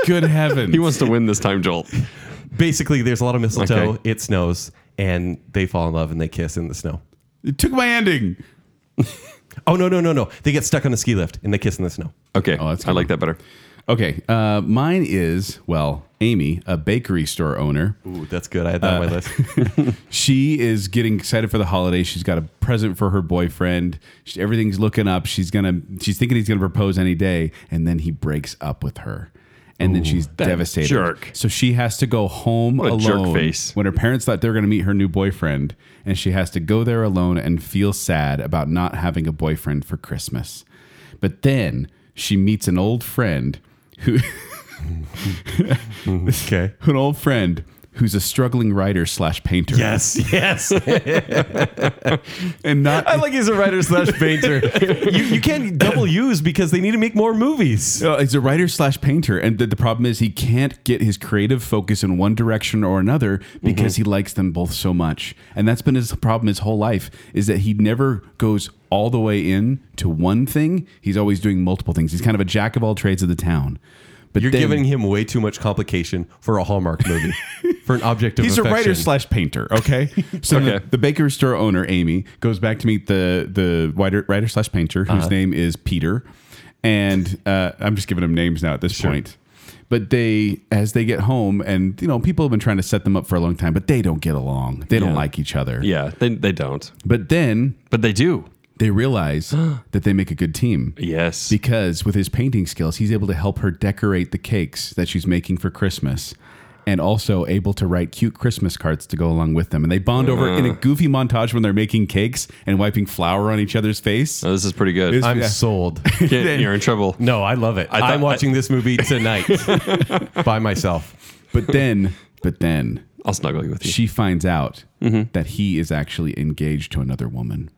C: Good heavens.
D: He wants to win this time, Joel.
B: Basically, there's a lot of mistletoe.
D: Okay.
B: It snows, and they fall in love and they kiss in the snow.
C: it took my ending.
B: Oh no, no, no, no! They get stuck on the ski lift and they kiss in the snow.
D: Okay,
C: Oh, that's
D: I
C: good.
D: like that better.
C: Okay. Uh, mine is, well, Amy, a bakery store owner.
B: Ooh, that's good. I had that on my list.
C: She is getting excited for the holiday. She's got a present for her boyfriend. She, everything's looking up. She's gonna. She's thinking he's gonna propose any day, and then he breaks up with her, and then she's devastated.
D: jerk.
C: So she has to go home
D: What a jerk
C: alone.
D: face.
C: When her parents thought they were gonna meet her new boyfriend, and she has to go there alone and feel sad about not having a boyfriend for Christmas. But then she meets an old friend who.
B: okay.
C: an old friend who's a struggling writer slash painter.
B: Yes, yes.
C: and not
B: I like he's a writer slash painter. you, you can't double use because they need to make more movies.
C: Uh, he's a writer slash painter, and the, the problem is he can't get his creative focus in one direction or another because
B: Mm-hmm.
C: he likes them both so much, and that's been his problem his whole life. Is that he never goes all the way in to one thing. He's always doing multiple things. He's kind of a jack of all trades of the town. But
B: You're
C: then-
B: giving him way too much complication for a Hallmark movie, for an object of
C: He's a writer
B: affection.
C: slash painter. Okay, so
D: Okay.
C: The, the bakery store owner Amy goes back to meet the the writer writer slash painter
D: Uh-huh.
C: whose name is Peter, and uh, I'm just giving him names now at this point. But they, as they get home, and you know, people have been trying to set them up for a long time, but they don't get along. They don't
D: Yeah.
C: like each other.
D: Yeah, they, they don't,
C: But then
D: but they do.
C: they realize that they make a good team.
D: Yes.
C: Because with his painting skills, he's able to help her decorate the cakes that she's making for Christmas and also able to write cute Christmas cards to go along with them. And they bond over in a goofy montage when they're making cakes and wiping flour on each other's face.
D: Oh, this is pretty good.
C: It's-
B: I'm
C: Yeah.
B: sold.
D: Kent, you're in trouble.
B: No, I love it.
D: thought-
B: I'm watching this movie tonight by myself.
C: But then, but then
D: I'll snuggle you with you.
C: she finds out
D: Mm-hmm.
C: that he is actually engaged to another woman.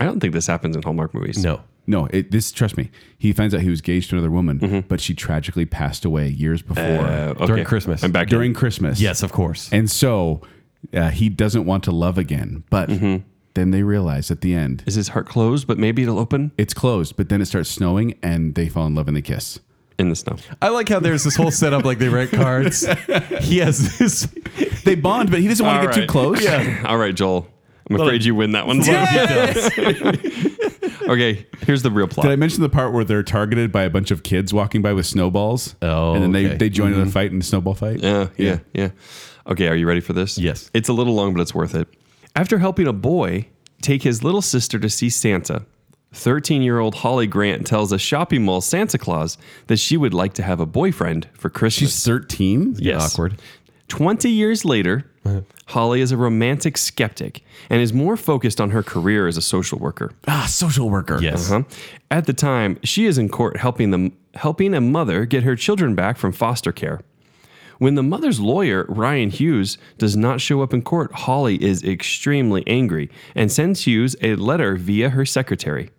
D: I don't think this happens in Hallmark movies.
B: No.
C: No, it, this trust me. He finds out he was engaged to another woman, but she tragically passed away years before
D: Mm-hmm. Uh, okay.
B: During Christmas.
D: I'm back.
C: during Christmas.
B: Yes, of course.
C: And so uh, he doesn't want to love again. But
D: Mm-hmm.
C: then they realize at the end
D: Is his heart closed? But maybe it'll open
C: it's closed, but then it starts snowing and they fall in love and they kiss.
D: in the snow.
B: I like how there's this whole setup like they rent cards. he has this.
C: They bond, but he doesn't want to
D: All
C: get
D: right.
C: too close.
D: All right, Joel. I'm afraid you win that one. okay, here's the real plot.
C: Did I mention the part where they're targeted by a bunch of kids walking by with snowballs?
B: Oh,
C: and then they,
B: okay.
C: they join in a fight in a snowball fight.
D: Mm-hmm. Yeah, yeah, yeah. Okay, are you ready for this?
B: Yes.
D: It's a little long, but it's worth it. After helping a boy take his little sister to see Santa, 13 year old Holly Grant tells a shopping mall Santa Claus that she would like to have a boyfriend for Christmas.
C: She's 13.
D: Yes.
B: Awkward.
D: 20 years later, Holly is a romantic skeptic and is more focused on her career as a social worker.
C: Ah, social worker.
B: Yes.
D: Uh-huh. At the time, she is in court helping them helping a mother get her children back from foster care. When the mother's lawyer, Ryan Hughes, does not show up in court, Holly is extremely angry and sends Hughes a letter via her secretary.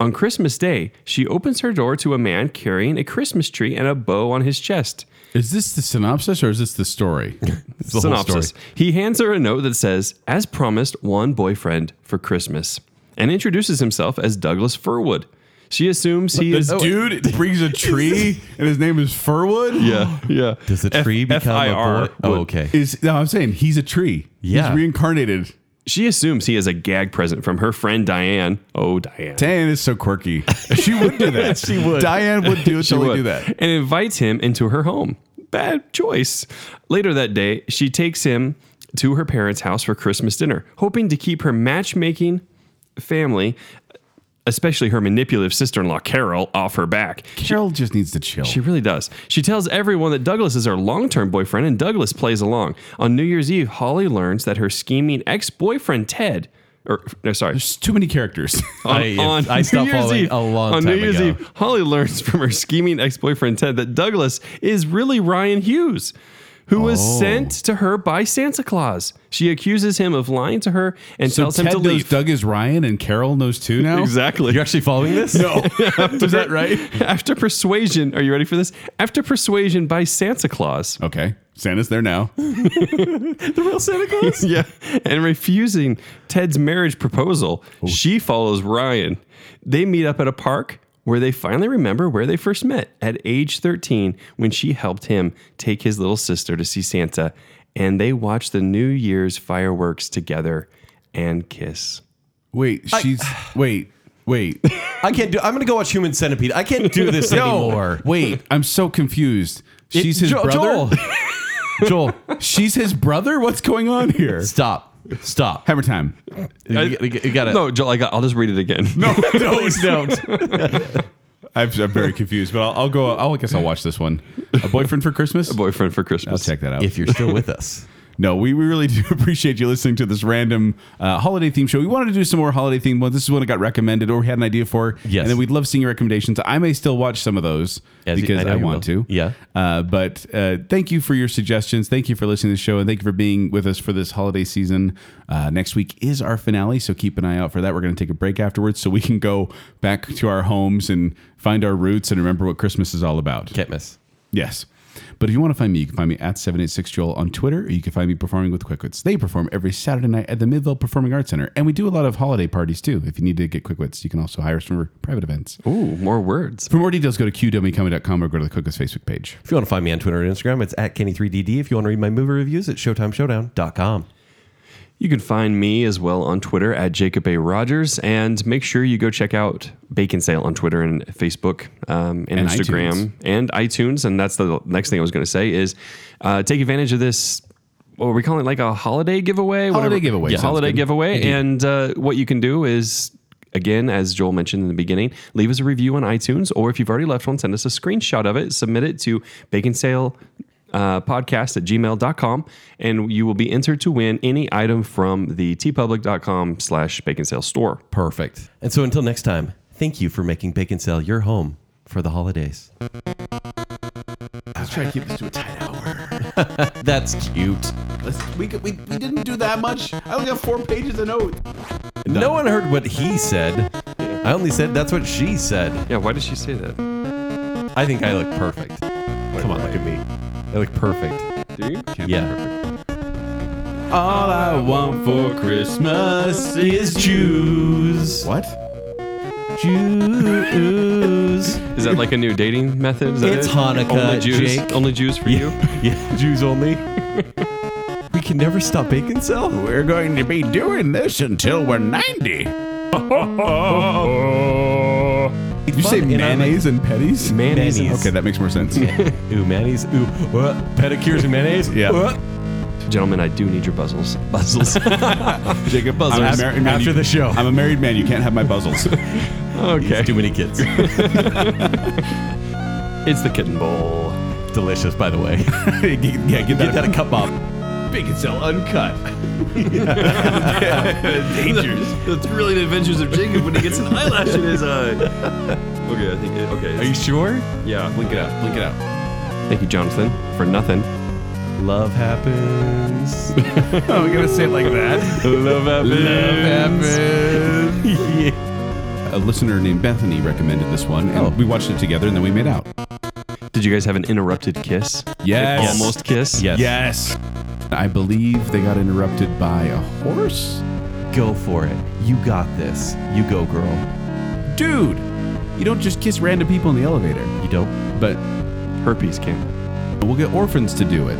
D: On Christmas Day, she opens her door to a man carrying a Christmas tree and a bow on his chest.
C: Is this the synopsis or is this the story? It's the whole
D: Synopsis.
C: story.
D: He hands her a note that says, As promised, one boyfriend for Christmas, and introduces himself as Douglas Furwood. She assumes he
C: This
D: is. oh,
C: dude brings a tree and his name is Furwood.
D: Yeah, yeah.
B: Does the tree
D: F-
B: become
D: FIR
B: a boy? Oh,
D: would-
B: okay.
C: Is no, I'm saying he's a tree.
B: Yeah.
C: He's reincarnated.
D: She assumes he is a gag present from her friend Diane. Oh, Diane.
C: Diane is so quirky. She would do that. she would. Diane would do it.
D: She
C: totally
D: would.
C: do that.
D: And invites him into her home. Bad choice. Later that day, she takes him to her parents' house for Christmas dinner, hoping to keep her matchmaking family, especially her manipulative sister in law, Carol, off her back.
C: Carol just needs to chill.
D: She really does. She tells everyone that Douglas is her long term boyfriend, and Douglas plays along. On New Year's Eve, Holly learns that her scheming ex boyfriend, Ted, or no, sorry,
C: There's too many characters.
B: I- I stopped following a long
D: on
B: time
D: New Year's
B: ago.
D: Eve, Holly learns from her scheming ex-boyfriend Ted that Douglas is really Ryan Hughes, who was sent to her by Santa Claus. She accuses him of lying to her and
C: so
D: tells
C: Ted
D: him to
C: knows
D: leave.
C: Doug is Ryan and Carol knows too now.
D: Exactly.
B: You're actually following this?
C: No. is that right?
D: After persuasion, are you ready for this? After persuasion by Santa Claus,
C: Okay. Santa's there now.
B: the real Santa Claus?
D: yeah, and refusing Ted's marriage proposal, she follows Ryan. They meet up at a park where they finally remember where they first met at age 13 when she helped him take his little sister to see Santa and they watch the New Year's fireworks together and kiss.
C: Wait, she's wait, wait.
B: I can't do I'm gonna go watch Human Centipede. I can't do this anymore.
C: Wait, I'm so confused.
B: It-
C: She's his
B: Jo-
C: brother.
B: Joel. Joel,
C: She's his brother? What's going on here?
B: stop. Stop.
C: Hammer time.
B: You, you- you gotta
D: No, Joel, I got, I'll just read it again. No.
B: please don't.
C: I'm, I'm very confused, but I'll, I'll go. I'll, I guess I'll watch this one. A boyfriend for Christmas.
D: Boyfriend for
C: I'll
D: Christmas.
C: check that out.
B: if you're still with us.
C: No, we, we really do appreciate you listening to this random uh, holiday themed show. We wanted to do some more holiday themed ones. This is one that got recommended or we had an idea for.
B: Yes.
C: And then we'd love seeing your recommendations. I may still watch some of those
B: As you-
C: because
B: I know
C: I,
B: you
C: want
B: will.
C: to.
B: Yeah.
C: Uh, but uh, thank you for your suggestions. Thank you for listening to the show. And thank you for being with us for this holiday season. Uh, next week is our finale. So keep an eye out for that. We're going to take a break afterwards so we can go back to our homes and find our roots and remember what Christmas is all about.
B: Can't miss.
C: Yes. But if you want to find me, you can find me at 786Joel on Twitter, or you can find me performing with Quickwits. They perform every Saturday night at the Midville Performing Arts Center. And we do a lot of holiday parties too. If you need to get Quickwits, you can also hire us for private events.
D: Ooh, more words.
C: For more details, go to qwcomedy.com or go to the Quickwits Facebook page.
B: If you want to find me on Twitter and Instagram, it's at Kenny3DD. If you want to read my movie reviews, it's ShowtimeShowdown.com.
D: You can find me as well on Twitter at Jacob A. Rogers, and make sure you go check out Bacon Sale on Twitter and Facebook um, and,
C: And
D: Instagram
C: iTunes.
D: and iTunes. And that's the next thing I was going to say is uh, take advantage of this. What are we calling it? Like a holiday giveaway?
C: Holiday giveaway
D: Yeah,
C: sounds
D: holiday
C: good.
D: giveaway. And uh, what you can do is, again, as Joel mentioned in the beginning, leave us a review on iTunes, or if you've already left one, send us a screenshot of it, submit it to Bacon Sale uh, podcast at gmail.com and you will be entered to win any item from the tpublic.com slash bacon sale store
B: Perfect. And so until next time, thank you for making Bacon Sale your home for the holidays.
C: Let's try to keep this to a tight hour.
B: That's cute.
C: Let's, we, could- we, we didn't do that much. I only got four pages of notes.
B: No one heard what he said. I only said that's what she said.
D: yeah why did she say that
B: I think I look perfect. Come on, look at me. I look perfect.
D: do you
B: Yeah.
C: All I want for Christmas
B: Is Jews.
C: What?
B: Jews.
D: is that like a new dating method is that
B: It's
D: it?
B: Hanukkah,
D: only jews
B: Jake.
D: only jews for you
B: yeah, Jews only. we can never stop bacon cell?
C: We're going to be doing this until we're 90. Did you say
B: Fun in our-
C: mayonnaise and petties?
B: Mayonnaise. Mayonnaise.
C: Okay, that makes more sense.
B: Ooh, mayonnaise. Ooh, what? Pedicures and mayonnaise? Uh.
C: Yeah.
B: What?
D: Gentlemen, I do need your buzzles. Buzzles.
C: Jacob,
D: buzzers.
C: I'm a married man.
B: After
C: You-
B: the show.
C: I'm a married man. You can't have my buzzles.
D: okay.
B: Too many kids.
D: It's the kitten bowl.
B: Delicious, by the way.
C: yeah, get
B: Get that a cup off.
C: bacon cell uncut. Dangerous.
D: the thrilling adventures of Jacob when he gets an eyelash in his eye. Okay, I think it, okay.
B: Are you sure?
D: yeah, blink it out.
C: Blink it out.
D: Thank you, Jonathan, for nothing.
B: Love happens.
C: Oh, we're gonna say it like that.
D: Love
C: A listener named Bethany recommended this one, and
B: Oh.
C: we watched it together, and then we made out.
D: Did you guys have an interrupted kiss?
C: Yes.
D: Like almost kiss?
B: Yes.
C: Yes. I believe they got interrupted by a horse.
B: Go for it. You got this. You go, girl.
C: Dude, you don't just kiss random people in the elevator.
B: You don't.
C: But
D: Herpes can.
C: we'll get orphans to do it.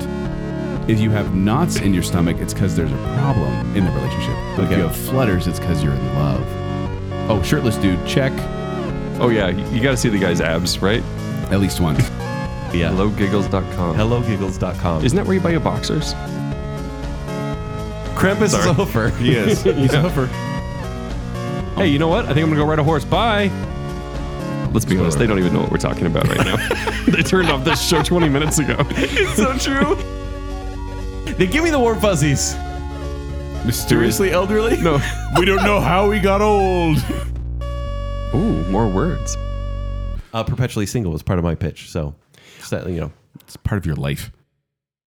C: If you have knots in your stomach, it's because there's a problem in the relationship. But if
B: Okay.
C: you have flutters, it's because you're in love. Oh, shirtless dude, check
D: Oh, yeah. You, you got to see the guy's abs, right?
C: at least once.
B: Yeah.
D: HelloGiggles.com.
B: HelloGiggles.com.
D: Isn't that where you buy your boxers?
B: Krampus
D: Sorry.
B: is over.
C: He is.
B: He's over.
D: Hey, you know what? I think I'm gonna go ride a horse. Bye. Let's be honest, they don't even know what we're talking about right now. they turned off this show 20 minutes ago. It's so true.
B: They give me the warm fuzzies. Mysteriously elderly?
D: No.
C: we don't know how we got old.
D: Ooh, more words.
B: Uh, perpetually single was part of my pitch, so, so, you know.
C: It's part of your life.